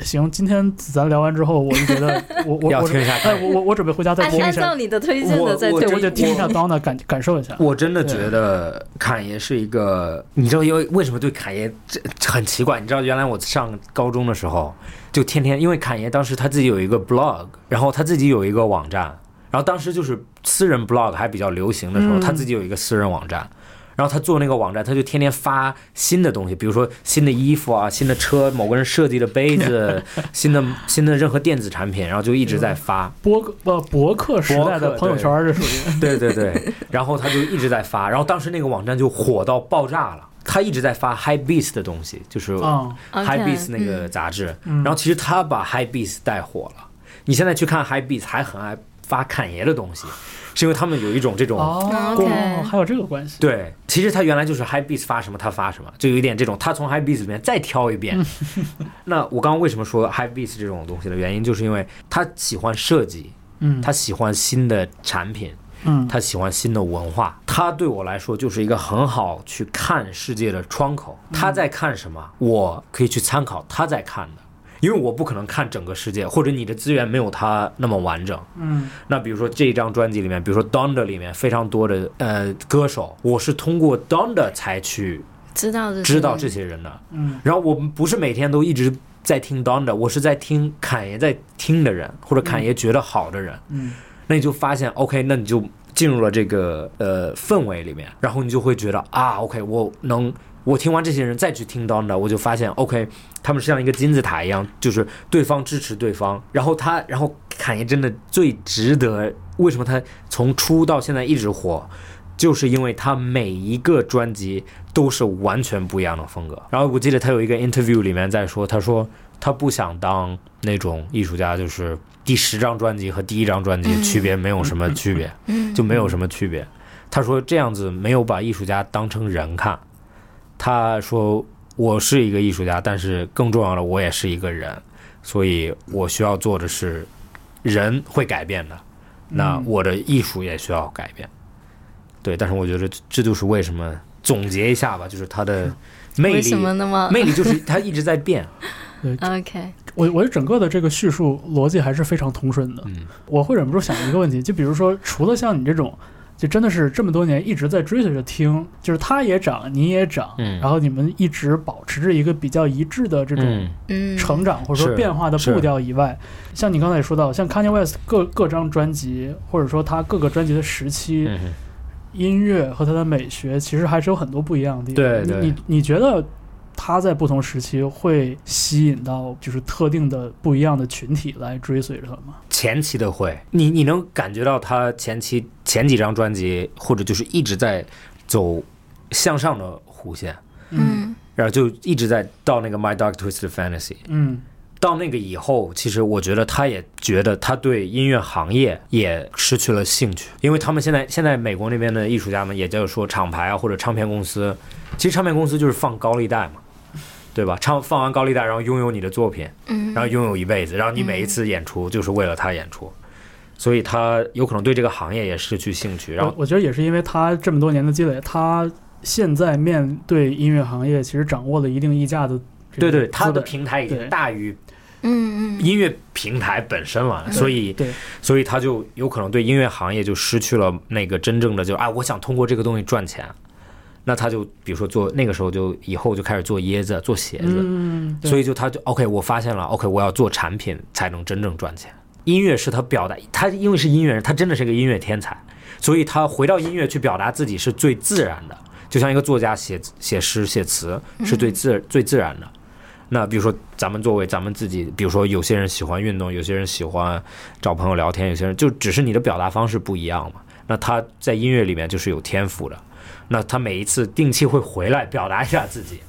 Speaker 2: 行，今天咱聊完之后，我就觉 得我我
Speaker 3: 要
Speaker 2: 我
Speaker 3: 听一下
Speaker 2: 哎我我我准备回家再
Speaker 1: 按
Speaker 2: 听一
Speaker 1: 按
Speaker 2: 下
Speaker 1: 照，你的推荐的在
Speaker 3: 我
Speaker 1: 推
Speaker 2: 对，我得
Speaker 1: 荐。
Speaker 2: 听一下 Donna 感感受一下。
Speaker 3: 我真的觉得侃爷是一个，你知道因为为什么对侃爷这这很奇怪？你知道原来我上高中的时候，就天天因为侃爷当时他自己有一个 blog，然后他自己有一个网站，然后当时就是私人 blog 还比较流行的时候，
Speaker 2: 嗯
Speaker 3: 他自己有一个私人网站。然后他做那个网站，他就天天发新的东西，比如说新的衣服啊、新的车、某个人设计的杯子、新的新的任何电子产品，然后就一直在发。
Speaker 2: 博客呃博客时代的朋友圈儿，这属于
Speaker 3: 对对对，然后他就一直在发，然后当时那个网站就火到爆炸了，他一直在发 High Beast 的东西，就是
Speaker 2: 啊
Speaker 3: High
Speaker 1: OK，
Speaker 3: Beast 那个杂志，
Speaker 2: 嗯
Speaker 3: 然后其实他把 High Beast 带火了，你现在去看 High Beast 还很爱发侃爷的东西，是因为他们有一种这种。
Speaker 2: 哦
Speaker 1: 嗯
Speaker 2: 共
Speaker 1: OK
Speaker 2: 还有这个关系，
Speaker 3: 对，其实他原来就是 High Beats 发什么他发什么，就有一点这种，他从 High Beats 里面再挑一遍。 那我刚刚为什么说 High Beats 这种东西的原因，就是因为他喜欢设计，
Speaker 2: 嗯，
Speaker 3: 他喜欢新的产品，
Speaker 2: 嗯
Speaker 3: 他喜欢新的文化，他对我来说就是一个很好去看世界的窗口。他在看什么，我可以去参考他在看的，因为我不可能看整个世界，或者你的资源没有他那么完整。
Speaker 2: 嗯
Speaker 3: 那比如说这一张专辑里面，比如说 Donda 里面非常多的呃歌手，我是通过 Donda 才去
Speaker 1: 知道这
Speaker 3: 知道这
Speaker 1: 些
Speaker 3: 些人的。
Speaker 2: 嗯
Speaker 3: 然后我们不是每天都一直在听 Donda，我是在听侃爷在听的人，或者侃爷觉得好的人。
Speaker 2: 嗯
Speaker 3: 那你就发现 OK，那你就进入了这个呃氛围里面，然后你就会觉得啊，OK，我能我听完这些人再去听 Donda，我就发现 OK，他们是像一个金字塔一样，就是对方支持对方，然后他，然后侃爷真的最值得，为什么他从出到现在一直火？就是因为他每一个专辑都是完全不一样的风格。然后我记得他有一个 interview 里面在说，他说他不想当那种艺术家，就是第十张专辑和第一张专辑区别没有什么区别，就没有什么区别。他说这样子没有把艺术家当成人看。他说我是一个艺术家，但是更重要的，我也
Speaker 1: 嗯
Speaker 3: 是一个人，所以我需要做的是人会改变的，
Speaker 2: 嗯
Speaker 3: 那我的艺术也需要改变。对，但是我觉得这这就是为什么总结一下吧，就是它的魅
Speaker 1: 为
Speaker 3: 力
Speaker 1: 什，么那么
Speaker 3: 魅力就是它一直在变。
Speaker 1: OK？
Speaker 2: 我我整个的这个叙述逻辑还是非常通顺的。
Speaker 3: 嗯
Speaker 2: 我会忍不住想一个问题，就比如说，除了像你这种，就真的是这么多年一直在追随着听，就是他也涨，你也涨，
Speaker 3: 嗯
Speaker 2: 然后你们一直保持着一个比较一致的这种
Speaker 3: 嗯
Speaker 1: 嗯，
Speaker 2: 成长或者说
Speaker 3: 是
Speaker 2: 变化的
Speaker 3: 是
Speaker 2: 步调以外，像你刚才也说到，像 Kanye West 各各张专辑，或者说他各个专辑的时期，
Speaker 3: 嗯哼。
Speaker 2: 音乐和他的美学其实还是有很多不一样的地方。
Speaker 3: 对对
Speaker 2: 你你你觉得他在不同时期会吸引到就是特定的不一样的群体来追随着他吗？
Speaker 3: 前期的会，你你能感觉到他前期前几张专辑，或者就是一直在走向上的弧线，
Speaker 1: 嗯
Speaker 3: 然后就一直在到那个 My Dark Twisted Fantasy，
Speaker 2: 嗯
Speaker 3: 到那个以后，其实我觉得他也觉得他对音乐行业也失去了兴趣，因为他们现在现在美国那边的艺术家们，也就是说厂牌啊或者唱片公司，其实唱片公司就是放高利贷嘛，对吧？唱放完高利贷，然后拥有你的作品，
Speaker 1: 嗯，
Speaker 3: 然后拥有一辈子，然后你每一次演出就是为了他演出，所以他有可能对这个行业也失去兴趣，然
Speaker 2: 我
Speaker 3: 后
Speaker 2: 我觉得也是因为他这么多年的积累，他现在面对音乐行业其实掌握了一定溢价的这
Speaker 3: 对
Speaker 2: 个
Speaker 3: 对，他
Speaker 2: 资
Speaker 3: 的
Speaker 2: 本
Speaker 3: 平台已
Speaker 2: 对
Speaker 3: 经大于
Speaker 1: 嗯嗯
Speaker 3: 音乐平台本身了，所以
Speaker 2: 对
Speaker 3: 所以他就有可能对音乐行业就失去了那个真正的就啊，我想通过这个东西赚钱，那他就比如说做那个时候就以后就开始做椰子做鞋子，
Speaker 2: 嗯，对
Speaker 3: 所以就他就 OK，我发现了 OK，我要做产品才能真正赚钱。音乐是他表达，他因为是音乐人，他真的是个音乐天才，所以他回到音乐去表达自己是最自然的，就像一个作家写写诗写词是最自、
Speaker 2: 嗯
Speaker 3: 最自然的。那比如说，咱们作为咱们自己，比如说有些人喜欢运动，有些人喜欢找朋友聊天，有些人就只是你的表达方式不一样嘛。那他在音乐里面就是有天赋的，那他每一次定期会回来表达一下自己，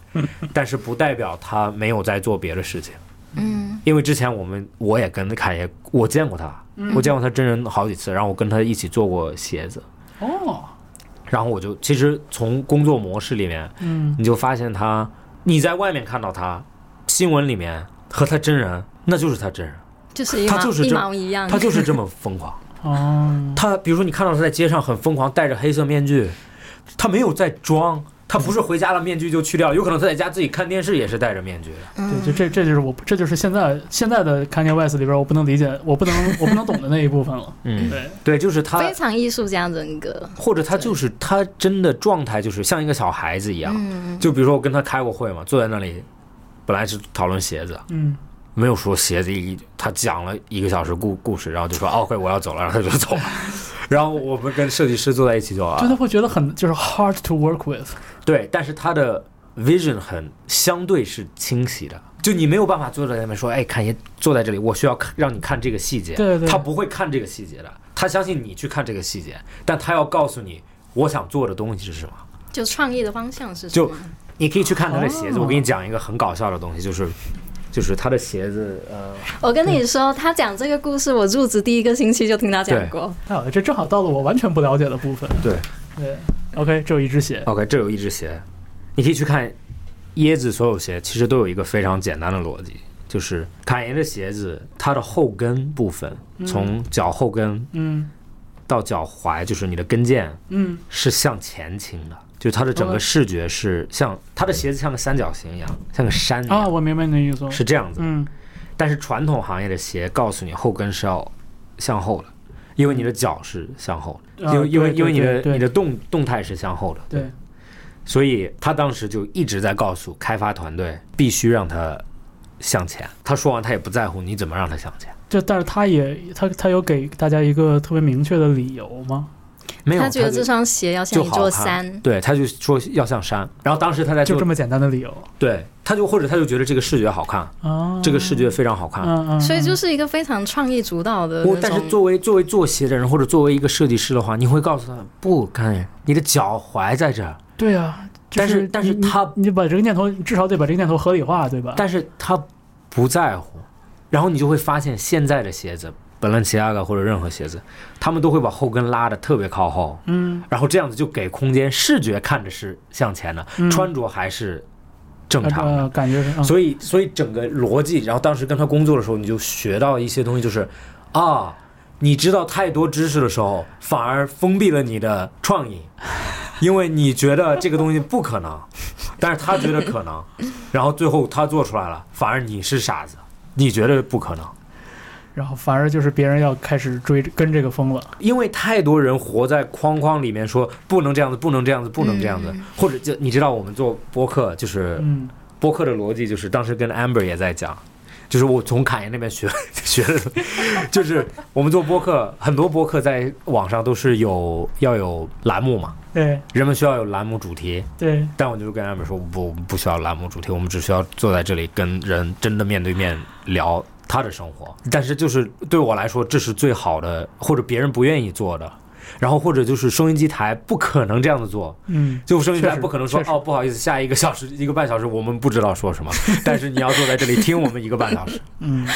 Speaker 3: 但是不代表他没有在做别的事情。
Speaker 1: 嗯
Speaker 3: 因为之前我们我也跟侃爷，我见过他，
Speaker 1: 嗯
Speaker 3: 我见过他真人好几次，然后我跟他一起做过鞋子，
Speaker 2: 哦，
Speaker 3: 然后我就其实从工作模式里面，
Speaker 2: 嗯
Speaker 3: 你就发现他，你在外面看到他，新闻里面和他真人，那就是他真人，
Speaker 1: 嗯，就是一
Speaker 3: 他
Speaker 1: 毛
Speaker 3: 就是
Speaker 1: 一
Speaker 3: 这
Speaker 1: 毛一样，
Speaker 3: 他就是这么 疯狂。
Speaker 2: 哦，
Speaker 3: 他比如说你看到他在街上很疯狂，戴着黑色面具，他没有在装，他不是回家了面具就去掉，有可能他在家自己看电视也是戴着面具的。
Speaker 1: 嗯
Speaker 2: 对，就这这就是我这就是现在现在的 Kanye West 里边我不能理解，我不能我不能懂的那一部分了。
Speaker 3: 嗯，
Speaker 2: 对，
Speaker 3: 对，就是他
Speaker 1: 非常艺术家人格。
Speaker 3: 或者他就是他真的状态就是像一个小孩子一样。
Speaker 1: 嗯，
Speaker 3: 就比如说我跟他开过会嘛，坐在那里，本来是讨论鞋子，
Speaker 2: 嗯，
Speaker 3: 没有说鞋子一，他讲了一个小时故故事，然后就说哦 OK 我要走了，然后他就 走了。然后我们跟设计师坐在一起就
Speaker 2: 就
Speaker 3: 啊，
Speaker 2: 他会觉得很就是 hard to work with。
Speaker 3: 对，但是他的 vision 很相对是清晰的，就你没有办法坐在那边说，哎，侃爷坐在这里，我需要看让你看这个细节，
Speaker 2: 对对
Speaker 3: 他不会看这个细节的，他相信你去看这个细节，但他要告诉你我想做的东西是什么。
Speaker 1: 就创意的方向是什
Speaker 3: 就
Speaker 1: 么？
Speaker 3: 你可以去看他的鞋子。
Speaker 2: 哦
Speaker 3: 我给你讲一个很搞笑的东西，就是就是他的鞋子，呃，
Speaker 1: 我跟你说，他讲这个故事，我入职第一个星期就听他讲过。
Speaker 2: 太哎好了，这正好到了我完全不了解的部分。
Speaker 3: 对
Speaker 2: 对，OK，只有一只鞋。
Speaker 3: ，OK，这有一只鞋，你可以去看椰子所有鞋，其实都有一个非常简单的逻辑，就是侃爷的鞋子，它的后跟部分，从脚后跟
Speaker 2: 嗯
Speaker 3: 到脚踝，就是你的跟腱
Speaker 2: 嗯，
Speaker 3: 是向前倾的。就是它的整个
Speaker 2: 哦
Speaker 3: 视觉是像它的鞋子像个三角形一样，像个山一
Speaker 2: 啊，
Speaker 3: 样，
Speaker 2: 我明白你的意思了。
Speaker 3: 嗯是这样子。
Speaker 2: 嗯，
Speaker 3: 但是传统行业的鞋告诉你后跟是要向后的，因为你的脚是向后的，
Speaker 2: 啊
Speaker 3: 因为因为
Speaker 2: 对对
Speaker 3: 因为你
Speaker 2: 对
Speaker 3: 的你的动动态是向后的，
Speaker 2: 对，
Speaker 3: 所以他当时就一直在告诉开发团队必须让它向前。他说完他也不在乎你怎么让它向前，
Speaker 2: 就但是他也他他有给大家一个特别明确的理由吗？
Speaker 3: 没有
Speaker 1: 他觉得
Speaker 3: 就
Speaker 1: 这双鞋要像
Speaker 3: 就
Speaker 1: 一
Speaker 3: 好
Speaker 1: 座
Speaker 3: 看
Speaker 1: 山，
Speaker 3: 对，他就说要向山，然后当时他在
Speaker 2: 就
Speaker 3: 做
Speaker 2: 这，么简单的理由
Speaker 3: 对，他就或者他就觉得这个视觉好看，
Speaker 2: 啊？
Speaker 3: 这个啊视觉非常好看，
Speaker 2: 嗯，嗯嗯，
Speaker 1: 所以就是一个非常创意主导的
Speaker 3: 我
Speaker 1: 那
Speaker 3: 但是
Speaker 1: 种。
Speaker 3: 作为作为做鞋的人或者作为一个设计师的话，你会告诉他不，看你的脚踝在这儿，
Speaker 2: 对啊。就
Speaker 3: 但是但是
Speaker 2: 你
Speaker 3: 他
Speaker 2: 你把这个念头，你至少得把这个念头合理化，对吧？
Speaker 3: 但是他不在乎，然后你就会发现现在的鞋子，本兰奇亚嘎或者任何鞋子，他们都会把后跟拉的特别靠后，
Speaker 2: 嗯，
Speaker 3: 然后这样子就给空间，视觉看着是向前的，
Speaker 2: 嗯
Speaker 3: 穿着还是正常的。
Speaker 2: 呃，感觉是，嗯
Speaker 3: 所以，所以整个逻辑，然后当时跟他工作的时候，你就学到一些东西，就是啊，你知道太多知识的时候，反而封闭了你的创意，因为你觉得这个东西不可能，但是他觉得可能，然后最后他做出来了，反而你是傻子，你觉得不可能。
Speaker 2: 然后反而就是别人要开始追跟这个风了，
Speaker 3: 因为太多人活在框框里面说，不能这样子，不能这样子，不能这样子，
Speaker 1: 嗯
Speaker 3: 或者就你知道我们做播客，就是
Speaker 2: 嗯，
Speaker 3: 播客的逻辑，就是当时跟 Amber 也在讲，就是我从侃爷那边学 学的，就是我们做播客，很多播客在网上都是有要有栏目嘛，
Speaker 2: 对
Speaker 3: 人们需要有栏目主题，
Speaker 2: 对，
Speaker 3: 但我就跟 Amber 说，不，我们不需要栏目主题，我们只需要坐在这里跟人真的面对面聊他的生活。但是就是对我来说，这是最好的，或者别人不愿意做的，然后或者就是收音机台不可能这样子做，
Speaker 2: 嗯，
Speaker 3: 就收音机
Speaker 2: 确
Speaker 3: 台
Speaker 2: 实
Speaker 3: 不可能说
Speaker 2: 确实
Speaker 3: 哦，不好意思，下一个小时 一个半小时我们不知道说 什么，但是你要坐在这里听我们一个半小时。
Speaker 2: 嗯，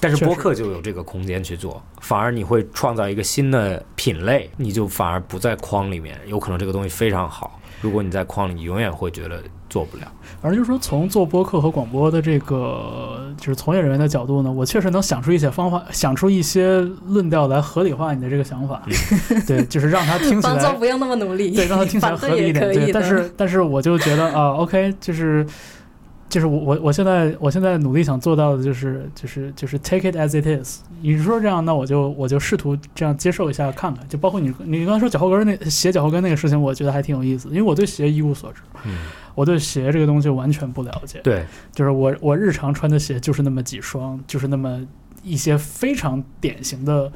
Speaker 3: 但是
Speaker 2: 确实
Speaker 3: 播客就有这个空间去做，反而你会创造一个新的品类，你就反而不在框里面，有可能这个东西非常好。如果你在框里，你永远会觉得做不了。
Speaker 2: 反正就是说，从做播客和广播的这个就是从业人员的角度呢，我确实能想出一些方法，想出一些论调来合理化你的这个想法，对，就是让他 听起
Speaker 1: 方舟
Speaker 2: 来，
Speaker 1: 不用那么努力，
Speaker 2: 对，让他听起来
Speaker 1: 反
Speaker 2: 合
Speaker 1: 对
Speaker 2: 理
Speaker 1: 也
Speaker 2: 一点，
Speaker 1: 可
Speaker 2: 对，
Speaker 1: 以的。
Speaker 2: 但是但是我就觉得啊，OK，就是。就是我我我现在我现在努力想做到的就是就是就是 take it as it is。你说这样，那我就我就试图这样接受一下看看。就包括你你刚才说脚后跟儿那鞋脚后跟那个事情，我觉得还挺有意思，因为我对鞋一无所知，
Speaker 3: 嗯，
Speaker 2: 我对鞋这个东西完全不了解。
Speaker 3: 对，
Speaker 2: 就是我我日常穿的鞋就是那么几双，就是那么一些非常典型的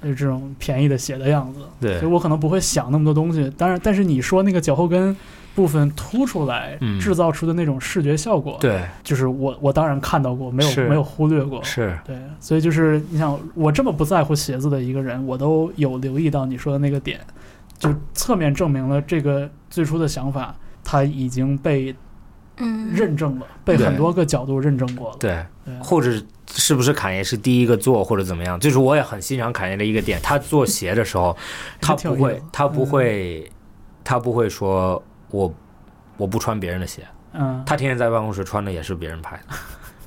Speaker 2: 呃这种便宜的鞋的样子，
Speaker 3: 对
Speaker 2: 所以我可能不会想那么多东西。当然，但是你说那个脚后跟部分凸出来、
Speaker 3: 嗯
Speaker 2: 制造出的那种视觉效果，，
Speaker 3: 对，
Speaker 2: 就是我我当然看到过，没有
Speaker 3: 是
Speaker 2: 没有忽略过，
Speaker 3: 是，
Speaker 2: 对，所以就是你想，我这么不在乎鞋子的一个人，我都有留意到你说的那个点，就侧面证明了这个最初的想法，它已经被
Speaker 1: 嗯，
Speaker 2: 认证了，被
Speaker 3: 对
Speaker 2: 很多个角度认证过了。
Speaker 3: 对，
Speaker 2: 对
Speaker 3: 或者是不是侃爷是第一个做，或者怎么样？就是我也很欣赏侃爷的一个点，他做鞋的时 候，他
Speaker 2: 挺
Speaker 3: 不
Speaker 2: 有意
Speaker 3: 会
Speaker 2: 思，嗯
Speaker 3: 他不会，他不会说我我不穿别人的鞋，
Speaker 2: 嗯，
Speaker 3: 他天天在办公室穿的也是别人牌子，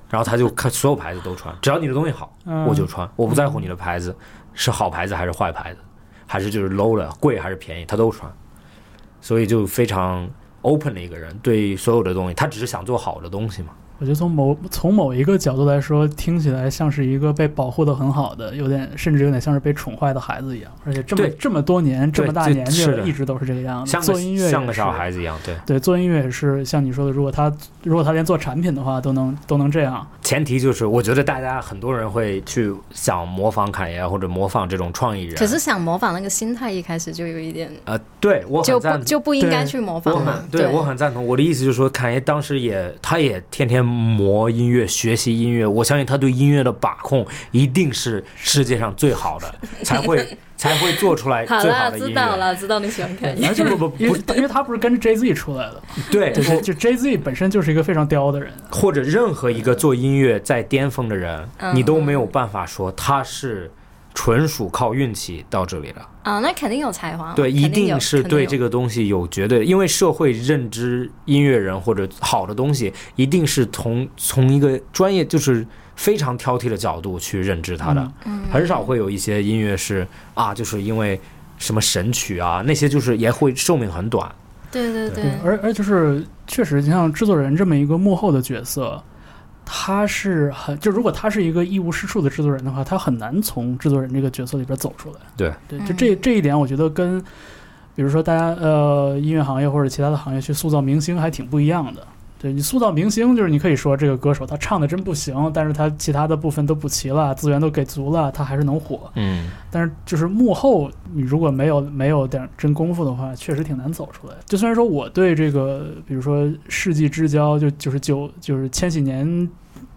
Speaker 3: 然后他就看所有牌子都穿，只要你的东西好，
Speaker 2: 嗯
Speaker 3: 我就穿，我不在乎你的牌子是好牌子还是坏牌子，还是就是 low 的贵还是便宜，他都穿，所以就非常 open 的一个人，对所有的东西，他只是想做好的东西嘛。
Speaker 2: 我觉得从某从某一个角度来说，听起来像是一个被保护的很好的，有点甚至有点像是被宠坏的孩子一样，而且这么
Speaker 3: 对
Speaker 2: 这么多年这么大
Speaker 3: 这
Speaker 2: 年纪
Speaker 3: 是的
Speaker 2: 了，一直都是这个样子。
Speaker 3: 像
Speaker 2: 做音乐
Speaker 3: 个
Speaker 2: 也
Speaker 3: 像个
Speaker 2: 是
Speaker 3: 小孩子一样，对，
Speaker 2: 对，做音乐也是像你说的，如果他如果他连做产品的话都能都能这样，
Speaker 3: 前提就是我觉得大家很多人会去想模仿侃爷或者模仿这种创意人，
Speaker 1: 可是想模仿那个心态，一开始就有一点，
Speaker 3: 呃，对我
Speaker 1: 就
Speaker 3: 很
Speaker 1: 不
Speaker 3: 赞同，
Speaker 1: 就不应该
Speaker 2: 对
Speaker 1: 去模
Speaker 3: 我
Speaker 1: 仿嘛
Speaker 3: 很。对我很赞同。我的意思就是说，侃爷当时也，他也天天磨音乐，学习音乐。我相信他对音乐的把控一定是世界上最好的，才 会才会做出来
Speaker 1: 好
Speaker 3: 最好
Speaker 1: 啦，
Speaker 3: 的音
Speaker 1: 知道
Speaker 3: 乐。
Speaker 1: 啦，知道你喜欢看
Speaker 2: 而且
Speaker 3: 不不
Speaker 2: 因
Speaker 3: 不
Speaker 2: 为，因为他不是跟 Jay Z 出来的，
Speaker 3: 对，
Speaker 2: 对对，就 Jay Z 本身就是一个非常刁的人，
Speaker 3: 或者任何一个做音乐在巅峰的人，
Speaker 1: 嗯
Speaker 3: 你都没有办法说他是纯属靠运气到这里的。
Speaker 1: 啊，那肯定有才华，
Speaker 3: 对，一
Speaker 1: 肯定有
Speaker 3: 定是对这。
Speaker 1: 肯定有
Speaker 3: 个东西有绝对，因为社会认知音乐人或者好的东西，一定是从从一个专业就是非常挑剔的角度去认知它的，
Speaker 1: 嗯
Speaker 2: 嗯
Speaker 3: 很少会有一些音乐是啊，就是因为什么神曲啊那些，就是也会寿命很短。
Speaker 1: 对对对
Speaker 2: 对，，而而就是确实，你像制作人这么一个幕后的角色，他是很就如果他是一个一无是处的制作人的话，他很难从制作人这个角色里边走出来。
Speaker 3: 对
Speaker 2: 对，就这这一点，我觉得跟比如说大家呃音乐行业或者其他的行业去塑造明星还挺不一样的。对你塑造明星，就是你可以说这个歌手他唱的真不行，但是他其他的部分都补齐了，资源都给足了，他还是能火。
Speaker 3: 嗯，
Speaker 2: 但是就是幕后，你如果没有没有点真功夫的话，确实挺难走出来的。就虽然说我对这个，比如说世纪之交，就就是九就是千禧年，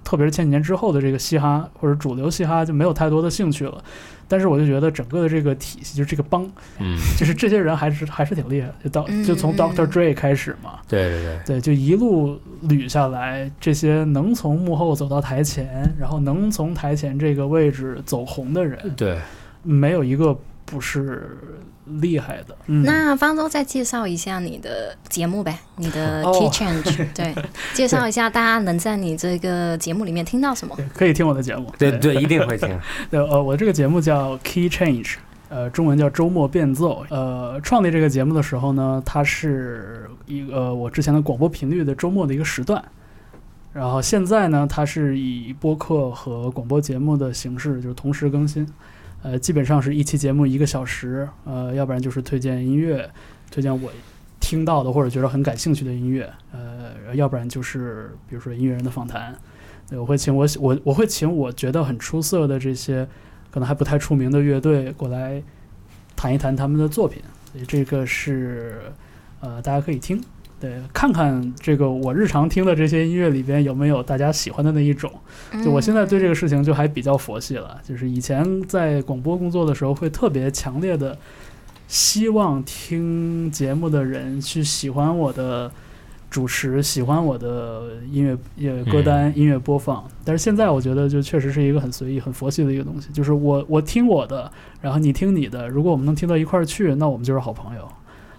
Speaker 2: 特别是千禧年之后的这个嘻哈或者主流嘻哈就没有太多的兴趣了，但是我就觉得整个的这个体系，就是这个帮，
Speaker 3: 嗯，
Speaker 2: 就是这些人还是还是挺厉害的。就到就从
Speaker 1: 嗯
Speaker 2: Doctor Dre 开始嘛，
Speaker 3: 对对对，
Speaker 2: 对，就一路捋下来，这些能从幕后走到台前，然后能从台前这个位置走红的人，
Speaker 3: 对
Speaker 2: 没有一个不是厉害的。嗯
Speaker 1: 那方舟再介绍一下你的节目呗，你的
Speaker 3: 哦
Speaker 1: Key Change，、对，介绍一下大家能在你这个节目里面听到什么？
Speaker 2: 对可以听我的节目，
Speaker 3: 对对，一定会听。
Speaker 2: 对， 呃，我这个节目叫 Key Change，呃，中文叫周末变奏。呃，创立这个节目的时候呢，它是一个、呃我之前的广播频率的周末的一个时段。然后现在呢，它是以播客和广播节目的形式，就是同时更新。呃，基本上是一期节目一个小时，呃，要不然就是推荐音乐，推荐我听到的或者觉得很感兴趣的音乐，呃，要不然就是比如说音乐人的访谈，对，我会请我喜我我会请我觉得很出色的这些可能还不太出名的乐队过来谈一谈他们的作品，所以这个是呃大家可以听，对，看看这个我日常听的这些音乐里边有没有大家喜欢的那一种。就我现在对这个事情就还比较佛系了，就是以前在广播工作的时候，会特别强烈的希望听节目的人去喜欢我的主持，喜欢我的音乐也歌单、音乐播放。但是现在我觉得，就确实是一个很随意、很佛系的一个东西，就是我我听我的，然后你听你的，如果我们能听到一块儿去，那我们就是好朋友。
Speaker 3: 嗯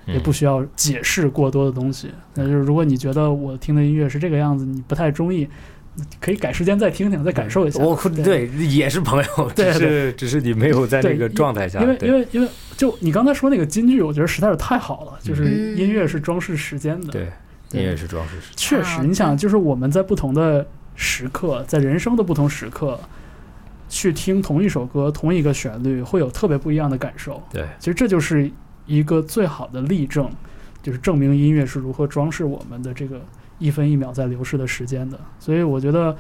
Speaker 2: 也不需要解释过多的东西。那就是如果你觉得我听的音乐是这个样子，你不太中意，可以改时间再听听，再感受一下。
Speaker 3: 嗯我对也是朋友，只
Speaker 2: 对
Speaker 3: 是只是你没有在
Speaker 2: 对
Speaker 3: 那个状态下，
Speaker 2: 因为因
Speaker 3: 对
Speaker 2: 为因为就你刚才说那个金句，我觉得实在是太好了，就是
Speaker 1: 嗯
Speaker 2: 音乐是装饰时间的。
Speaker 3: 对，
Speaker 2: 对
Speaker 3: 你也是装饰师。
Speaker 2: 确
Speaker 1: 好
Speaker 2: 实，
Speaker 1: 的
Speaker 2: 你想，就是我们在不同的时刻，在人生的不同时刻，去听同一首歌、同一个旋律，会有特别不一样的感受。
Speaker 3: 对，
Speaker 2: 其实这就是一个最好的例证，就是证明音乐是如何装饰我们的这个一分一秒在流逝的时间的。所以我觉得，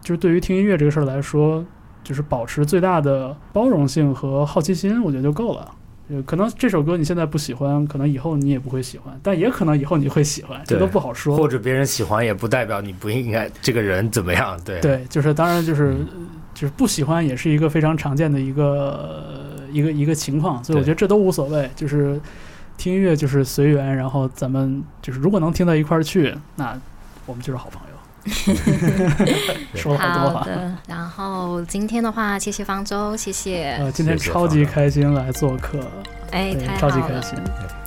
Speaker 2: 就是对于听音乐这个事儿来说，就是保持最大的包容性和好奇心，我觉得就够了。呃，可能这首歌你现在不喜欢，可能以后你也不会喜欢，但也可能以后你会喜欢，这
Speaker 3: 对
Speaker 2: 都不好说。
Speaker 3: 或者别人喜欢也不代表你不应该这个人怎么样，对
Speaker 2: 对，就是当然就是
Speaker 3: 嗯
Speaker 2: 就是不喜欢也是一个非常常见的一个一个一个情况，所以我
Speaker 3: 对
Speaker 2: 觉得这都无所谓，就是听音乐就是随缘，然后咱们就是如果能听到一块儿去，那我们就是好朋友。 说了哦好多
Speaker 1: 好
Speaker 2: 话，
Speaker 1: 的，然后今天的话，谢谢方舟，谢谢，
Speaker 2: 呃，今天
Speaker 3: 谢谢
Speaker 2: 超级开心来做客，
Speaker 1: 哎，
Speaker 2: 对，
Speaker 1: 太
Speaker 2: 超级
Speaker 1: 好
Speaker 2: 开
Speaker 1: 了。
Speaker 2: 心。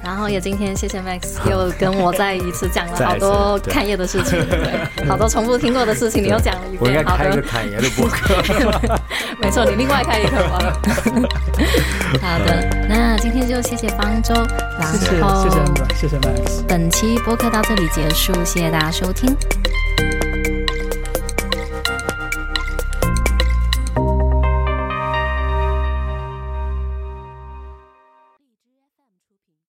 Speaker 1: 然后也今天谢谢 Max 又跟我再一次讲了
Speaker 3: 再一
Speaker 1: 好
Speaker 3: 次
Speaker 1: 多
Speaker 3: 对
Speaker 1: 看夜的事情，对，好多重复听过的事情你又讲了一
Speaker 3: 我应该
Speaker 1: 遍，好
Speaker 3: 开一
Speaker 1: 的
Speaker 3: 个，侃爷的博客。
Speaker 1: 没错，你另外开一个吧。好的，那今天就谢谢方舟，然
Speaker 2: 谢谢
Speaker 1: 后
Speaker 2: 谢谢 Amber，谢谢 Max，
Speaker 1: 本期播客到这里结束，谢谢大家收听，